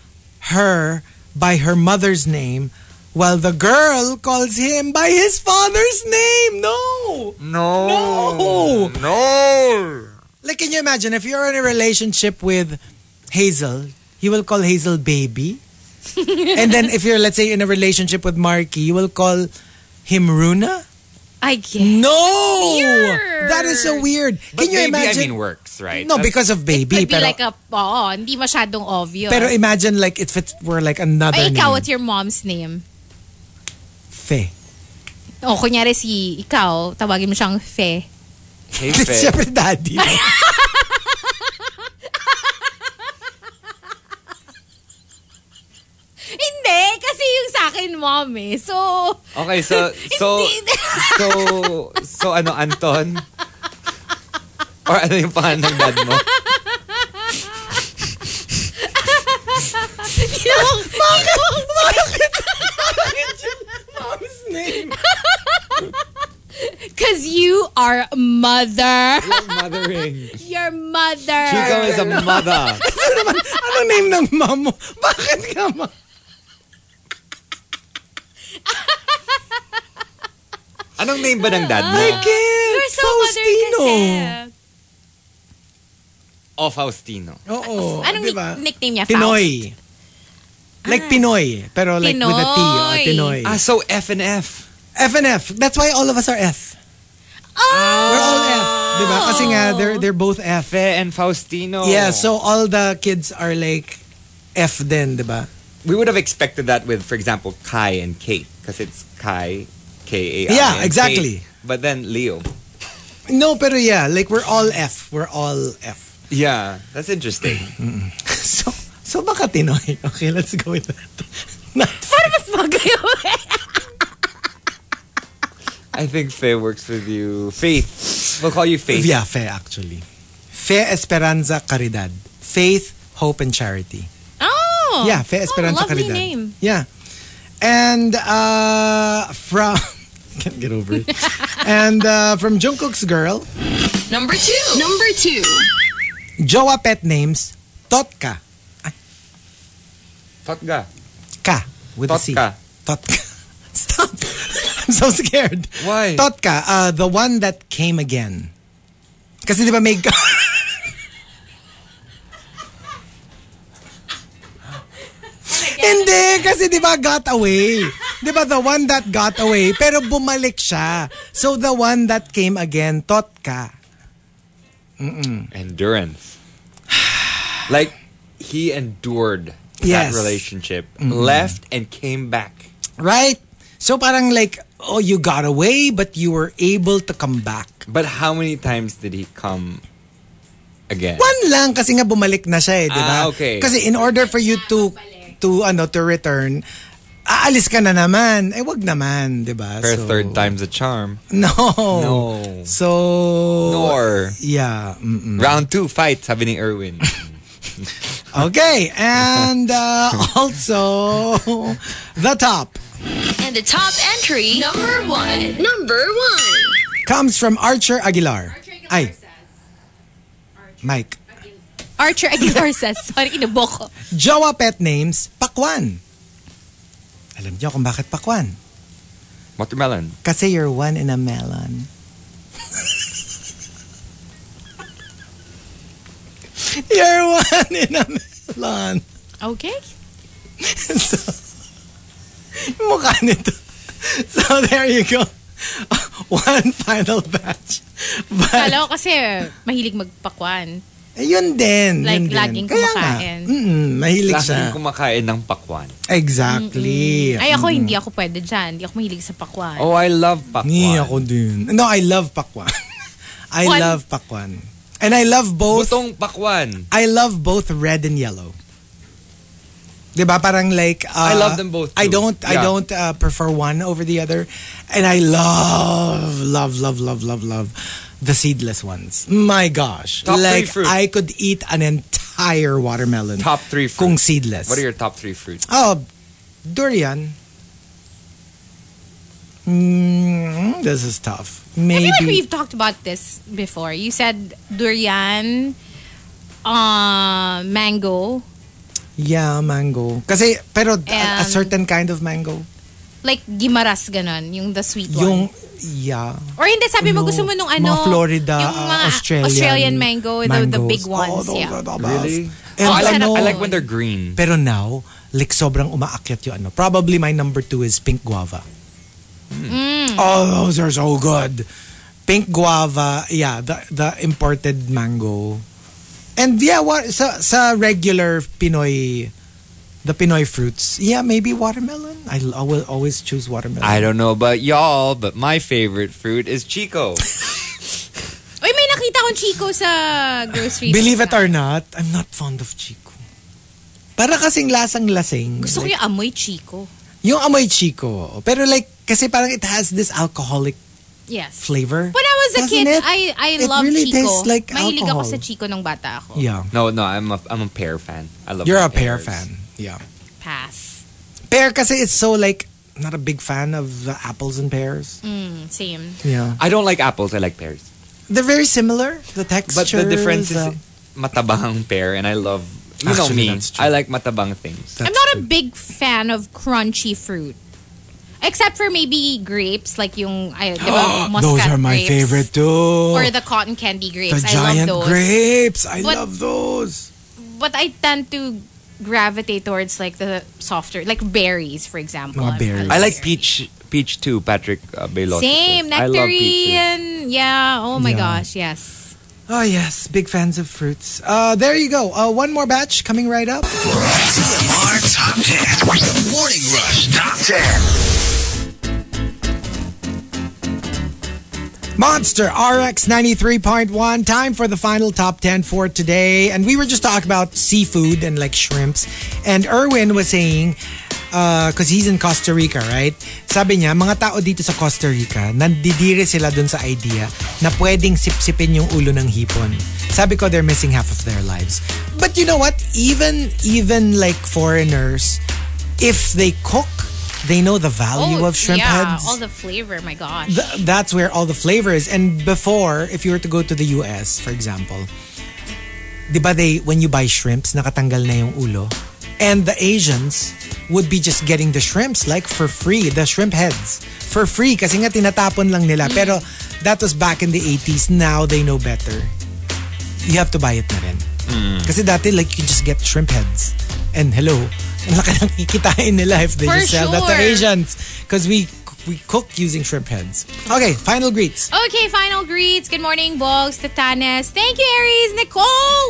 [SPEAKER 5] her by her mother's name, while the girl calls him by his father's name. No!
[SPEAKER 7] no.
[SPEAKER 5] No.
[SPEAKER 7] No.
[SPEAKER 5] Like, can you imagine if you're in a relationship with Hazel, you will call Hazel baby. and then if you're, let's say, in a relationship with Marky, you will call him Runa?
[SPEAKER 6] I guess.
[SPEAKER 5] No!
[SPEAKER 6] Oh, Weird.
[SPEAKER 5] That is so weird.
[SPEAKER 7] But
[SPEAKER 5] can you
[SPEAKER 7] maybe,
[SPEAKER 5] imagine?
[SPEAKER 7] I mean works, right?
[SPEAKER 5] no,
[SPEAKER 7] That's-
[SPEAKER 5] because of baby.
[SPEAKER 6] Could be
[SPEAKER 5] Pero,
[SPEAKER 6] like a... Oo, hindi masyadong obvious.
[SPEAKER 5] pero imagine like if it were like another
[SPEAKER 6] Ay, ikaw,
[SPEAKER 5] name.
[SPEAKER 6] what's your mom's name?
[SPEAKER 5] Fe.
[SPEAKER 6] O, kunyari si ikaw, tawagin mo siyang Fe.
[SPEAKER 7] Hey, Fe.
[SPEAKER 5] Siyempre daddy.
[SPEAKER 6] Hindi, kasi yung sa akin, mom eh. So,
[SPEAKER 7] Okay, so
[SPEAKER 5] Oh.
[SPEAKER 7] so
[SPEAKER 6] Hindi.
[SPEAKER 7] so so ano Anton? Or ano yung pangalan ng dad mo?
[SPEAKER 6] ginawang, ginawang,
[SPEAKER 5] Mom's name.
[SPEAKER 6] Cause you are a mother.
[SPEAKER 7] Mothering.
[SPEAKER 6] Your mother.
[SPEAKER 7] Chico is a mother.
[SPEAKER 5] Ano name ng mom mo? Bakit ka ma?
[SPEAKER 7] Anong name ba ng dad mo?
[SPEAKER 5] I can't.
[SPEAKER 6] You're so
[SPEAKER 5] Faustino.
[SPEAKER 6] mother kasi.
[SPEAKER 7] O Oh, Faustino.
[SPEAKER 5] Oo.
[SPEAKER 6] Anong
[SPEAKER 5] diba?
[SPEAKER 6] nick- nickname niya?
[SPEAKER 5] Pinoy. Like Pinoy, pero like with a T. oh,
[SPEAKER 6] Pinoy.
[SPEAKER 5] Pinoy.
[SPEAKER 7] Ah, so F and F.
[SPEAKER 5] F and F. That's why all of us are F.
[SPEAKER 6] Faust? Oh!
[SPEAKER 5] We're all F. Diba? Kasi nga, they're, they're both F.
[SPEAKER 7] Fe and Faustino.
[SPEAKER 5] Yeah, so all the kids are like F then, diba?
[SPEAKER 7] we would have expected that with, for example, Kai and Kate, because it's Kai, K A I.
[SPEAKER 5] Yeah,
[SPEAKER 7] and
[SPEAKER 5] exactly.
[SPEAKER 7] Kate. But then Leo.
[SPEAKER 5] No, pero yeah, like we're all F. We're all F.
[SPEAKER 7] Yeah, that's interesting.
[SPEAKER 5] So, so baka Tinoy. Okay, let's go with that. Not-
[SPEAKER 6] Para mas magayo eh.
[SPEAKER 7] I think Faye works with you. Faith. We'll call you Faith.
[SPEAKER 5] Yeah, fe actually. Fe, esperanza, caridad. Faith, hope, and charity.
[SPEAKER 6] Oh.
[SPEAKER 5] Ah. Yeah, Fe Esperanza
[SPEAKER 6] oh, lovely
[SPEAKER 5] Caridad.
[SPEAKER 6] name.
[SPEAKER 5] Yeah. And uh, from can't get over it. and uh, from Jungkook's girl,
[SPEAKER 1] Number two. Number two.
[SPEAKER 5] Jowa pet names Totka
[SPEAKER 7] Totga.
[SPEAKER 5] ka with a C.
[SPEAKER 7] Totka.
[SPEAKER 5] Totka. Stop. I'm so scared.
[SPEAKER 7] Why?
[SPEAKER 5] Totka, uh, the one that came again. Kasi di ba may Hindi, kasi di ba got away. Di ba the one that got away, pero bumalik siya. So the one that came again, Totka.
[SPEAKER 7] Endurance. Like, he endured
[SPEAKER 5] Yes. Mm-hmm.
[SPEAKER 7] that relationship, left and came back.
[SPEAKER 5] Right? So parang like, oh, you got away, but you were able to come back.
[SPEAKER 7] But how many times did he come again?
[SPEAKER 5] One lang kasi nga bumalik na siya eh, di ba?
[SPEAKER 7] Ah, okay.
[SPEAKER 5] Kasi in order for you to to ano to return, aalis ka na naman. Eh wag naman, di ba?
[SPEAKER 7] Her
[SPEAKER 5] So- Oh.
[SPEAKER 7] third time's a charm.
[SPEAKER 5] No.
[SPEAKER 7] No.
[SPEAKER 5] So
[SPEAKER 7] Nor.
[SPEAKER 5] Yeah. mm-mm.
[SPEAKER 7] Round two fight, sabi ni Erwin.
[SPEAKER 5] Okay, and uh, also the top
[SPEAKER 1] And the top entry. Number one. Number one.
[SPEAKER 5] comes from Archer Aguilar. Ay. Mike.
[SPEAKER 6] Archer Aguilar says, sorry, inubok ko.
[SPEAKER 5] Jowa pet names, Pakwan. Alam niyo kung bakit Pakwan?
[SPEAKER 7] Watermelon.
[SPEAKER 5] Kasi you're one in a melon. you're one in a melon.
[SPEAKER 6] Okay.
[SPEAKER 5] so, yung mukha nito. So there you go. One final batch. But,
[SPEAKER 6] Kala ko kasi mahilig magpakwan.
[SPEAKER 5] yun din. yun
[SPEAKER 6] Like,
[SPEAKER 5] din.
[SPEAKER 6] laging
[SPEAKER 5] Kaya nga,
[SPEAKER 6] kumakain.
[SPEAKER 5] mm, mahilig siya.
[SPEAKER 7] Lagi kumakain ng pakwan.
[SPEAKER 5] Exactly.
[SPEAKER 6] Ay, ako hindi ako pwede dyan. Hindi ako mahilig sa pakwan.
[SPEAKER 7] Oh, I love
[SPEAKER 5] Ni
[SPEAKER 7] pakwan.
[SPEAKER 5] ako din. No, I love pakwan. I
[SPEAKER 6] Kwan.
[SPEAKER 5] love pakwan. And I love both
[SPEAKER 7] Butong pakwan.
[SPEAKER 5] I love both red and yellow. 'Di ba parang like uh,
[SPEAKER 7] I love them both
[SPEAKER 5] I
[SPEAKER 7] too.
[SPEAKER 5] don't I
[SPEAKER 7] Yeah.
[SPEAKER 5] don't uh, prefer one over the other. And I love love love love love love the seedless ones. My gosh.
[SPEAKER 7] Top three
[SPEAKER 5] like
[SPEAKER 7] fruit.
[SPEAKER 5] I could eat an entire watermelon
[SPEAKER 7] Top three fruits.
[SPEAKER 5] kung seedless.
[SPEAKER 7] What are your top three fruits?
[SPEAKER 5] Oh, durian. Mm, this is tough.
[SPEAKER 6] I
[SPEAKER 5] Maybe
[SPEAKER 6] feel like we've talked about this before. You said durian, uh, mango,
[SPEAKER 5] yeah, mango. Kasi pero a, a
[SPEAKER 6] And-
[SPEAKER 5] certain kind of mango.
[SPEAKER 6] like gimaras ganon, yung the sweet
[SPEAKER 5] Yung
[SPEAKER 6] one.
[SPEAKER 5] yeah.
[SPEAKER 6] Or hindi, sabi mo gusto mo nung ano,
[SPEAKER 5] Mga Florida,
[SPEAKER 6] yung mga
[SPEAKER 5] uh, Australian,
[SPEAKER 6] mango, the, the big
[SPEAKER 5] mangoes.
[SPEAKER 6] ones.
[SPEAKER 5] Oh, those
[SPEAKER 6] yeah.
[SPEAKER 5] are the best.
[SPEAKER 7] Really?
[SPEAKER 5] And
[SPEAKER 6] Oh,
[SPEAKER 7] I, like,
[SPEAKER 5] ano,
[SPEAKER 7] I like when they're green.
[SPEAKER 5] Pero now, like sobrang umaakyat yung ano. Probably my number two is pink guava.
[SPEAKER 6] Mm.
[SPEAKER 5] Oh, those are so good. Pink guava, yeah, the the imported mango. And yeah, what, sa, sa regular Pinoy, the Pinoy fruits, yeah, maybe watermelon. I l- I will always choose watermelon.
[SPEAKER 7] I don't know about y'all, but my favorite fruit is Chico.
[SPEAKER 6] Uy, may nakita akong Chico sa grocery.
[SPEAKER 5] Believe it
[SPEAKER 6] basta.
[SPEAKER 5] or not, I'm not fond of Chico. Para kasing lasang-lasing.
[SPEAKER 6] Gusto ko yung amoy Chico.
[SPEAKER 5] Yung amoy Chico. Pero like, kasi parang it has this alcoholic
[SPEAKER 6] Yes.
[SPEAKER 5] flavor.
[SPEAKER 6] When I was a
[SPEAKER 5] Doesn't
[SPEAKER 6] kid,
[SPEAKER 5] it?
[SPEAKER 6] I I
[SPEAKER 5] It
[SPEAKER 6] love
[SPEAKER 5] really
[SPEAKER 6] Chico.
[SPEAKER 5] tastes like
[SPEAKER 6] Mahilig ako
[SPEAKER 5] alcohol.
[SPEAKER 6] sa Chico nung bata ako.
[SPEAKER 5] Yeah.
[SPEAKER 7] No, no, I'm a I'm a pear fan. I love.
[SPEAKER 5] You're a
[SPEAKER 7] my
[SPEAKER 5] pear
[SPEAKER 7] pears.
[SPEAKER 5] fan. Yeah.
[SPEAKER 6] Pass.
[SPEAKER 5] Pear kasi it's so like, not a big fan of the apples and pears.
[SPEAKER 6] Mm, same.
[SPEAKER 5] Yeah.
[SPEAKER 7] I don't like apples. I like pears.
[SPEAKER 5] They're very similar. The uh,
[SPEAKER 7] But
[SPEAKER 5] texture.
[SPEAKER 7] the difference is
[SPEAKER 5] the-
[SPEAKER 7] matabang pear, and I love. You know
[SPEAKER 5] Actually,
[SPEAKER 7] me.
[SPEAKER 5] that's true.
[SPEAKER 7] I like matabang things.
[SPEAKER 5] That's
[SPEAKER 6] I'm not a
[SPEAKER 5] true.
[SPEAKER 6] big fan of crunchy fruit. Except for maybe grapes, like yung, ay, di ba, muscat
[SPEAKER 5] Those are my
[SPEAKER 6] grapes.
[SPEAKER 5] favorite too.
[SPEAKER 6] Or the cotton candy grapes.
[SPEAKER 5] The
[SPEAKER 6] I
[SPEAKER 5] giant
[SPEAKER 6] love those.
[SPEAKER 5] grapes. I
[SPEAKER 6] But-
[SPEAKER 5] love those.
[SPEAKER 6] But I tend to gravitate towards like the softer, like berries, for example.
[SPEAKER 5] Mga berries.
[SPEAKER 7] I like peach peach too, Patrick uh, Baylotte
[SPEAKER 6] Same,
[SPEAKER 7] says. I love peaches.
[SPEAKER 6] nectarine. Yeah, oh my
[SPEAKER 5] Yeah.
[SPEAKER 6] gosh, yes.
[SPEAKER 5] Oh yes, big fans of fruits. Uh, there you go. Uh, one more batch coming right up.
[SPEAKER 4] TMR Top 10. Morning Rush Top 10.
[SPEAKER 5] Monster RX 93.1. Time for the final top 10 for today. And we were just talking about seafood and like shrimps. And Erwin was saying because he's in Costa Rica, right? Sabi niya, mga tao dito sa Costa Rica, nandidire sila dun sa idea na pwedeng sipsipin yung ulo ng hipon. Sabi ko, they're missing half of their lives. But you know what? Even, even like foreigners, if they cook, they know the value of Oh, shrimp
[SPEAKER 6] Oh, yeah,
[SPEAKER 5] heads.
[SPEAKER 6] all the flavor. My gosh.
[SPEAKER 5] Th- that's where all the flavor is. And before, if you were to go to the US, for example, di ba they, when you buy shrimps, nakatanggal na yung ulo. And the Asians would be just getting the shrimps like for free, the shrimp heads. For free, kasi nga tinatapon lang
[SPEAKER 6] Mm.
[SPEAKER 5] nila. Pero that was back in the 80s. Now they know better. You have to buy it na rin.
[SPEAKER 6] Mm.
[SPEAKER 5] Kasi dati like you just get shrimp heads. And hello, ang laki ng kikitain nila if they
[SPEAKER 6] For
[SPEAKER 5] just sell that to
[SPEAKER 6] sure.
[SPEAKER 5] Asians. Because we we cook using shrimp heads. Okay, final greets.
[SPEAKER 6] Okay, final greets. Good morning, Bogs, Tatanes. Thank you, Aries, Nicole.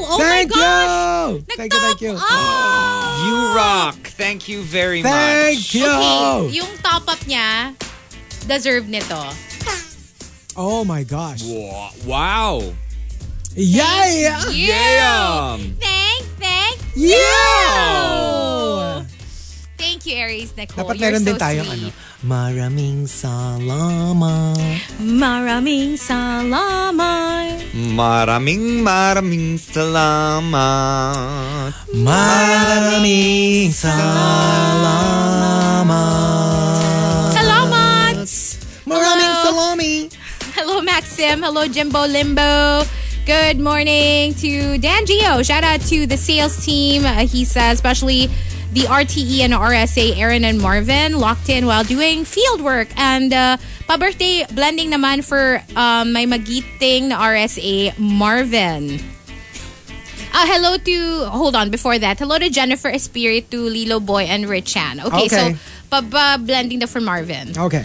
[SPEAKER 6] Oh
[SPEAKER 5] thank
[SPEAKER 6] my gosh.
[SPEAKER 5] you! Thank you, thank you.
[SPEAKER 6] Nagtop up!
[SPEAKER 7] You rock. Thank you very
[SPEAKER 5] Thank
[SPEAKER 7] much.
[SPEAKER 5] you!
[SPEAKER 6] Okay, yung top up niya, deserve nito.
[SPEAKER 5] Oh my gosh.
[SPEAKER 7] Wa- Wow.
[SPEAKER 5] Yeah!
[SPEAKER 6] You.
[SPEAKER 7] Damn.
[SPEAKER 6] Thank, thank,
[SPEAKER 5] Yeah!
[SPEAKER 6] thank you, Aries, Nicole.
[SPEAKER 5] Dapat
[SPEAKER 6] You're
[SPEAKER 5] meron
[SPEAKER 6] so
[SPEAKER 5] din tayong ano.
[SPEAKER 6] sweet.
[SPEAKER 5] Maraming salamat.
[SPEAKER 6] Maraming salamat.
[SPEAKER 7] Maraming maraming salamat.
[SPEAKER 5] Maraming salamat.
[SPEAKER 6] Salamat!
[SPEAKER 5] Maraming salami.
[SPEAKER 6] Hello, Maxim. Hello, Jimbo Limbo. Good morning to Dan Gio. Shout out to the sales team. Uh, he says, especially the RTE and RSA, Aaron and Marvin, locked in while doing field work. And uh, pa-birthday blending naman for um, my magiting na RSA, Marvin. Uh, hello to, hold on, before that, hello to Jennifer Espiritu, Lilo Boy, and Richan.
[SPEAKER 5] Okay.
[SPEAKER 6] Okay, so pa-blending na for Marvin.
[SPEAKER 5] Okay.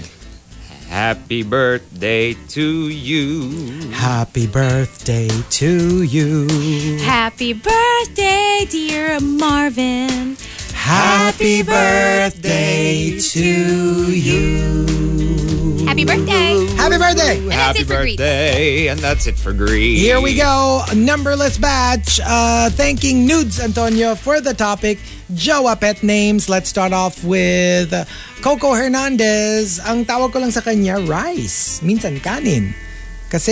[SPEAKER 7] Happy birthday to you.
[SPEAKER 5] Happy birthday to you.
[SPEAKER 6] Happy birthday, dear Marvin.
[SPEAKER 5] Happy birthday to you.
[SPEAKER 6] Happy birthday.
[SPEAKER 5] Happy birthday.
[SPEAKER 6] that's
[SPEAKER 7] Happy
[SPEAKER 6] it for greets.
[SPEAKER 7] birthday. And that's it for greets.
[SPEAKER 5] Here we go, numberless batch. Uh, thanking Nudes Antonio for the topic, Jowa pet names. Let's start off with Coco Hernandez. Ang tawag ko lang sa kanya, rice. Minsan kanin.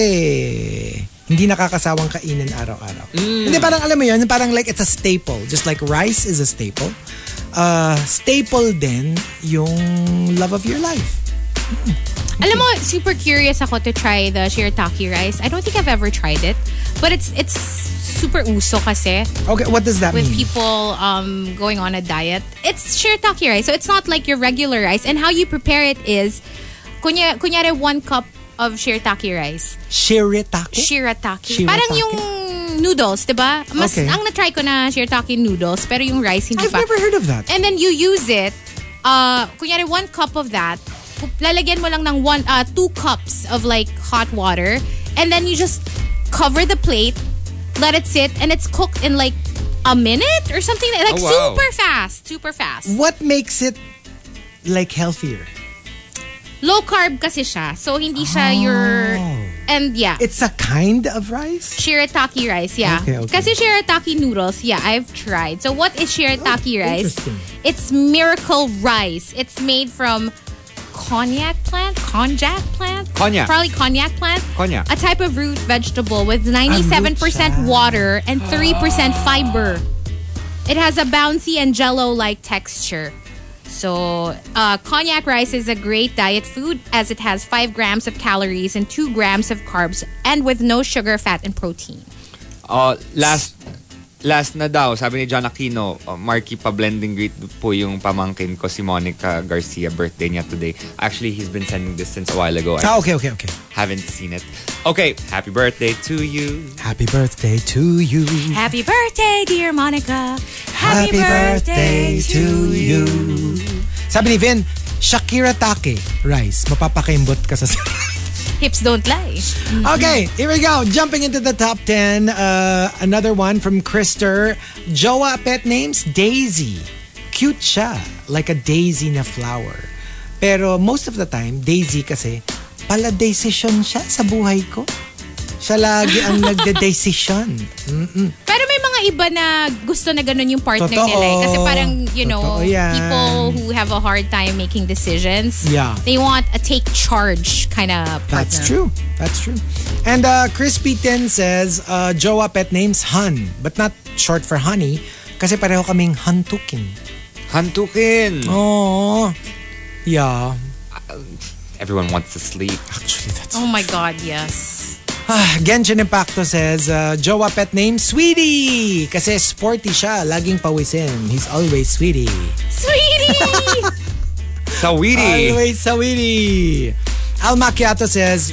[SPEAKER 5] Kasi hindi nakakasawang kainin araw-araw. Hindi, parang alam mo yun, parang like it's a staple. Just like rice is a staple. Uh, staple din yung love of your life.
[SPEAKER 6] Alam mo, super curious ako to try the shirataki rice. I don't think I've ever tried it, but it's it's super uso kasi
[SPEAKER 5] Okay, what does that
[SPEAKER 6] with
[SPEAKER 5] mean?
[SPEAKER 6] people um, going on a diet. It's shirataki rice, so it's not like your regular rice. And how you prepare it is, kunya, kunyari one cup of shirataki rice.
[SPEAKER 5] Shirataki?
[SPEAKER 6] Shirataki.
[SPEAKER 5] Shirataki?
[SPEAKER 6] Parang yung noodles, di ba? Mas,
[SPEAKER 5] Okay.
[SPEAKER 6] ang na-try ko na shirataki noodles, pero yung rice hindi
[SPEAKER 5] I've
[SPEAKER 6] pa.
[SPEAKER 5] never heard of that.
[SPEAKER 6] And then you use it, uh, kunyari one cup of that, pu- lalagyan mo lang ng one, uh, two cups of like hot water, and then you just cover the plate, let it sit, and it's cooked in like a minute or something like, like
[SPEAKER 7] Oh, wow.
[SPEAKER 6] super fast, super fast.
[SPEAKER 5] What makes it like healthier?
[SPEAKER 6] Low carb kasi siya, so hindi siya your
[SPEAKER 7] Oh.
[SPEAKER 6] and yeah.
[SPEAKER 5] It's a kind of rice?
[SPEAKER 6] Shirataki rice, yeah.
[SPEAKER 5] Okay, okay.
[SPEAKER 6] Kasi shirataki noodles, yeah, I've tried. So what is shirataki
[SPEAKER 5] Oh,
[SPEAKER 6] rice?
[SPEAKER 5] interesting.
[SPEAKER 6] It's miracle rice. It's made from cognac plant, konjac plant,
[SPEAKER 7] Cognac.
[SPEAKER 6] probably cognac plant,
[SPEAKER 7] Cognac.
[SPEAKER 6] a type of root vegetable with ninety-seven percent
[SPEAKER 5] Kombucha.
[SPEAKER 6] water and three percent fiber. It has a bouncy and jello-like texture. So, uh, cognac rice is a great diet food as it has 5 grams of calories and 2 grams of carbs and with no sugar, fat, and protein.
[SPEAKER 7] Uh, last last na daw, sabi ni John Aquino, uh, Marky pa blending greet po yung pamangkin ko si Monica Garcia birthday niya today. Actually, he's been sending this since a while ago. I
[SPEAKER 5] Ah, okay, okay, okay.
[SPEAKER 7] haven't seen it. Okay, happy birthday to you.
[SPEAKER 5] Happy birthday to you.
[SPEAKER 6] Happy birthday, dear Monica. Happy,
[SPEAKER 5] you. Sabi ni Vin, Shakira Take rice. Mapapakimbot ka sa
[SPEAKER 6] Hips don't lie.
[SPEAKER 5] Okay, here we go. Jumping into the top 10. Uh, another one from Krister. Jowa pet names, Daisy. Cute siya. Like a daisy na flower. Pero most of the time, Daisy kasi, pala decision siya sa buhay ko. Siya lagi ang nagde-decision.
[SPEAKER 6] Pero may mga iba na gusto na ganun yung partner
[SPEAKER 5] Totoo.
[SPEAKER 6] nila. eh. Kasi parang, you know,
[SPEAKER 5] Totoo yan.
[SPEAKER 6] people who have a hard time making decisions,
[SPEAKER 5] Yeah.
[SPEAKER 6] they want a take charge kind of partner.
[SPEAKER 5] That's true. That's true. And uh, Crispy Tin says, uh, Jowa pet name's Hun, but not short for honey, kasi pareho kaming Hantukin.
[SPEAKER 7] Hantukin.
[SPEAKER 5] Oh, yeah.
[SPEAKER 7] Everyone wants to sleep.
[SPEAKER 5] Actually, that's...
[SPEAKER 6] Oh my God, yes.
[SPEAKER 5] Ah, Genshin Impacto says, uh, Jowa pet name, Sweetie! Kasi sporty siya, laging pawisin. He's always Sweetie.
[SPEAKER 6] Sweetie!
[SPEAKER 7] Sawiri.
[SPEAKER 5] Always Sweetie! Al Macchiato says,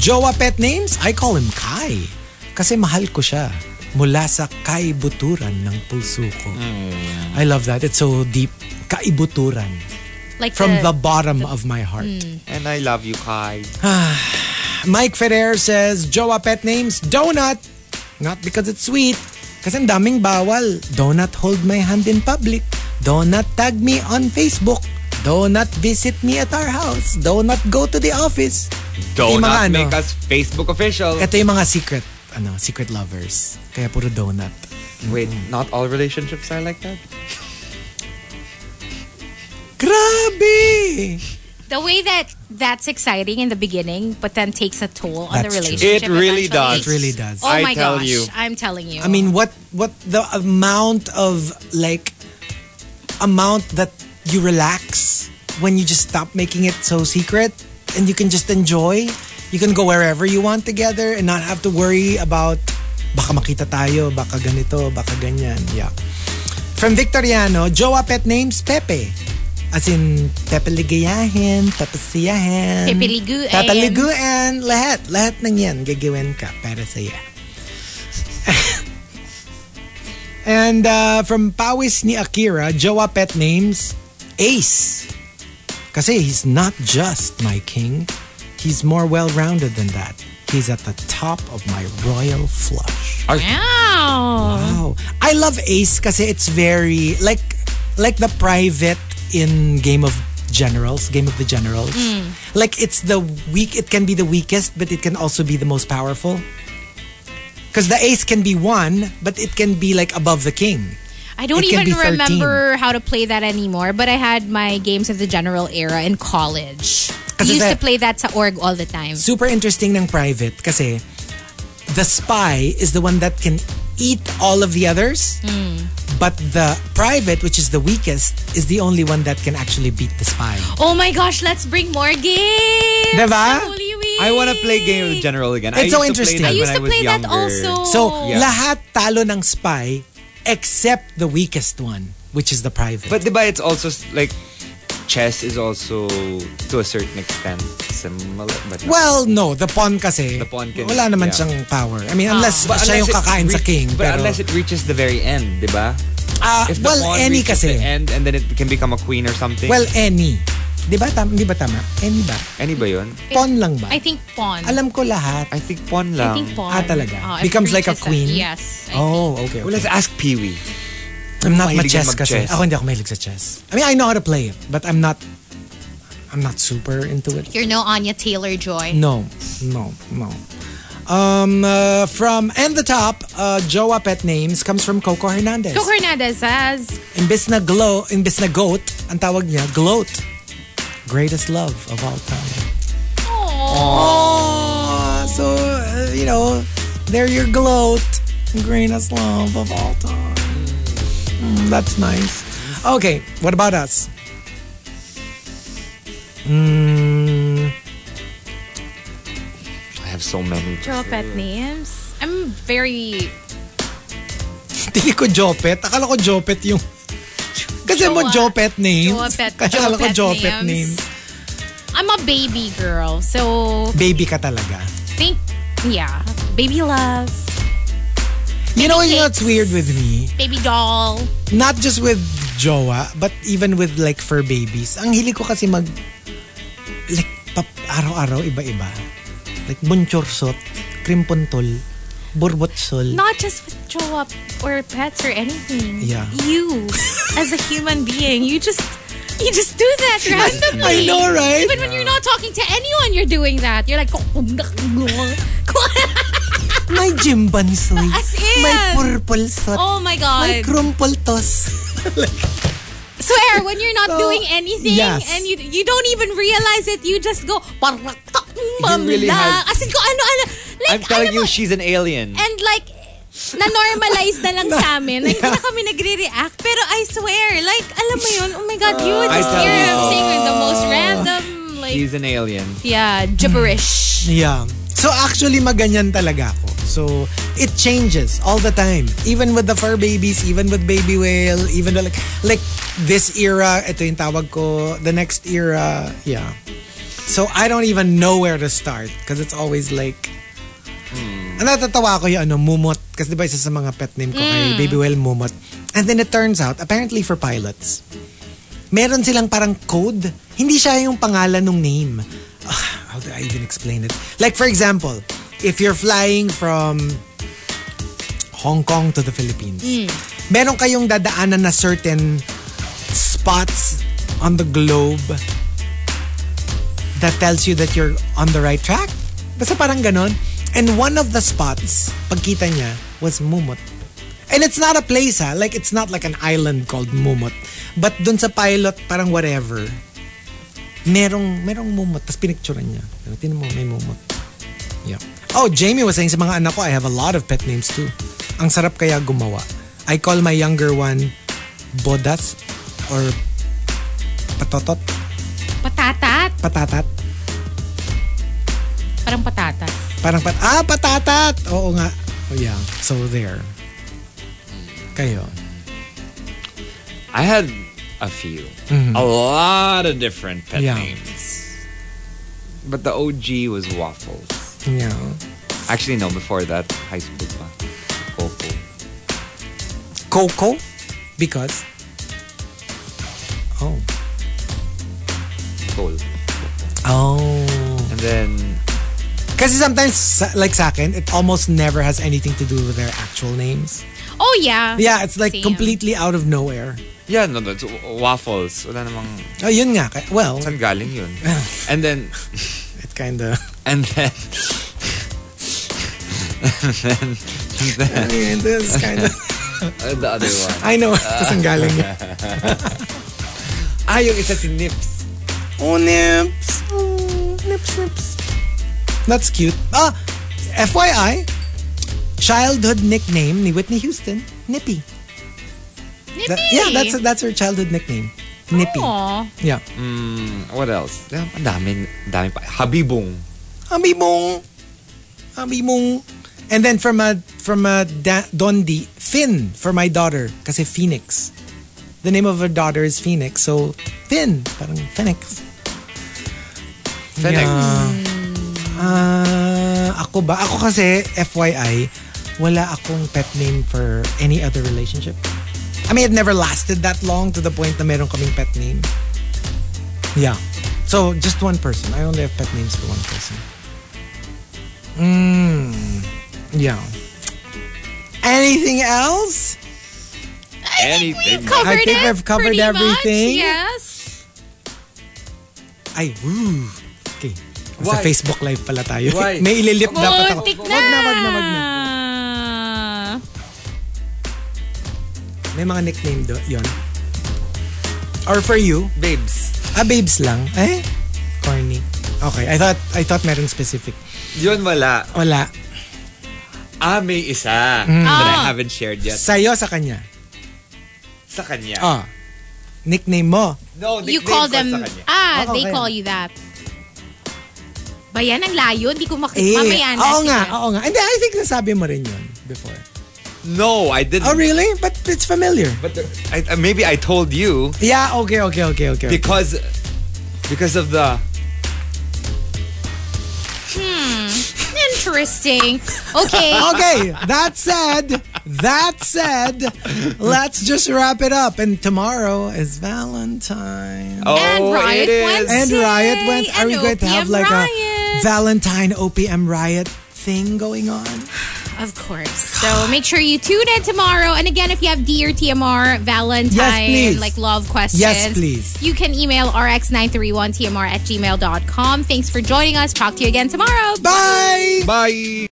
[SPEAKER 5] Jowa pet names? I call him Kai. Kasi mahal ko siya. Mula sa kaibuturan ng puso ko. I love that. It's so deep. Kaibuturan.
[SPEAKER 6] like
[SPEAKER 5] From the bottom of my heart.
[SPEAKER 7] And I love you, Kai.
[SPEAKER 5] Mike Ferrer says, Jowa pet names, donut. Not because it's sweet. Kasi ang daming bawal. Donut hold my hand in public. Donut tag me on Facebook. Donut visit me at our house. Donut go to the office.
[SPEAKER 7] Do
[SPEAKER 5] Yung mga
[SPEAKER 7] not
[SPEAKER 5] ano.
[SPEAKER 7] make us Facebook official.
[SPEAKER 5] Ito yung mga secret, ano, secret lovers. Kaya puro donut.
[SPEAKER 7] Wait, not all relationships are like that.
[SPEAKER 5] Grabe!
[SPEAKER 6] the way that that's exciting in the beginning, but then takes a toll on
[SPEAKER 5] That's
[SPEAKER 6] the
[SPEAKER 5] true.
[SPEAKER 6] relationship.
[SPEAKER 7] It really
[SPEAKER 6] eventually.
[SPEAKER 7] does. It
[SPEAKER 5] really does.
[SPEAKER 6] Oh
[SPEAKER 7] I
[SPEAKER 6] my
[SPEAKER 7] tell
[SPEAKER 6] gosh,
[SPEAKER 7] you.
[SPEAKER 6] I'm telling you.
[SPEAKER 5] I mean, what what the amount of like amount that you relax when you just stop making it so secret and you can just enjoy. You can go wherever you want together and not have to worry about baka makita tayo, baka ganito, baka ganyan. Yeah. From Victoriano, jowa pet names Pepe. As in, Pepe ligayahin, tapasiyahin.
[SPEAKER 6] Pipiliguan.
[SPEAKER 5] Tataliguan. Lahat. Lahat ng yan. Gagawin ka para sa'yo. And uh, from Pawis ni Akira, jowa pet names, Ace. Kasi he's not just my king. He's more well-rounded than that. He's at the top of my royal flush.
[SPEAKER 6] Wow.
[SPEAKER 5] Wow. I love Ace kasi it's very like like the private in Game of Generals, Game of the Generals. Like it's the weak it can be the weakest but it can also be the most powerful. Cuz the ace can be 1 but it can be like above the king.
[SPEAKER 6] I don't
[SPEAKER 5] It can be
[SPEAKER 6] even
[SPEAKER 5] 13.
[SPEAKER 6] remember how to play that anymore, but I had my Games of the General era in college. I
[SPEAKER 5] Kasi
[SPEAKER 6] used
[SPEAKER 5] sa-
[SPEAKER 6] to play that sa org all the time.
[SPEAKER 5] Super interesting ng private kasi the spy is the one that can eat all of the others. But the private, which is the weakest, is the only one that can actually beat the spy.
[SPEAKER 6] Oh my gosh, let's bring more games.
[SPEAKER 5] Diba?
[SPEAKER 6] Holy Week.
[SPEAKER 7] I want to play Game of General again. I
[SPEAKER 5] It's so
[SPEAKER 7] used to play
[SPEAKER 5] interesting. I
[SPEAKER 6] I
[SPEAKER 7] that
[SPEAKER 6] used
[SPEAKER 7] when
[SPEAKER 6] to
[SPEAKER 7] was
[SPEAKER 6] play that
[SPEAKER 7] younger.
[SPEAKER 6] also.
[SPEAKER 5] So
[SPEAKER 7] Yeah.
[SPEAKER 5] lahat talo ng spy except the weakest one, which is the private.
[SPEAKER 7] But diba, it's also s- like chess is also to a certain extent similar. But not.
[SPEAKER 5] well, no, the pawn kasi.
[SPEAKER 7] The pawn can-
[SPEAKER 5] wala naman
[SPEAKER 7] yeah.
[SPEAKER 5] siyang power. I
[SPEAKER 6] Ah.
[SPEAKER 5] mean, unless
[SPEAKER 7] But
[SPEAKER 5] siya
[SPEAKER 7] unless
[SPEAKER 5] yung
[SPEAKER 7] it
[SPEAKER 5] kakain sa
[SPEAKER 7] reach-
[SPEAKER 5] king.
[SPEAKER 7] But
[SPEAKER 5] pero,
[SPEAKER 7] unless it reaches the very end, diba?
[SPEAKER 5] Ah,
[SPEAKER 7] If the
[SPEAKER 5] well,
[SPEAKER 7] pawn
[SPEAKER 5] any
[SPEAKER 7] reaches
[SPEAKER 5] kasi.
[SPEAKER 7] the end and then it can become a queen or something.
[SPEAKER 5] Well, any. Di ba, tam, di ba tama? Any ba?
[SPEAKER 7] any ba yun?
[SPEAKER 5] Pawn lang ba?
[SPEAKER 6] I think pawn.
[SPEAKER 5] Alam ko lahat.
[SPEAKER 7] I think pawn
[SPEAKER 6] I
[SPEAKER 7] lang.
[SPEAKER 6] think pawn.
[SPEAKER 5] Ah, talaga?
[SPEAKER 6] Oh, it
[SPEAKER 5] Becomes like a
[SPEAKER 6] reaches
[SPEAKER 5] queen?
[SPEAKER 6] yes. I
[SPEAKER 5] Oh, okay.
[SPEAKER 7] Well, let's ask Pee Wee.
[SPEAKER 5] I'm not
[SPEAKER 7] Mahilig
[SPEAKER 5] ma-chess
[SPEAKER 7] yan
[SPEAKER 5] kasi.
[SPEAKER 7] mag-chess.
[SPEAKER 5] Ako hindi ako mahilig sa chess. I mean, I know how to play it, but I'm not I'm not super into it.
[SPEAKER 6] think. You're no Anya Taylor Joy.
[SPEAKER 5] No, no, no. Um, uh, from and the top, uh, Jowa pet names comes from Coco Hernandez.
[SPEAKER 6] Coco Hernandez says,
[SPEAKER 5] Imbis na glow, imbis na goat, ang tawag niya, gloat. Greatest love of all time. Aww. So, uh, you know, they're your gloat. Greatest love of all time. Mm, that's nice. Okay, what about us?
[SPEAKER 7] I have so many.
[SPEAKER 6] Throw up at names. I'm very.
[SPEAKER 5] Tingin ko Jopet. Akala ko Jopet yung... Kasi mo
[SPEAKER 6] Jowa.
[SPEAKER 5] Jopet names.
[SPEAKER 6] Jowa pet-
[SPEAKER 5] Kaya akala ko
[SPEAKER 6] Jopet
[SPEAKER 5] Jopet names.
[SPEAKER 6] names. I'm a baby girl, so
[SPEAKER 5] Baby ka talaga.
[SPEAKER 6] think yeah, baby love,
[SPEAKER 5] You know, you know what's
[SPEAKER 6] cakes.
[SPEAKER 5] weird with me?
[SPEAKER 6] baby doll.
[SPEAKER 5] Not just with Jowa, but even with like fur babies. Ang hili ko kasi mag... Like, pap, araw-araw, iba-iba. Like, bunchorsot, krimpontol, borbotsol.
[SPEAKER 6] Not just with throw up or pets or anything.
[SPEAKER 5] Yeah.
[SPEAKER 6] You, as a human being, you just you just do that
[SPEAKER 5] I
[SPEAKER 6] randomly.
[SPEAKER 5] know, right?
[SPEAKER 6] "Oh, um, Even when you're not talking to anyone, you're doing that. You're like.
[SPEAKER 5] May Jimban sleeve.
[SPEAKER 6] As in.
[SPEAKER 5] May purple sock.
[SPEAKER 6] Oh my God.
[SPEAKER 5] May crumple toss.
[SPEAKER 6] Swear, when you're not
[SPEAKER 5] So,
[SPEAKER 6] doing anything
[SPEAKER 5] yes.
[SPEAKER 6] and you you don't even realize it, you just go, um, "Paratak,
[SPEAKER 9] really
[SPEAKER 6] mamla."
[SPEAKER 9] have-
[SPEAKER 6] As in, ko ano, ano. Like,
[SPEAKER 9] I'm telling
[SPEAKER 6] alam
[SPEAKER 9] you,
[SPEAKER 6] mo,
[SPEAKER 9] she's an alien.
[SPEAKER 6] And like, na-normalize na lang sa amin. Like, hindi na kami nagre-react. Pero I swear, like, alam mo yun, oh my God, you
[SPEAKER 7] Uh,
[SPEAKER 6] would
[SPEAKER 9] I
[SPEAKER 6] just
[SPEAKER 9] tell
[SPEAKER 6] hear
[SPEAKER 9] you.
[SPEAKER 6] him saying the most random, like,
[SPEAKER 9] She's an alien.
[SPEAKER 6] yeah, gibberish.
[SPEAKER 5] Yeah. So actually, maganyan talaga ako. So, it changes all the time. Even with the fur babies, even with baby whale, even the, like, like this era, ito yung tawag ko, the next era, yeah. So, I don't even know where to start because it's always like, Ang natatawa ko yung ano, Mumot. Kasi diba isa sa mga pet name ko ay Baby Whale Mumot. And then it turns out, apparently for pilots, meron silang parang code. Hindi siya yung pangalan ng name. Ah, how do I even explain it? Like for example, if you're flying from Hong Kong to the Philippines, meron kayong dadaanan na certain spots on the globe that tells you that you're on the right track. Basta parang ganon. And one of the spots, pagkita niya, was Mumot. And it's not a place ha, like it's not like an island called Mumot. But dun sa pilot, parang whatever, merong, merong Mumot. Tapos pinicturean niya. Pero tinan mo, may Mumot. Yeah. Oh, Jamie was saying sa mga anak ko, I have a lot of pet names too. Ang sarap kaya gumawa. I call my younger one Bodas or Patotot,
[SPEAKER 6] Patatat.
[SPEAKER 5] Patatat.
[SPEAKER 6] Parang patatat.
[SPEAKER 5] Parang pat ah, patatat! Oo nga. Oh, yeah. So there. Kayo.
[SPEAKER 7] I had a few, a lot of different pet
[SPEAKER 5] Yeah.
[SPEAKER 7] names, but the OG was Waffles.
[SPEAKER 5] Yeah.
[SPEAKER 7] Actually, no, before that, high school pa. Coco.
[SPEAKER 5] Coco? Because? Oh.
[SPEAKER 7] Cole.
[SPEAKER 5] Oh.
[SPEAKER 7] And then
[SPEAKER 5] Kasi sometimes, sa- like sa akin, it almost never has anything to do with their actual names.
[SPEAKER 6] Oh, yeah.
[SPEAKER 5] Yeah, it's like
[SPEAKER 6] Same.
[SPEAKER 5] completely out of nowhere.
[SPEAKER 7] Yeah, no, that's waffles. Wala namang,
[SPEAKER 5] Oh, yun nga. Kaya- Well,
[SPEAKER 7] saan galing yun? And then,
[SPEAKER 5] it kinda...
[SPEAKER 7] and then, and then, and then,
[SPEAKER 5] It's kinda...
[SPEAKER 7] uh, the other one.
[SPEAKER 5] I know. Kasang galing niya.
[SPEAKER 7] Ah, yung isa si Nips.
[SPEAKER 5] Oh, nips. Oh, nips, nips. That's cute. Ah, FYI, childhood nickname ni Whitney Houston, Nippy.
[SPEAKER 6] Nippy.
[SPEAKER 5] That- yeah, that's that's her childhood nickname. Nippy.
[SPEAKER 6] Aw.
[SPEAKER 5] Yeah.
[SPEAKER 7] What else? Damn, Ang dami, ang dami pa. Habibong.
[SPEAKER 5] Amimong. Amimong. And then from a from a da- Dondi, Finn for my daughter kasi Phoenix. The name of her daughter is Phoenix. So Finn, parang Phoenix.
[SPEAKER 7] Fennec.
[SPEAKER 5] Mm. Ah, ako ba? Ako kasi, FYI, wala akong pet name for any other relationship. I mean, it never lasted that long to the point na meron kaming pet name. Yeah. So, just one person. I only have pet names for one person. Mm. Yeah. Anything else?
[SPEAKER 7] Anything.
[SPEAKER 6] Covered
[SPEAKER 5] I think
[SPEAKER 6] it,
[SPEAKER 5] I've covered
[SPEAKER 6] pretty much,
[SPEAKER 5] everything.
[SPEAKER 6] Yes.
[SPEAKER 5] Ay, woo. Okay. Sa
[SPEAKER 7] Why?
[SPEAKER 5] Facebook Live pala tayo.
[SPEAKER 7] Why?
[SPEAKER 5] May ililip dapat ako.
[SPEAKER 6] Muntik na.
[SPEAKER 5] Wag na, wag na, wag na.
[SPEAKER 6] na.
[SPEAKER 5] May mga nickname do, yon. Or for you,
[SPEAKER 7] Babes.
[SPEAKER 5] ah, babes lang. Eh? Corny. Okay, I thought I thought merong specific.
[SPEAKER 7] Yun wala.
[SPEAKER 5] Wala.
[SPEAKER 7] Ah, may isa that I haven't shared yet.
[SPEAKER 5] Sa'yo, sa kanya.
[SPEAKER 7] Sa kanya.
[SPEAKER 5] Ah. Nickname mo.
[SPEAKER 7] No,
[SPEAKER 6] you
[SPEAKER 7] nickname
[SPEAKER 6] call
[SPEAKER 7] ko
[SPEAKER 6] them
[SPEAKER 7] Sa kanya.
[SPEAKER 6] ah
[SPEAKER 5] Oo,
[SPEAKER 6] they
[SPEAKER 5] kaya.
[SPEAKER 6] call you that ba yan ang layo hindi ko makita
[SPEAKER 5] Eh,
[SPEAKER 6] mamaya na
[SPEAKER 5] oo
[SPEAKER 6] sige.
[SPEAKER 5] nga, oo nga. Hindi, I think nasabi mo rin yun before.
[SPEAKER 7] No, I didn't.
[SPEAKER 5] Oh, really? But it's familiar.
[SPEAKER 7] But there- I, uh, maybe I told you
[SPEAKER 5] Yeah, okay, okay, okay, okay.
[SPEAKER 7] because because of the
[SPEAKER 5] Oh.
[SPEAKER 6] interesting okay
[SPEAKER 5] okay, that said, that said, let's just wrap it up. And tomorrow is Valentine.
[SPEAKER 7] oh
[SPEAKER 6] and riot
[SPEAKER 7] it is.
[SPEAKER 6] Wednesday
[SPEAKER 5] And Riot went. Are
[SPEAKER 6] and
[SPEAKER 5] we going to have
[SPEAKER 6] OPM
[SPEAKER 5] like a
[SPEAKER 6] riot.
[SPEAKER 5] Valentine OPM Riot thing going on?
[SPEAKER 6] of course so make sure you tune in tomorrow and again if you have D or TMR Valentine
[SPEAKER 5] please.
[SPEAKER 6] like love questions
[SPEAKER 5] Yes, please.
[SPEAKER 6] you can email rx931tmr at gmail.com thanks for joining us talk to you again tomorrow
[SPEAKER 5] Bye!
[SPEAKER 7] Bye.